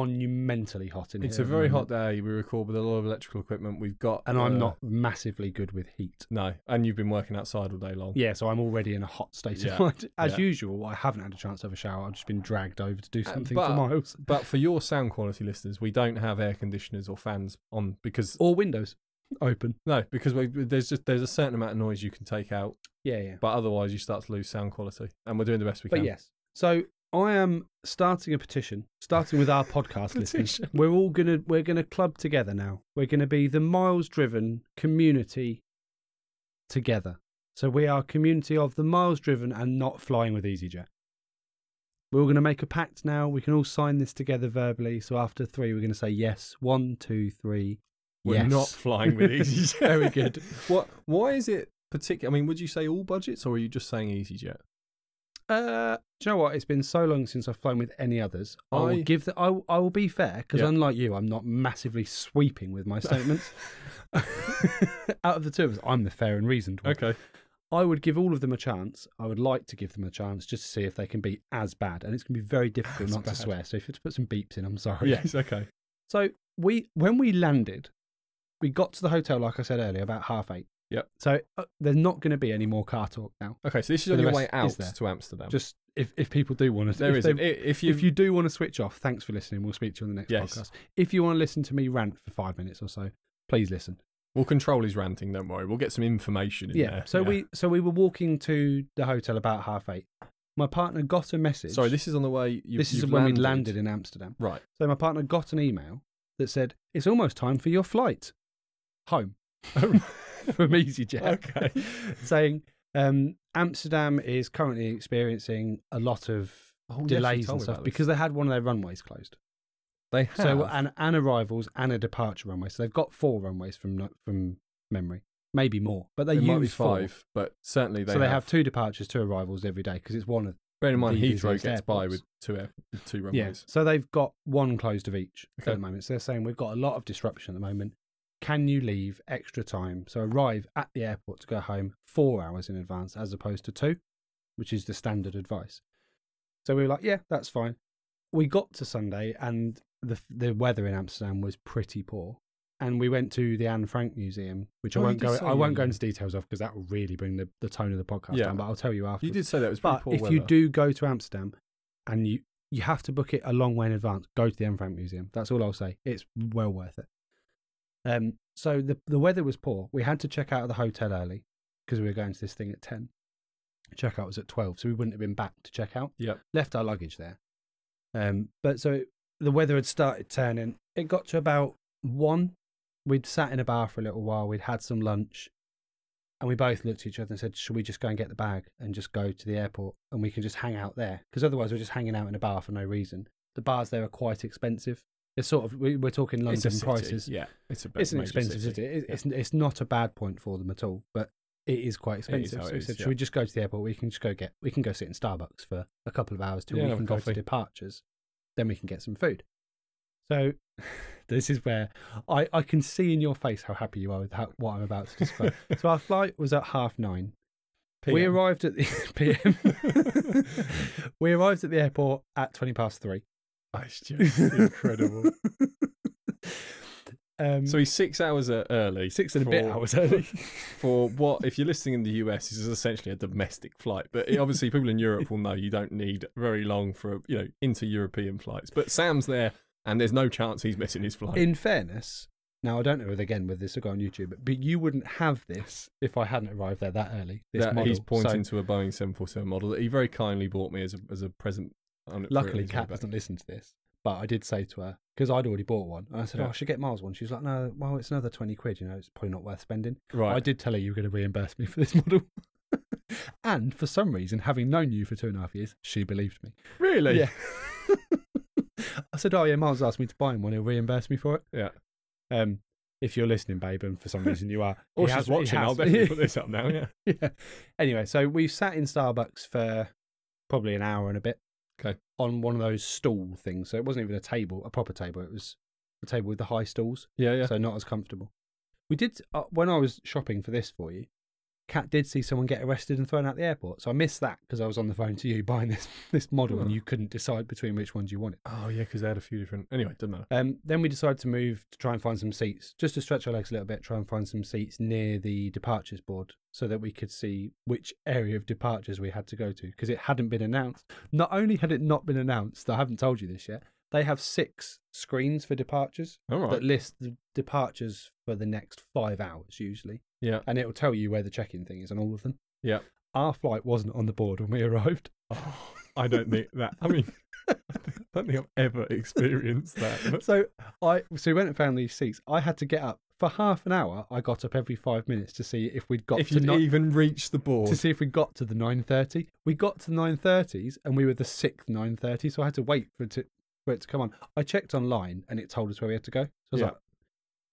A: monumentally hot in here.
B: It's a
A: at the
B: very hot
A: moment,
B: day. We record with a lot of electrical equipment. We've got,
A: and I'm
B: uh,
A: not massively good with heat.
B: No, and you've been working outside all day long.
A: Yeah, so I'm already in a hot state
B: Yeah,
A: of mind. As
B: yeah.
A: usual, I haven't had a chance to have a shower. I've just been dragged over to do
B: Uh,
A: something
B: but-
A: for miles.
B: But for your sound quality listeners, we don't have air conditioners or fans on because
A: Or windows open.
B: no, because we, there's just there's a certain amount of noise you can take out,
A: Yeah, yeah.
B: but otherwise you start to lose sound quality. And we're doing the best we
A: But
B: can.
A: yes. So I am starting a petition, starting with our podcast listeners.
B: Petition.
A: We're all gonna we're gonna club together now. We're gonna be the miles driven community together. So we are a community of the miles driven and not flying with EasyJet. We're all gonna make a pact now. We can all sign this together verbally. So after three, we're gonna say yes. One, two, three.
B: we're
A: yes.
B: not flying with EasyJet.
A: Very good.
B: What? Why is it particular? I mean, would you say all budgets, or are you just saying EasyJet?
A: Uh, do you know what? It's been so long since I've flown with any others. I,
B: I-
A: will give the. I, will- I will be fair because
B: Yeah.
A: unlike you, I'm not massively sweeping with my statements. Out of the two of us, I'm the fair and reasoned one.
B: Okay.
A: I would give all of them a chance. I would like to give them a chance just to see if they can be as bad, and it's going to be very difficult
B: As
A: not
B: bad.
A: to swear. So if you have to put some beeps in, I'm sorry.
B: Yes. Okay.
A: So we, when we landed, we got to the hotel like I said earlier about half eight.
B: Yep.
A: So uh, there's not going to be any more car talk now.
B: Okay. So this is
A: For
B: on
A: the
B: your
A: rest-
B: way out
A: is there?
B: to Amsterdam.
A: Just if, if people do want to,
B: there
A: if
B: is.
A: they-
B: If, if you
A: if you do want to switch off, thanks for listening. We'll speak to you on the next
B: Yes.
A: podcast. If you want to listen to me rant for five minutes or so, please listen.
B: we'll control his ranting. Don't worry. We'll get some information in
A: Yeah.
B: there.
A: So we so we were walking to the hotel about half eight. My partner got a message.
B: Sorry. This is on the way. You,
A: this is
B: you've
A: when we landed in Amsterdam.
B: Right.
A: So my partner got an email that said it's almost time for your flight home from EasyJet,
B: Oh. okay.
A: saying um, Amsterdam is currently experiencing a lot of
B: Oh, yes, you
A: delays
B: told
A: and
B: me
A: stuff
B: about this.
A: because they had one of their runways closed.
B: They have.
A: So an, an arrivals and a departure runway. So they've got four runways from no- from memory, maybe more, but they
B: it
A: use
B: might be
A: four.
B: five, but certainly they
A: so they
B: have,
A: have two departures, two arrivals every day because it's one of
B: Bear in mind,
A: the
B: Heathrow
A: busiest
B: gets by
A: airports.
B: with two air, two
A: yeah.
B: runways.
A: So they've got one closed of each
B: Okay.
A: at the moment. So they're saying we've got a lot of disruption at the moment. Can you leave extra time? So arrive at the airport to go home four hours in advance as opposed to two, which is the standard advice. So we were like, yeah, that's fine. We got to Sunday and the the weather in Amsterdam was pretty poor. and we went to the Anne Frank Museum, which
B: Oh,
A: I
B: you
A: won't
B: did
A: go.
B: say
A: I
B: you-
A: won't go into details of because that will really bring the, the tone of the podcast
B: Yeah.
A: down. But I'll tell you after.
B: You did say that it was pretty
A: But
B: poor
A: if
B: weather.
A: you do go to Amsterdam, and you you have to book it a long way in advance, go to the Anne Frank Museum. That's all I'll say. It's well worth it. Um, so the the weather was poor. We had to check out of the hotel early because we were going to this thing at ten. Checkout was at twelve, so we wouldn't have been back to check out
B: Yep.
A: left our luggage there. Um, but so it- the weather had started turning. It got to about one. We'd sat in a bar for a little while. We'd had some lunch, and we both looked at each other and said, "Should we just go and get the bag and just go to the airport and we can just hang out there? Because otherwise, we're just hanging out in a bar for no reason. The bars there are quite expensive. It's sort of we, we're talking
B: It's a
A: London
B: city,
A: prices.
B: Yeah. It's, a big
A: It's an
B: major
A: expensive city. It, it's it's not a bad point for them at all, but it is quite expensive.
B: how
A: so
B: it
A: we
B: is,
A: said,
B: yeah.
A: should we just go to the airport? We can just go get we can go sit in Starbucks for a couple of hours till
B: Yeah,
A: we
B: have
A: can
B: a
A: go to
B: coffee.
A: departures. Then we can get some food. So this is where I, I can see in your face how happy you are with how, what I'm about to describe. so our flight was at half nine. We
B: PM.
A: arrived at the PM. we arrived at the airport at twenty past three.
B: It's just incredible.
A: Um,
B: so he's six hours uh, early.
A: six and a bit
B: for-
A: hours early.
B: for what if you're listening in the US this is essentially a domestic flight but it- obviously people in Europe will know you don't need very long for you know inter European flights but Sam's there and there's no chance he's missing his flight
A: in fairness, now I don't know whether again whether this will go on YouTube, but, but you wouldn't have this if I hadn't arrived there that early. This
B: that
A: model.
B: he's pointing
A: So,
B: to a Boeing 747 model that he very kindly bought me as a, as a present on for
A: luckily,
B: his way
A: Kat
B: back.
A: doesn't listen to this, but I did say to her because I'd already bought one, and I said,
B: Yeah.
A: "Oh, I should get Miles one." She's like, "No, well, it's another twenty quid. You know, it's probably not worth spending."
B: right
A: I did tell her you were going to reimburse me for this model. And for some reason, having known you for two and a half years, she believed me.
B: really
A: Yeah. I said, Oh, yeah, Miles asked me to buy him one. He'll reimburse me for it.
B: yeah
A: Um, if you're listening, babe, and for some reason you are,
B: or
A: he
B: she's
A: has- he
B: watching I'll
A: has-
B: definitely put this up now yeah
A: yeah. Anyway, so we sat in Starbucks for probably an hour and a bit.
B: Okay.
A: On one of those stool things, so it wasn't even a table, a proper table. It was a table with the high stools,
B: yeah yeah
A: so not as comfortable. We did uh, when I was shopping for this for you. Kat did see someone get arrested and thrown out the airport, so I missed that because I was on the phone to you buying this this model, and
B: Oh.
A: you couldn't decide between which ones you wanted.
B: oh yeah because they had a few different anyway doesn't matter
A: Um, then we decided to move to try and find some seats, just to stretch our legs a little bit, try and find some seats near the departures board so that we could see which area of departures we had to go to because it hadn't been announced. Not only had it not been announced, I haven't told you this yet, they have six screens for departures
B: all right
A: that list the departures for the next five hours usually,
B: yeah
A: and it will tell you where the check in thing is on all of them.
B: yeah
A: Our flight wasn't on the board when we arrived.
B: Oh, I don't think that. I mean, I don't think I've ever experienced that. But
A: so I so we went and found these seats. I had to get up for half an hour. I got up every five minutes to see if we'd got
B: if
A: to
B: you
A: nine,
B: even reach the board,
A: to see if we got to the nine thirty. We got to nine thirties, and we were the sixth nine thirty. So I had to wait for it to for it to come on. I checked online, and it told us where we had to go. So I was
B: Yeah.
A: like,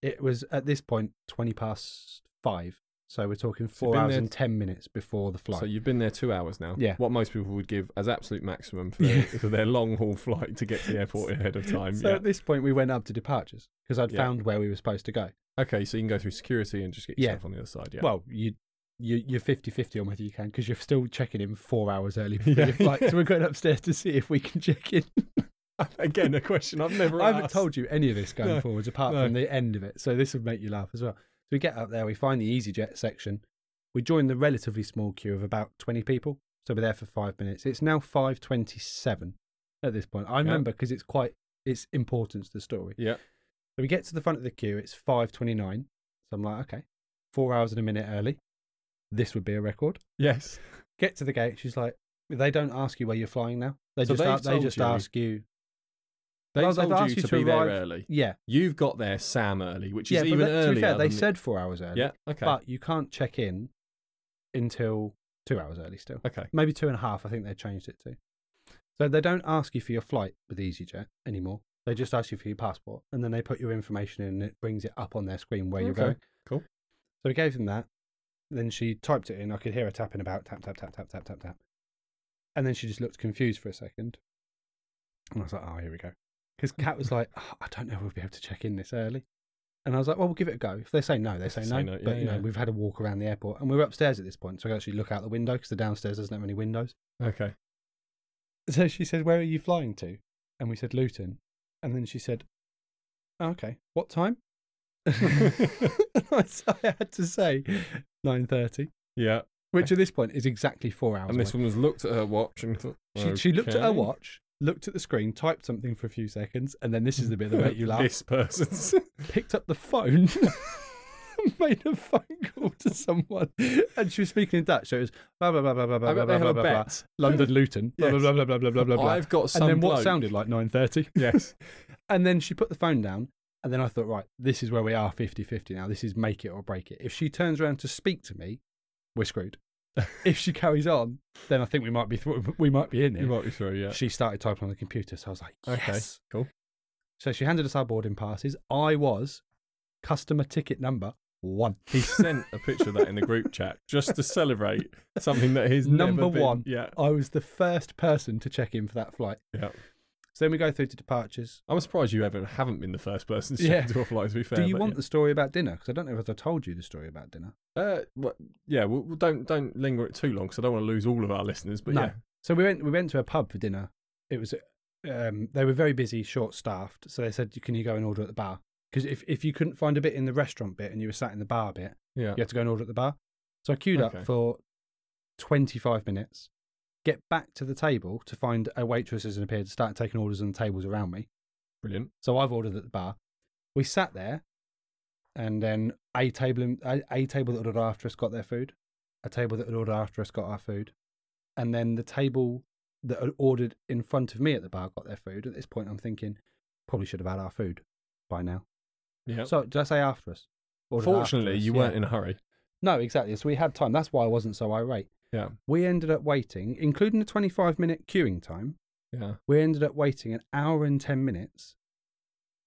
A: it was at this point twenty past five. So we're talking
B: you've
A: four
B: been
A: hours
B: there
A: and ten minutes before the flight.
B: so you've been there two hours now.
A: Yeah.
B: What most people would give as absolute maximum for, their, for their long haul flight to get to the airport ahead of time.
A: So
B: yeah.
A: at this point, we went up to departures because I'd
B: Yeah.
A: found where we were supposed to go.
B: okay, so you can go through security and just get
A: Yeah.
B: yourself on the other side. Yeah.
A: Well, you, you you're 50-50 on whether you can because you're still checking in four hours early before
B: Yeah,
A: your flight.
B: yeah.
A: So we're going upstairs to see if we can check in.
B: again, a question I've never.
A: I haven't
B: asked.
A: told you any of this going
B: No,
A: forwards apart
B: no.
A: from the end of it. So this would make you laugh as well. So we get up there, we find the EasyJet section, we join the relatively small queue of about twenty people. So we're there for five minutes. It's now five twenty-seven at this point. I remember because it's quite it's important to the story.
B: Yeah.
A: So we get to the front of the queue. It's five twenty-nine. So I'm like, okay, four hours and a minute early. This would be a record.
B: Yes.
A: get to the gate. She's like, they don't ask you where you're flying now. They
B: So
A: just
B: they've
A: ask, they
B: told
A: just
B: you-
A: ask you.
B: They
A: Well, they've
B: told
A: asked
B: you
A: you
B: to,
A: to
B: be there
A: arrive-
B: early.
A: Yeah,
B: You've got there Sam early, which
A: yeah.
B: is
A: but
B: even
A: that-
B: earlier.
A: to be fair, they
B: than the-
A: said four hours early.
B: Yeah. Okay.
A: but you can't check in until two hours early still.
B: okay.
A: Maybe two and a half. I think they changed it to. So they don't ask you for your flight with EasyJet anymore. They just ask you for your passport, and then they put your information in, and it brings it up on their screen where you're
B: Okay,
A: going.
B: cool.
A: So we gave them that. Then she typed it in. I could hear her tapping about tap tap tap tap tap tap tap. And then she just looked confused for a second. And I was like, "Oh, here we go." Because Kat was like, oh, "I don't know if we'll be able to check in this early." And I was like, "Well, we'll give it a go. If they say no, they
B: If
A: say
B: they
A: no."
B: say no,
A: but
B: yeah,
A: you know,
B: yeah.
A: we've had a walk around the airport, and we we're upstairs at this point, so I could actually look out the window because the downstairs doesn't have any windows.
B: Okay.
A: So she said, Where are you flying to? And we said, Luton. And then she said, "Oh, Okay, what time? I had to say 9.30,
B: Yeah.
A: which at this point is exactly four hours
B: And this
A: away.
B: woman's looked at her watch and thought,
A: She, she looked at her
B: "Okay,
A: watch, looked at the screen, typed something for a few seconds, and then this is the bit that made you laugh.
B: This person's.
A: picked up the phone, made a phone call to someone, and she was speaking in Dutch. So it was blah blah blah blah blah
B: I
A: blah blah
B: bet
A: blah
B: they have a
A: blah, blah.
B: bet.
A: London Luton. Blah blah
B: Yes.
A: blah blah blah blah blah blah. blah.
B: I've got some.
A: And then what
B: bloke-
A: sounded like nine thirty.
B: Yes.
A: And then she put the phone down. And then I thought, right, this is where we are 50 50 now. This is make it or break it. If she turns around to speak to me, we're screwed. if she carries on, then I think we might be th- we might be in
B: You
A: it.
B: might be through, yeah.
A: She started typing on the computer, so I was like,
B: Okay,
A: yes.
B: cool.
A: So she handed us our boarding passes. I was customer ticket number one.
B: He sent a picture of that in the group chat just to celebrate something that he's never
A: Number
B: been-
A: one.
B: Yeah.
A: I was the first person to check in for that flight.
B: Yeah.
A: So then we go through to departures.
B: I'm surprised you ever haven't been the first person to check
A: Yeah.
B: into a flight, to be fair.
A: Do you
B: but
A: want the story about dinner? Because I don't know if I told you the story about dinner.
B: yeah. Uh, what- yeah, well, well, don't don't linger it too long because I don't want to lose all of our listeners. But
A: No.
B: yeah,
A: So we went we went to a pub for dinner. It was um, they were very busy, short staffed. So they said, "Can you go and order at the bar?" Because if if you couldn't find a bit in the restaurant bit and you were sat in the bar bit,
B: yeah,
A: you had to go and order at the bar. So I queued
B: Okay.
A: up for twenty five minutes. Get back to the table to find a waitress hasn't appeared to start taking orders on the tables around me.
B: brilliant.
A: So I've ordered at the bar. We sat there, and then a table in, a, a table that ordered after us got their food. A table that had ordered after us got our food, and then the table that had ordered in front of me at the bar got their food. At this point, I'm thinking probably should have had our food by now.
B: Yeah.
A: So did I say after us? Ordered after
B: Fortunately,
A: us,
B: you
A: yeah.
B: weren't in a hurry.
A: No, exactly. So we had time. That's why I wasn't so irate.
B: Yeah,
A: We ended up waiting, including the 25 minute queuing time.
B: yeah.
A: We ended up waiting an hour and 10 minutes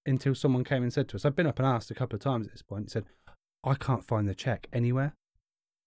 A: until someone came and said to us, I've been up and asked a couple of times at this point, said, I can't find the check anywhere.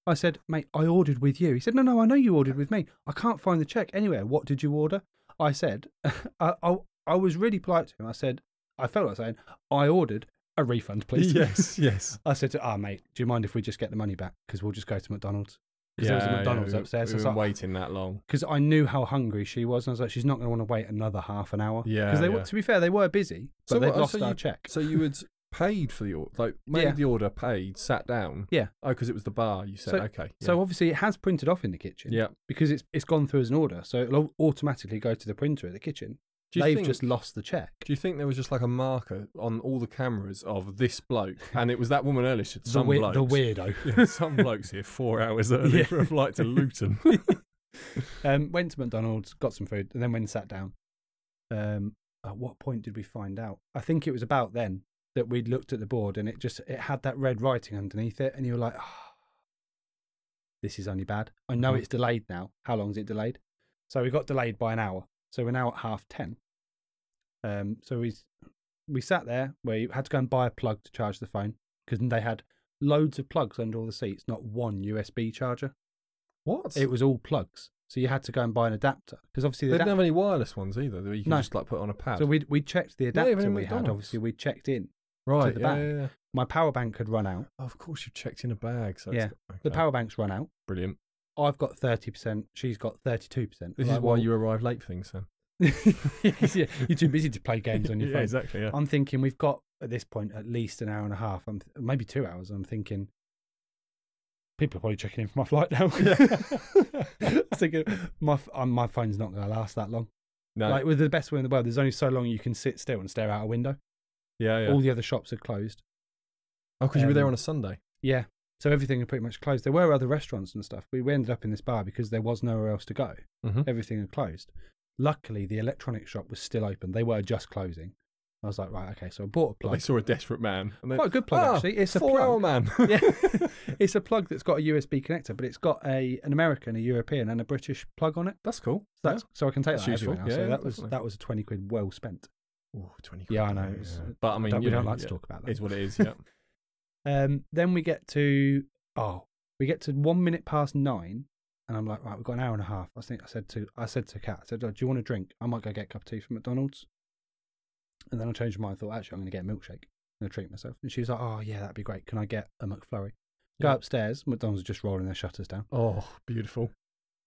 A: I said, mate, I ordered with you. He said, no, no, I know you ordered with me. I can't find the check anywhere. What did you order? I said, I, I, I was really polite to him. I said, I felt like saying, I ordered a refund, please.
B: Yes, yes.
A: I said to, ah, mate, do you mind if we just get the money back? Because we'll just go to McDonald's. Because there was a McDonald's
B: we-
A: upstairs, so
B: We've
A: it's
B: been
A: like-
B: waiting that long.
A: because I knew how hungry she was, and I was like, she's not going to want to wait another half an hour.
B: Yeah,
A: Because they were,
B: yeah.
A: to be fair, they were busy, but
B: So
A: they'd
B: what- oh,
A: lost
B: so
A: our
B: you-
A: check.
B: So you had paid for the order, like made
A: Yeah.
B: the order, paid, sat down.
A: Yeah.
B: Oh, because it was the bar. You said
A: So-
B: okay.
A: So obviously, it has printed off in the kitchen.
B: yeah. yeah.
A: Because it's it's gone through as an order, so it'll au- automatically go to the printer at the kitchen.
B: Do you
A: They've
B: think-
A: just lost the check.
B: Do you think there was just like a marker on all the cameras of this bloke, and it was that woman earlier? She said,
A: The,
B: some
A: we-
B: blokes,
A: the weirdo.
B: Yeah, some blokes here four hours early
A: Yeah.
B: for a flight to Luton.
A: Um, went to McDonald's, got some food, and then went and sat down. Um, at what point did we find out? I think it was about then that we'd looked at the board and it just it had that red writing underneath it, and you were like, oh, "This is only bad." I know
B: Mhm.
A: it's delayed now. How long is it delayed? So we got delayed by an hour. So we're now at half ten. Um, so we we sat there where you had to go and buy a plug to charge the phone because they had loads of plugs under all the seats, not one USB charger.
B: what?
A: It was all plugs. So you had to go and buy an adapter because obviously
B: they
A: the
B: didn't
A: adapter.
B: have any wireless ones either. That you can
A: No.
B: just like put on a pad.
A: So we we checked the
B: Not even
A: adapter
B: in
A: we had.
B: McDonald's.
A: Obviously we checked in.
B: right.
A: the
B: yeah,
A: back.
B: yeah, yeah.
A: My power bank had run out.
B: Oh, of course, you checked in a bag. So
A: Yeah.
B: It's, okay.
A: The power bank's run out.
B: Brilliant.
A: I've got thirty percent. She's got thirty-two percent.
B: This is why you arrived late, things, Sam.
A: yeah, you're too busy to play games on your
B: yeah,
A: phone.
B: Exactly. Yeah.
A: I'm thinking we've got at this point at least an hour and a half. I'm th- maybe two hours. I'm thinking people are probably checking in for my flight now. I was thinking my f- um, my phone's not going to last that long.
B: no.
A: Like with the best one in the world, there's only so long you can sit still and stare out a window.
B: yeah. Yeah.
A: All the other shops are closed.
B: oh, because you were there
A: um,
B: on a Sunday.
A: Yeah. So everything had pretty much closed. There were other restaurants and stuff. but We ended up in this bar because there was nowhere else to go.
B: Mm-hmm.
A: Everything had closed. Luckily, the electronics shop was still open. They were just closing. I was like, right, okay. So I bought a
B: They
A: plug.
B: saw a desperate man. And they,
A: Quite a good plug,
B: "Ah,
A: actually. It's a plug.
B: four-hour man.
A: yeah. it's a plug that's got a USB connector, but it's got a an American, a European, and a British plug on it.
B: That's cool.
A: So, that's, so I can take
B: That's
A: that everywhere
B: useful.
A: now. so
B: Yeah,
A: that was
B: definitely.
A: that was twenty quid well spent.
B: yeah. Ooh, 20
A: Yeah, I
B: quid,
A: know, it's- uh,
B: But I mean,
A: don't,
B: you
A: we don't
B: know,
A: like
B: yeah,
A: to talk about that.
B: Is what it is. Yeah.
A: Um, then we get to oh, we get to one minute past nine, and I'm like, right, we've got an hour and a half. I think I said to I said to Kat, I said, oh, do you want a drink? I might go get a cup of tea from McDonald's. And then I changed my mind. Thought actually, I'm going to get a milkshake. I'm going to treat myself. And she was like, oh yeah, that'd be great. Can I get a McFlurry? Go
B: Yeah.
A: upstairs. McDonald's are just rolling their shutters down.
B: Oh, beautiful.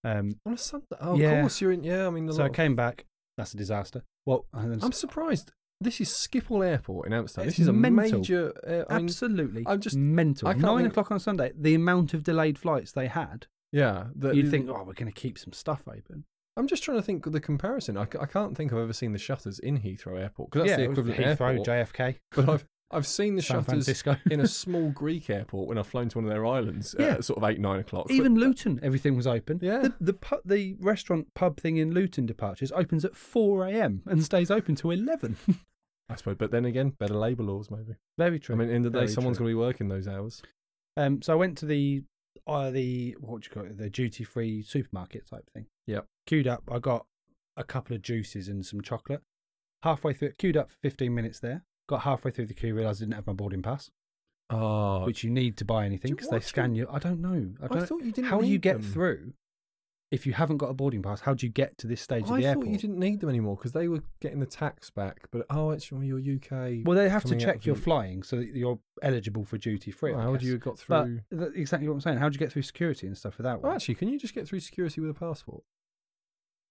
A: Um,
B: On a Sunday. Oh,
A: Yeah.
B: of course you're in. Yeah, I mean, a
A: so
B: lot
A: I
B: of-
A: came back. That's a disaster. Well, and then
B: I'm surprised This is Schiphol Airport in Amsterdam.
A: It's
B: this is a
A: mental.
B: major. Uh, I mean,
A: Absolutely,
B: I'm just-
A: mental.
B: I can't
A: Nine
B: think-
A: o'clock on Sunday, the amount of delayed flights they had.
B: yeah. The,
A: You'd think, oh, we're going to keep some stuff open.
B: I'm just trying to think of the comparison. I, c- I can't think I've ever seen the shutters in Heathrow Airport because that's
A: it
B: the
A: was
B: equivalent
A: Heathrow,
B: airport.
A: JFK,
B: but I've I've seen the
A: San
B: shutters
A: Francisco.
B: in a small Greek airport when I've flown to one of their islands
A: Yeah.
B: at sort of eight nine o'clock.
A: Even Luton, everything was open.
B: Yeah.
A: The the, pu- the restaurant pub thing in Luton departures opens at 4 a.m. and stays open till 11.
B: But- I suppose. But then again, better labour laws maybe.
A: Very true.
B: I mean, in the day,
A: Very
B: someone's
A: true.
B: going to be working those hours.
A: Um, so I went to the uh, the what do you call it? The duty free supermarket type thing.
B: Yep.
A: Queued up. I got a couple of juices and some chocolate. Halfway through, queued up for 15 minutes there. Got halfway through the queue, realised I didn't have my boarding pass,
B: Oh,
A: which you need to buy anything
B: Do-
A: because they
B: what do-
A: scan you. I don't know. I,
B: I
A: don't,
B: thought you didn't
A: How do you
B: need
A: get
B: them.
A: through if you haven't got a boarding pass? How do you get to this stage
B: I
A: of the
B: thought
A: airport?
B: you didn't need them anymore because they were getting the tax back. But oh, actually, well, you're UK.
A: Well, they have to
B: coming out
A: check
B: of
A: your
B: the-
A: flying so that you're eligible for duty free.
B: Well, how would you have got
A: But
B: through?
A: th- exactly what I'm saying. How do you get through security and stuff without
B: Oh,
A: one?
B: actually, can you just get through security with a passport?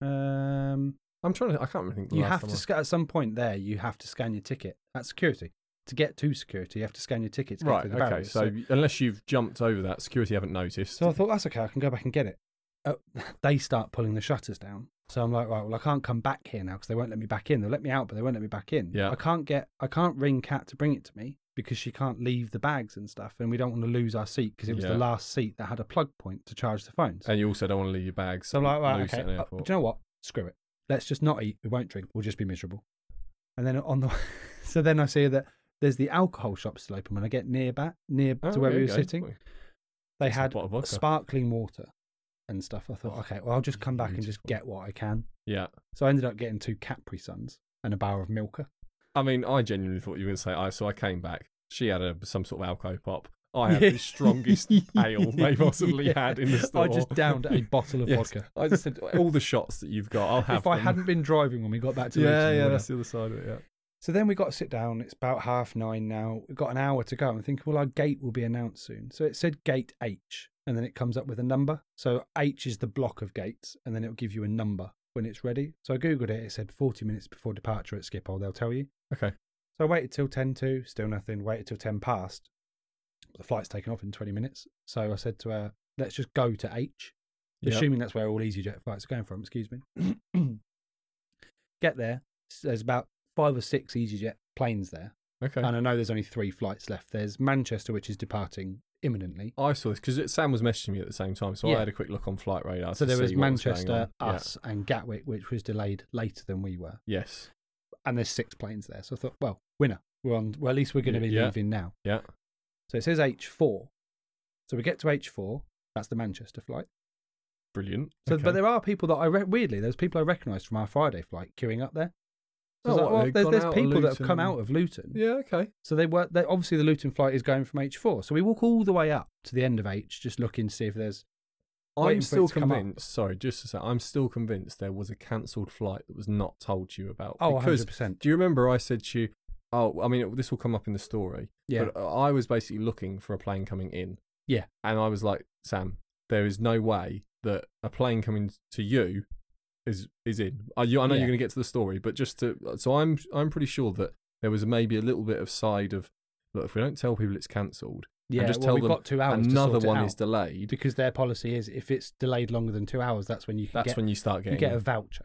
A: Um,
B: I'm trying to. I can't really think. The
A: you
B: last
A: have
B: time
A: to
B: I-
A: sc- at some point there. You have to scan your ticket at security to get to security. You have to scan your ticket. To get
B: Right.
A: through the
B: Okay.
A: barriers.
B: So, unless you've jumped over that, security haven't noticed.
A: so I thought that's okay. I can go back and get it. Oh, they start pulling the shutters down. So I'm like, right, well, I can't come back here now because they won't let me back in. They'll let me out, but they won't let me back in.
B: Yeah.
A: I can't get, I can't ring Kat to bring it to me because she can't leave the bags and stuff, and we don't want to lose our seat because it was
B: Yeah.
A: the last seat that had a plug point to charge the phones.
B: and you also don't want to leave your bags.
A: So I'm like, right,
B: loose
A: okay.
B: at an
A: uh,
B: airport.
A: do you know what? Screw it. Let's just not eat. We won't drink. We'll just be miserable. And then on the, so then I see that there's the alcohol shop still open. When I get near back, near
B: Oh,
A: to where
B: there
A: we
B: you
A: were
B: go.
A: sitting, they
B: That's a
A: had
B: bottle of vodka.
A: sparkling water and stuff. I thought,
B: Oh,
A: okay, well, I'll just come back and just get
B: beautiful.
A: what I can.
B: Yeah.
A: So I ended up getting two Capri Suns and a bar of Milka.
B: I mean, I genuinely thought you were going to say I. So I came back. She had a, some sort of alcohol pop. I had the strongest ale they possibly had in the store.
A: I just downed a bottle of
B: Yes.
A: vodka.
B: I just said all the shots that you've got. I'll have.
A: If I
B: them."
A: hadn't been driving when we got back to Luton, I
B: Yeah,
A: would
B: yeah,
A: have.
B: that's the other side of it. Yeah.
A: So then we got to sit down. It's about half nine now. We've got an hour to go. I'm thinking, well, our gate will be announced soon. So it said gate H, and then it comes up with a number. So H is the block of gates, and then it'll give you a number when it's ready. So I Googled it. It said 40 minutes before departure at Schiphol, they'll tell you.
B: Okay.
A: So I waited till 10 to, still nothing. Waited till 10 past. The flight's taken off in 20 minutes. So I said to her, let's just go to H,
B: Yeah.
A: assuming that's where all EasyJet flights are going from, excuse me. Get there. s- There's about five or six EasyJet planes there.
B: Okay.
A: And I know there's only three flights left. There's Manchester, which is departing imminently.
B: I saw this because Sam was messaging me at the same time, so
A: Yeah.
B: I had a quick look on Flight Radar.
A: So
B: to
A: there was
B: see what going
A: Manchester,
B: on. Yeah.
A: us, and Gatwick, which was delayed later than we were.
B: Yes.
A: And there's six planes there. So I thought, well, winner. We're on. Well, at least we're going to
B: Y-
A: be
B: yeah.
A: leaving now.
B: Yeah.
A: So it says H4. So we get to H4. That's the Manchester flight.
B: Brilliant.
A: So,
B: Okay.
A: but there are people that I re- weirdly there's people I recognised from our Friday flight queuing up there. So I was like,
B: Oh, what,
A: well,
B: they've
A: there's,
B: gone
A: there's
B: out of
A: people that have
B: Luton
A: come
B: and-
A: out of Luton.
B: Yeah. Okay.
A: So they were they, obviously the Luton flight is going from H4. So we walk all the way up to the end of H, just looking to see if there's. Waiting
B: I'm
A: for it
B: still
A: to come up.
B: convinced. Sorry, just to say, I'm still convinced there was a cancelled flight that was not told to you about.
A: Oh,
B: because
A: 100 percent.
B: do you remember I said to you? Oh, I mean, it, this will come up in the story.
A: Yeah.
B: But uh, I was basically looking for a plane coming in.
A: Yeah.
B: And I was like, Sam, there is no way that a plane coming to you is is in. I, you, I know
A: Yeah.
B: you're going to get to the story, but just to uh, so I'm I'm pretty sure that there was maybe a little bit of side of look if we don't tell people it's cancelled,
A: Yeah.
B: just
A: well,
B: tell
A: we've
B: them
A: got two hours. to
B: another
A: sort it
B: one
A: out
B: is delayed.
A: because their policy is if it's delayed longer than two hours, that's when you can
B: That's
A: get
B: when you start
A: you
B: getting.
A: get a voucher.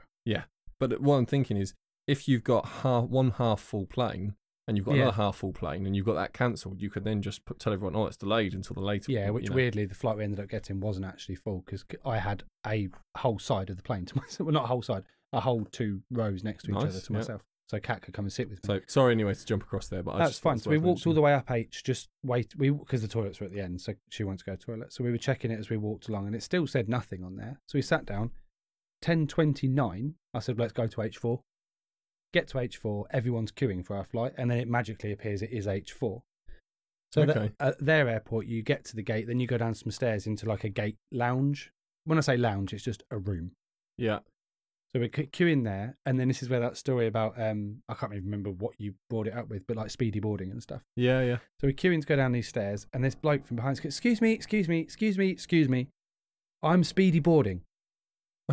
B: but uh, what I'm thinking is if you've got half, one half full plane. And you've got
A: Yeah.
B: another half full plane, and you've got that cancelled. You could then just put, tell everyone, "Oh, it's delayed until the later."
A: Yeah,
B: you
A: which
B: know.
A: weirdly the flight we ended up getting wasn't actually full because I had a whole side of the plane to myself. Well, not a whole side, a whole two rows next to each other
B: Nice,
A: to
B: yeah.
A: myself. So Cat could come and sit with me.
B: So sorry, anyway, to jump across there, but I
A: That's
B: just
A: fine. So we walked all the way up H, just wait, we because the toilets were at the end, so she wanted to go to the toilet. So we were checking it as we walked along, and it still said nothing on there. So we sat down. Ten twenty nine. I said, "Let's go to H four. Get to H four. Everyone's queuing for our flight, and then it magically appears it is H four. So that-
B: Okay.
A: at their airport, you get to the gate, then you go down some stairs into like a gate lounge. When I say lounge, it's just a room.
B: Yeah,
A: So we're que- queuing there, and then this is where that story about um I can't even remember what you brought it up with, but like speedy boarding and stuff.
B: yeah, yeah.
A: So we're queuing to go down these stairs, and this bloke from behind goes, Excuse me, excuse me, excuse me, excuse me. I'm speedy boarding.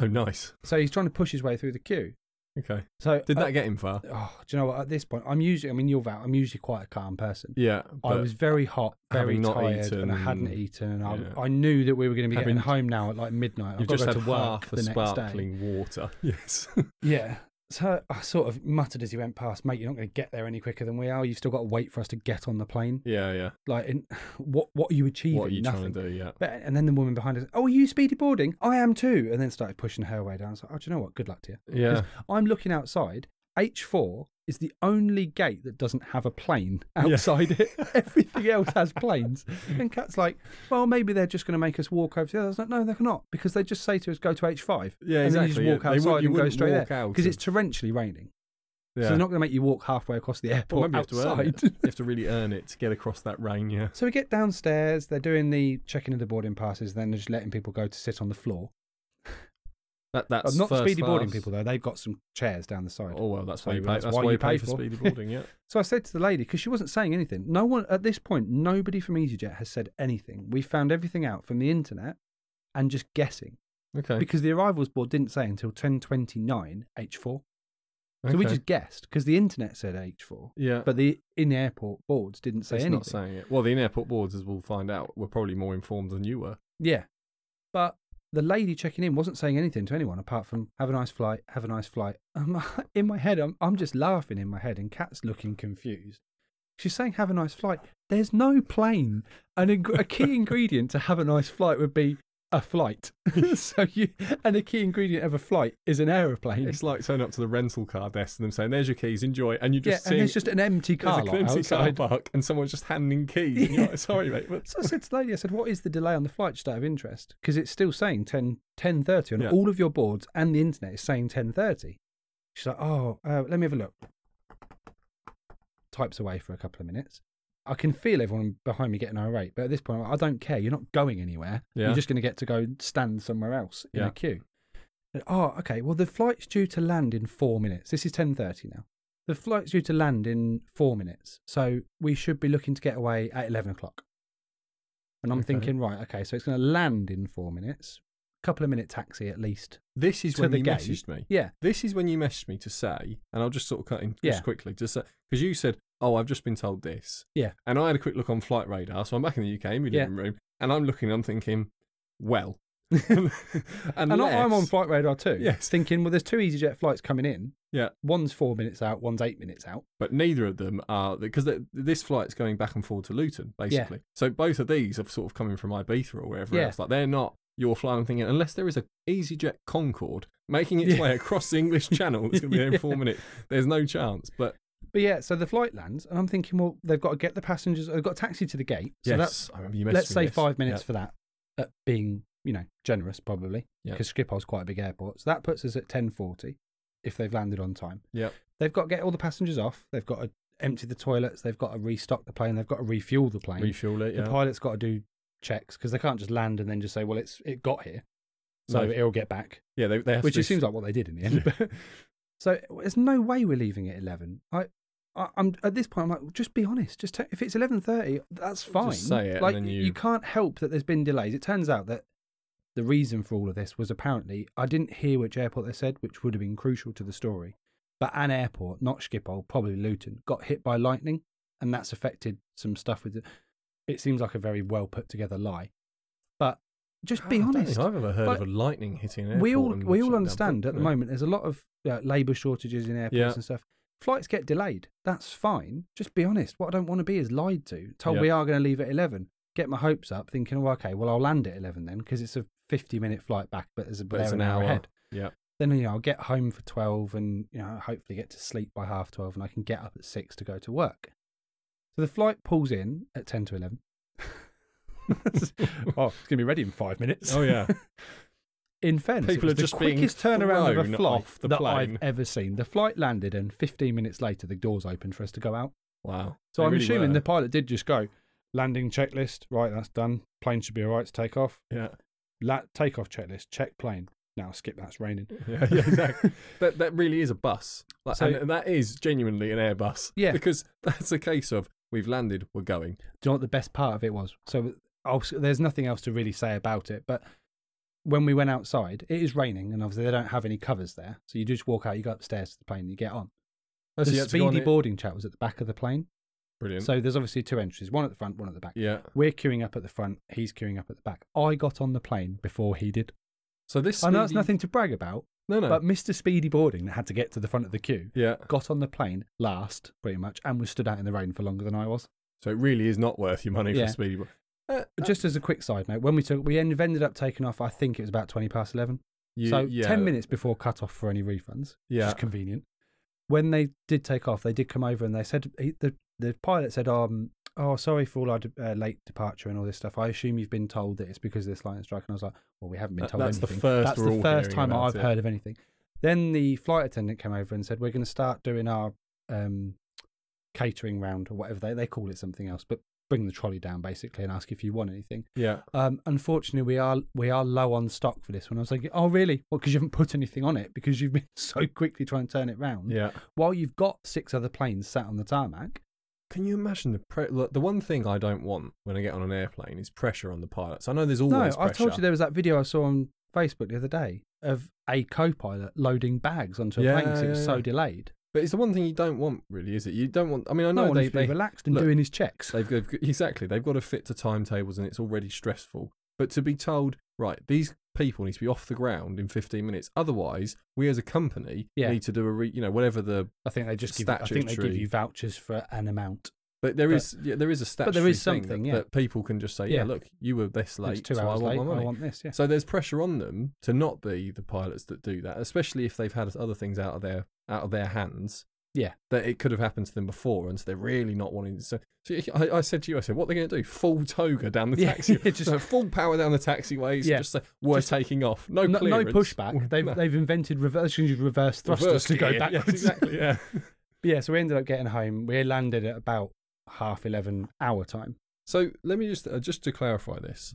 B: Oh, nice.
A: So he's trying to push his way through the queue.
B: Okay.
A: So
B: Did
A: uh,
B: that get him far?
A: oh, do you know what? At this point, I'm usually. I mean, you're Val. I'm usually quite a calm person.
B: Yeah.
A: I
B: but
A: was very hot, very
B: having not
A: tired, and I
B: eaten
A: hadn't
B: and-
A: eaten, and
B: yeah.
A: I, I knew that we were going to be
B: Having-
A: getting home now at like midnight. I've
B: You've
A: got
B: just
A: to go
B: had
A: to work
B: half a
A: the next day.
B: sparkling water. Yes.
A: Yeah. So I sort of muttered as he went past, mate, you're not going to get there any quicker than we are. You've still got to wait for us to get on the plane.
B: yeah, yeah.
A: Like, in, what what are you achieving?
B: what are you
A: Nothing.
B: trying to do? Yeah.
A: But, and then the woman behind us, oh, are you speedy boarding? I am too. And then started pushing her way down. So, oh, do you know what? Good luck to you.
B: Yeah.
A: I'm looking outside. H4 is the only gate that doesn't have a plane outside it. Everything else has planes. And Kat's like, well, maybe they're just going to make us walk over to the other. I was like, no, they're not, because they just say to us, go to H5.
B: Yeah,
A: and
B: exactly,
A: then
B: yeah.
A: you just walk
B: They wouldn't-
A: outside
B: you
A: and go
B: wouldn't
A: straight
B: walk
A: there.
B: out
A: Because
B: of-
A: it's torrentially raining.
B: yeah.
A: So they're not going to make you walk halfway across the
B: Well,
A: airport
B: maybe you have to earn
A: outside.
B: it. You have to really earn it to get across that rain. Yeah.
A: So we get downstairs, they're doing the checking of the boarding passes, then they're just letting people go to sit on the floor.
B: That, that's
A: Uh, not
B: first
A: speedy boarding
B: class.
A: people, though. They've got some chairs down the side.
B: Oh well, that's
A: So
B: why you pay.
A: that's
B: That's
A: why
B: why
A: you
B: you pay
A: pay
B: for
A: for.
B: speedy boarding. Yeah.
A: So I said to the lady, because she wasn't saying anything. No one, at this point, nobody from EasyJet has said anything. We found everything out from the internet and just guessing
B: Okay.
A: because the arrivals board didn't say until 1029 H4. So we
B: okay.
A: just guessed because the internet said H4,
B: yeah.
A: but the in airport boards didn't say
B: it's
A: anything.
B: not saying it. Well, the in-airport boards, as we'll find out, were probably more informed than you were.
A: Yeah. But the lady checking in wasn't saying anything to anyone apart from have a nice flight, have a nice flight. Um, in my head, I'm, I'm just laughing in my head, and Kat's looking confused. She's saying have a nice flight. There's no plane. And a, a key ingredient to have a nice flight would be a flight. so you and a key ingredient of a flight is an aeroplane.
B: It's like turning up to the rental car desk and them saying, "There's your keys, enjoy," and you
A: yeah,
B: just
A: and
B: seeing
A: there's just an empty
B: there's
A: car
B: a
A: lot
B: empty car
A: outside.
B: park and someone's just handing keys. And you're like, Sorry, mate. But
A: So I said to the lady, I said, what is the delay on the flight just out of interest? Because it's still saying 10, 10.30 on
B: Yeah.
A: all of your boards and the internet is saying 10.30. She's like, oh, uh, let me have a look. Types away for a couple of minutes. I can feel everyone behind me getting irate, but at this point, I'm like, I don't care. You're not going anywhere.
B: Yeah.
A: You're just going to get to go stand somewhere else in
B: Yeah.
A: a queue. And, Oh, okay. Well, the flight's due to land in four minutes. This is 10.30 now. The flight's due to land in four minutes. So we should be looking to get away at 11 o'clock. And I'm
B: Okay.
A: thinking, right, okay, so it's going to land in four minutes, couple of minute taxi at least.
B: this is
A: To
B: when
A: the
B: you
A: gate.
B: messaged me.
A: Yeah,
B: This is when you messaged me to say, and I'll just sort of cut in
A: Yeah.
B: just quickly, just because you said, "Oh, I've just been told this."
A: Yeah.
B: And I had a quick look on Flight Radar, so I'm back in the UK in my
A: Yeah.
B: living room, and I'm looking, I'm thinking, "Well,"
A: and I- I'm on
B: Unless-
A: flight radar too.
B: Yes.
A: thinking, well, there's two EasyJet flights coming in.
B: Yeah.
A: one's four minutes out, one's eight minutes out.
B: but neither of them are because th- this flight's going back and forth to Luton basically. So both of these are sort of coming from Ibiza or wherever
A: Yeah.
B: else. Like they're not your flying thing unless there is a EasyJet Concorde making its
A: Yeah.
B: way across the English Channel. It's going to be there in four
A: Yeah.
B: minutes. There's no chance. But
A: But yeah, so the flight lands, and I'm thinking, well, they've got to get the passengers. They've got a taxi to the gate. So
B: yes,
A: that's
B: I remember you
A: let's
B: messaging
A: say
B: this.
A: five minutes
B: Yeah.
A: for that. At being, you know, generous probably
B: Yeah.
A: because Schiphol's quite a big airport. So that puts us at 10:40 if they've landed on time.
B: Yep.
A: They've got to get all the passengers off. They've got to empty the toilets. They've got to restock the plane. They've got to refuel the plane.
B: Refuel it.
A: the
B: Yeah.
A: pilot's got to do checks because they can't just land and then just say, "Well, it's it got here, so
B: No.
A: it'll get back,"
B: yeah. They, they have
A: which
B: to
A: it seems like what they did in the end. so there's no way we're leaving at eleven. I, I, I'm at this point. I'm like, just be honest. Just te- if it's eleven thirty, that's fine.
B: say it and
A: Like
B: then
A: y-
B: you-
A: can't help that there's been delays. It turns out that the reason for all of this was apparently I didn't hear which airport they said, which would have been crucial to the story. But an airport, not Schiphol, probably Luton, got hit by lightning, and that's affected some stuff with it. It seems like a very well put together lie, but just be
B: I don't
A: honest
B: think I've ever heard
A: Like,
B: of a lightning hitting an airport.
A: we all
B: and
A: we
B: shutting
A: all
B: down
A: understand at the
B: Britain.
A: moment there's a lot of uh, labour shortages in airports
B: Yeah.
A: and stuff. Flights get delayed. That's fine. Just be honest. What I don't want to be is lied to. Told
B: Yeah.
A: we are going to leave at eleven. Get my hopes up, thinking, well, okay, well I'll land at eleven then because it's a fifty-minute flight back, but there's a
B: But
A: there
B: it's
A: an,
B: an
A: hour
B: hour.
A: ahead.
B: Yeah.
A: Then you know I'll get home for twelve, and you know hopefully get to sleep by half twelve, and I can get up at six to go to work. So the flight pulls in at ten to eleven. oh, it's going to be ready in five minutes
B: Oh yeah.
A: in fairness, it
B: People
A: was
B: are
A: the
B: just being
A: quickest turnaround of
B: thrown
A: a flight
B: off the
A: that
B: plane.
A: I've ever seen. The flight landed, and 15 minutes later, the doors opened for us to go out.
B: Wow.
A: So
B: They
A: I'm
B: really
A: assuming
B: were.
A: the pilot did just go landing checklist. Right, that's done. Plane should be all right to take off.
B: Yeah.
A: La- take off checklist. Check plane. Now skip. That's raining.
B: Yeah, yeah, exactly. that that really is a bus, like,
A: So-
B: and, and that is genuinely an Airbus.
A: Yeah.
B: because that's a case of we've landed, we're
A: do
B: going.
A: you know what the best part of it was? So I'll, there's nothing else to really say about it, but when we went outside, it is raining, and obviously they don't have any covers there. So you just walk out, you go upstairs to the plane, and you get on.
B: Oh, so
A: the
B: you had to go on
A: speedy
B: it-
A: boarding chat was at the back of the plane.
B: Brilliant.
A: So there's obviously two entries, one at the front, one at the back.
B: yeah.
A: We're queuing up at the front, he's queuing up at the back. I got on the plane before he did.
B: So this.
A: I know it's
B: speedy-
A: nothing to brag about,
B: No, no.
A: but Mr. Speedy Boarding that had to get to the front of the queue
B: yeah.
A: got on the plane last, pretty much, and was stood out in the rain for longer than I was.
B: So it really is not worth your money
A: Yeah.
B: for speedy. Bo- Uh,
A: Just as a quick side note, when we took, we en- ended up taking off. I think it was about twenty past eleven,
B: you-
A: so
B: yeah,
A: ten minutes before cut off for any refunds, which
B: Yeah.
A: is convenient. When they did take off, they did come over and they said he- the the pilot said, um, "Oh, sorry for all our de- uh, late departure and all this stuff. I assume you've been told that it's because of this lightning strike." And I was like, "Well, we haven't been
B: That-
A: told
B: that's the
A: anything."
B: first
A: that's
B: we're
A: the
B: all
A: first
B: hearing
A: time
B: about
A: I've
B: it.
A: heard of anything. Then the flight attendant came over and said, "We're going to start doing our um, catering round or whatever they they call it, something else, but bring the trolley down basically and ask if you want anything."
B: Yeah.
A: Um, unfortunately, we are we are low on stock for this one. I was like, "Oh, really? Well, because you haven't put anything on it because you've been so quickly trying to turn it round."
B: Yeah.
A: While you've got six other planes sat on the tarmac,
B: Can you imagine the pre- look, the one thing I don't want when I get on an airplane is pressure on the pilots. I know there's always
A: no,
B: pressure.
A: I told you there was that video I saw on Facebook the other day of a co-pilot loading bags onto a plane because it
B: Yeah,
A: was
B: yeah,
A: so
B: yeah.
A: delayed.
B: but it's the one thing you don't want, really, is it? You don't want. I mean, I
A: no
B: know
A: one
B: they,
A: wants to be
B: they
A: relaxed and
B: look,
A: doing his checks.
B: They've got exactly. They've got to fit to timetables, and it's already stressful. But to be told, right, these people need to be off the ground in 15 minutes. Otherwise, we as a company
A: Yeah.
B: need to do a, re, you know, whatever the.
A: I think they just give. I think they give
B: statutory-
A: you vouchers for an amount.
B: But there
A: But-
B: is, yeah, there is a statutory
A: there is
B: thing
A: something,
B: that,
A: yeah.
B: that people can just say, yeah,
A: Yeah.
B: look, you were this late,
A: It's two
B: so
A: hours
B: I want
A: late.
B: my money.
A: I want this. Yeah.
B: So there's pressure on them to not be the pilots that do that, especially if they've had other things out of their out of their hands.
A: Yeah.
B: that it could have happened to them before, and so they're really not wanting. To, so, so I, I said to you, I said, what are they going to do? Full toga down the
A: Yeah,
B: taxi,
A: yeah, just-
B: no, full power down the taxiways.
A: Yeah.
B: Yeah, just say we're
A: Just-
B: taking off. No,
A: no, no
B: clearance.
A: pushback. They've
B: No.
A: they've invented reverse reverse thrusters
B: Reverse
A: to go
B: gear. Yeah,
A: backwards.
B: exactly. Yeah,
A: But yeah, so we ended up getting home. We landed at about half eleven hour time.
B: So let me just uh, just to clarify this,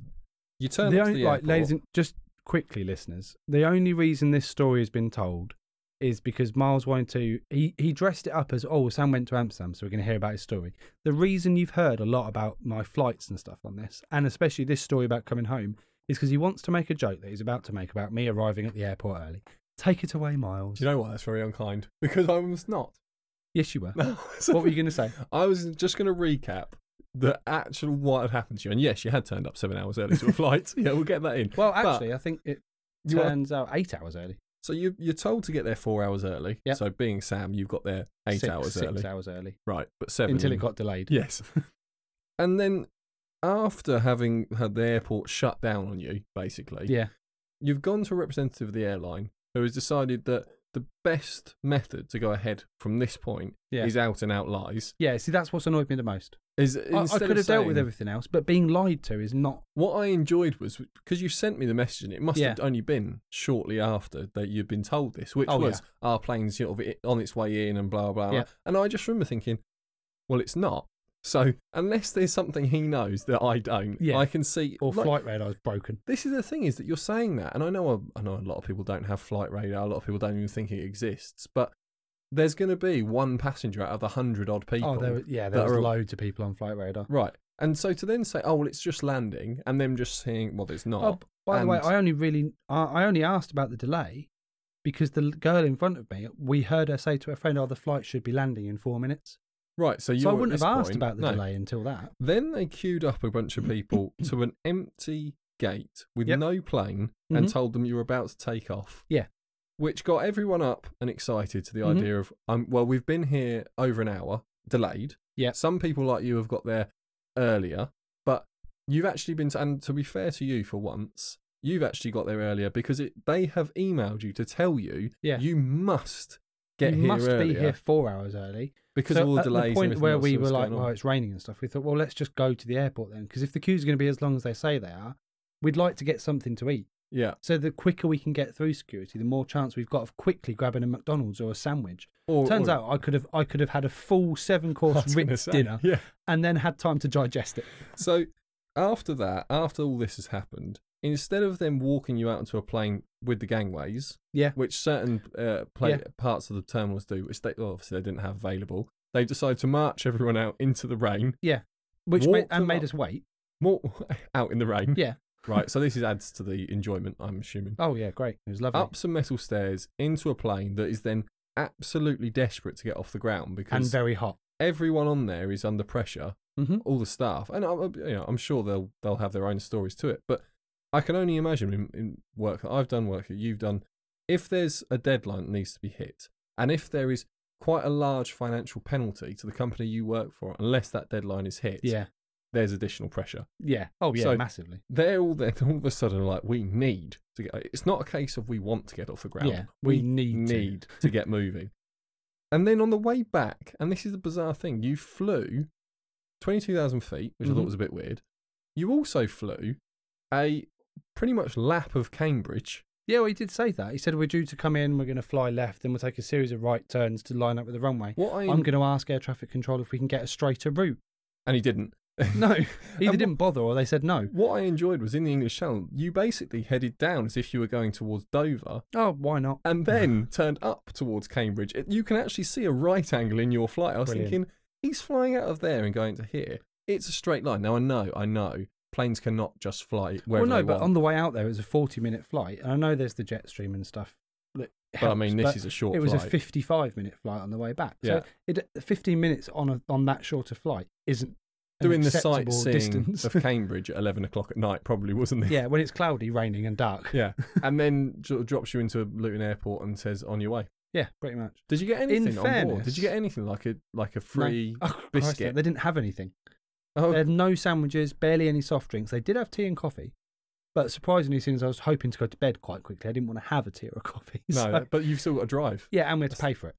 B: you turn
A: the
B: up to
A: only,
B: the
A: like, ladies and
B: airport-
A: just quickly, listeners, the only reason this story has been told is because Miles wanted to. He he dressed it up as oh, Sam went to Amsterdam, so we're going to hear about his story. The reason you've heard a lot about my flights and stuff on this, and especially this story about coming home, is because he wants to make a joke that he's about to make about me arriving at the airport early. Take it away, Miles.
B: Do you know what? That's very unkind because I was not.
A: yes, you were.
B: No,
A: what were you going to say?
B: I was just going to recap the actual what had happened to you. And yes, you had turned up seven hours early to a flight. Yeah, we'll get that in.
A: Well,
B: But
A: actually, I think it
B: you are-
A: turns out eight hours early.
B: so you, you're told to get there four hours early.
A: Yep.
B: So being Sam, you've got there eight
A: Six-
B: hours
A: six
B: early.
A: hours early.
B: Right, but seven.
A: Until
B: you-
A: it got delayed.
B: Yes. and then after having had the airport shut down on you, basically,
A: Yeah.
B: you've gone to a representative of the airline who has decided that the best method to go ahead from this point
A: Yeah.
B: is out and out lies.
A: Yeah, see, that's what's annoyed me the most.
B: Is
A: I, I
B: instead
A: could
B: of
A: have dealt with
B: saying-
A: everything else, but being lied to is not.
B: What I enjoyed was because you sent me the message, and it must have
A: Yeah.
B: only been shortly after that you'd been told this, which
A: Oh,
B: was our plane's sort of i- on its way in and blah blah. blah.
A: Yeah.
B: And I just remember thinking, well, it's not. So unless there's something he knows that I don't,
A: Yeah.
B: I can see.
A: Or
B: like,
A: flight radar is broken.
B: This is the thing is that you're saying that, and I know a- I know a lot of people don't have flight radar. A lot of people don't even think it exists, but. There's going to be one passenger out of the hundred odd people.
A: Oh, there, were- yeah, there
B: that
A: was
B: are-
A: loads of people on flight radar.
B: Right. And so to then say, oh, well, it's just landing, and them just saying, well, it's not.
A: Oh, b- by the way,
B: and-
A: I only really, I, I only asked about the delay because the l- girl in front of me, we heard her say to her friend, "Oh, the flight should be landing in four minutes."
B: Right, so you
A: So I
B: were at
A: wouldn't
B: this
A: have asked
B: point-
A: about the
B: no.
A: delay until that.
B: Then they queued up a bunch of people to an empty gate with
A: Yep.
B: no plane and
A: Mhm.
B: told them you were about to take off.
A: Yeah.
B: Which got everyone up and excited to the
A: Mhm.
B: idea of, um, well, we've been here over an hour, delayed.
A: Yeah.
B: Some people like you have got there earlier, but you've actually been, to, and to be fair to you for once, you've actually got there earlier because it, they have emailed you to tell you
A: Yeah.
B: you must get
A: you
B: here
A: must
B: earlier
A: be here four hours early.
B: because
A: So
B: of all the
A: at
B: delays.
A: the
B: and
A: point
B: everything
A: where
B: else
A: we
B: that
A: were
B: was
A: like,
B: going on.
A: "Oh, it's raining and stuff," we thought, "Well, let's just go to the airport then, because if the queue's going to be as long as they say they are, we'd like to get something to eat.
B: yeah,
A: So the quicker we can get through security, the more chance we've got of quickly grabbing a McDonald's or a sandwich."
B: or,
A: Turns
B: or-
A: out I could have I could have had a full seven
B: I
A: course
B: was gonna
A: rich
B: say,
A: dinner
B: Yeah.
A: and then had time to digest it.
B: So after that, after all this has happened, instead of them walking you out onto a plane with the gangways,
A: Yeah.
B: which certain uh, pla
A: Yeah.
B: parts of the terminals do, which they well, obviously they didn't have available, they decided to march everyone out into the rain,
A: Which
B: Walk
A: made, and
B: them
A: made
B: up.
A: us wait.
B: more out in the rain.
A: Yeah.
B: Right, so this is adds to the enjoyment, I'm assuming.
A: Oh yeah, great. It was lovely.
B: Up some metal stairs into a plane that is then absolutely desperate to get off the ground
A: and
B: because
A: very hot.
B: everyone on there is under pressure.
A: Mhm.
B: All the staff, and I'm, I'm- you know, I'm sure they'll they'll have their own stories to it. But I can only imagine in, in work that I've done, work that you've done, if there's a deadline that needs to be hit, and if there is quite a large financial penalty to the company you work for, unless that deadline is hit,
A: Yeah.
B: there's additional pressure.
A: Yeah. Oh yeah,
B: So-
A: massively.
B: They're all then all of a sudden like we need to get. It's not a case of we want to get off the ground.
A: Yeah. We, need to.
B: need to get moving. And then on the way back, and this is the bizarre thing, you flew 22,000 feet, which I
A: Mhm.
B: thought was a bit weird. You also flew a pretty much lap of Cambridge.
A: Yeah, well, he did say that. He said we're due to come in, we're going to fly left, then we'll take a series of right turns to line up with the runway.
B: What I
A: I'm going to ask air traffic control if we can get a straighter route.
B: and he didn't.
A: No, either
B: what-
A: didn't bother or they said no.
B: What I enjoyed was in the English Channel, you basically headed down as if you were going towards Dover
A: Oh, why not?
B: and then turned up towards Cambridge. It- you can actually see a right angle in your flight. I was
A: Brilliant.
B: thinking, he's flying out of there and going to here. It's a straight line. Now I know, I know, planes cannot just fly
A: Well,
B: wherever
A: no,
B: they
A: but
B: want.
A: on the way out there, it was a 40 minute flight. And I know there's the jet stream and stuff. that
B: but I
A: helps,
B: mean, this
A: but
B: is a short
A: It was
B: flight.
A: a 55 minute flight on the way back. So
B: Yeah.
A: it, 15 minutes on a, on that shorter flight isn't an
B: Doing the
A: acceptable
B: sightseeing
A: distance.
B: of Cambridge at 11 o'clock at night probably wasn't it?
A: yeah, when it's cloudy, raining, and dark.
B: Yeah. and then sort of drops you into Luton Airport and says, on your way.
A: Yeah, pretty much.
B: Did you get anything on board? Did
A: fairness-
B: you get anything like a like a
A: No.
B: free?
A: Oh, Christ,
B: biscuit.
A: no, they didn't have anything. They
B: Oh,
A: had no sandwiches, barely any soft drinks. They did have tea and coffee, but surprisingly, since I was hoping to go to bed quite quickly, I didn't want to have a tea or a coffee.
B: no,
A: so-
B: but you've still got to drive.
A: yeah, and we had to pay for it,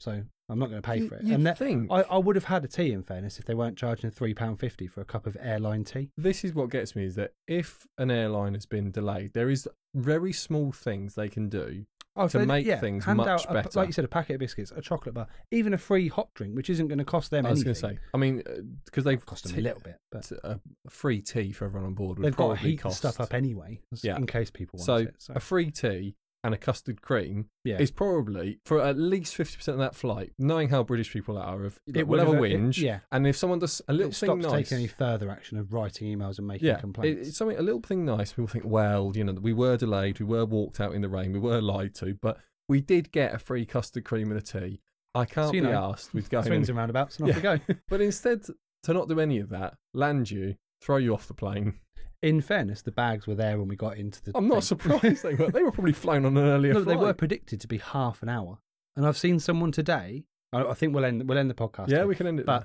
A: so I'm not going to pay
B: You-
A: for it.
B: you'd
A: and that-
B: think.
A: I, I would have had a tea, in fairness, if they weren't charging three pound fifty for a cup of airline tea.
B: this is what gets me is that if an airline has been delayed, there is very small things they can do.
A: Oh,
B: so To they- make yeah, things hand much out a- better.
A: like you said, a packet of biscuits, a chocolate bar, even a free hot drink, which isn't going to cost them
B: I was
A: anything.
B: going to say, I mean, because they've
A: cost
B: got
A: them a little bit, but
B: a free tea for everyone on board. Would
A: they've got
B: probably
A: to heat the
B: cost,
A: stuff up anyway, s-
B: Yeah.
A: in case people want
B: So,
A: it. So
B: a free tea and a custard cream
A: yeah,
B: is probably for at least fifty percent of that flight. Knowing how British people are, if
A: It
B: we'll have a
A: would've- it-
B: whinge,
A: yeah.
B: and if someone does a little
A: it
B: thing
A: stops
B: nice,
A: taking any further action of writing emails and making
B: yeah, it-
A: complaints.
B: it's something a little thing nice. People think, well, you know, we were delayed, we were walked out in the rain, we were lied to, but we did get a free custard cream and a tea. I can't
A: So, you
B: be
A: know,
B: asked with going.
A: Swings
B: in-
A: and roundabouts, and off we go.
B: But instead, to not do any of that, land you, throw you off the plane.
A: In fairness, the bags were there when we got into the.
B: I'm not
A: thing.
B: surprised they were. They were probably flown on an earlier
A: No, they
B: flight.
A: were predicted to be half an hour, and I've seen someone today. I, I think we'll end. We'll end the podcast.
B: Yeah,
A: here.
B: we can end it.
A: But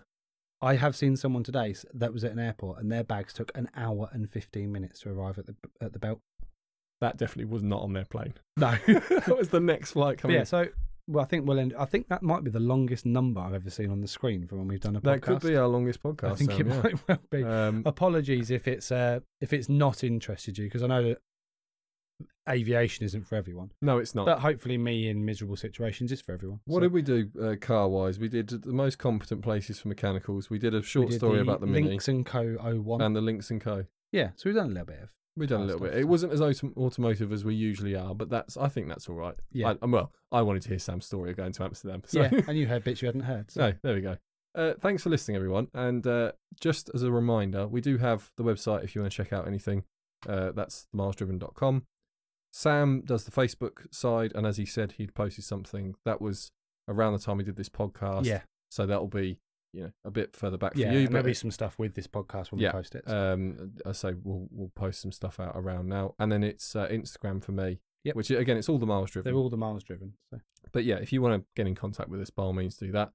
B: there.
A: I have seen someone today s- that was at an airport, and their bags took an hour and fifteen minutes to arrive at the at the belt.
B: that definitely was not on their plane.
A: No.
B: that was the next flight
A: But
B: coming.
A: yeah.
B: in.
A: So. Well, I think we'll end. I think that might be the longest number I've ever seen on the screen for when we've done a
B: that
A: podcast.
B: could be our longest podcast.
A: I think
B: Sam,
A: it
B: yeah.
A: might well be.
B: Um,
A: apologies if it's uh, if it's not interested you because I know that aviation isn't for everyone,
B: no, it's not.
A: but hopefully me in miserable situations is for everyone.
B: Oh. what
A: So
B: did we do uh, car wise? We did the most competent places for mechanicals. We did a short
A: did
B: story about the Mini
A: Lynx and Co. 01.
B: and the Lynx and Co.
A: yeah, so we've done a little bit of
B: We've done a
A: Car
B: little bit.
A: stuff,
B: It
A: so-
B: wasn't as autom- automotive as we usually are, but that's. I think that's all right.
A: yeah,
B: I, well, I wanted to hear Sam's story of going to Amsterdam. So.
A: yeah, and you heard bits you hadn't heard. So.
B: No, there we go. Uh, thanks for listening, everyone. And uh, just as a reminder, we do have the website if you want to check out anything. Uh, that's themilesdriven.com. Sam does the Facebook side, and as he said, he'd posted something that was around the time we did this podcast.
A: yeah,
B: So that'll be you know a bit further back
A: yeah,
B: for you.
A: and there'll be some stuff with this podcast when
B: Yeah,
A: we post it. so.
B: um, I say we'll we'll post some stuff out around now, and then it's uh, Instagram for me.
A: Yep.
B: Which again, it's all the miles driven.
A: They're all the miles driven. So.
B: But yeah, if you want to get in contact with us, by all means, do that.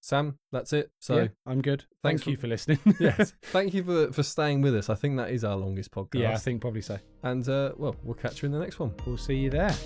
B: Sam, that's it. So.
A: yeah, I'm good. Thank
B: thanks for-
A: you for listening.
B: yes. Thank you for, for staying with us. I think that is our longest podcast.
A: yeah, I think probably so.
B: And uh, well, we'll catch you in the next one.
A: We'll see you there.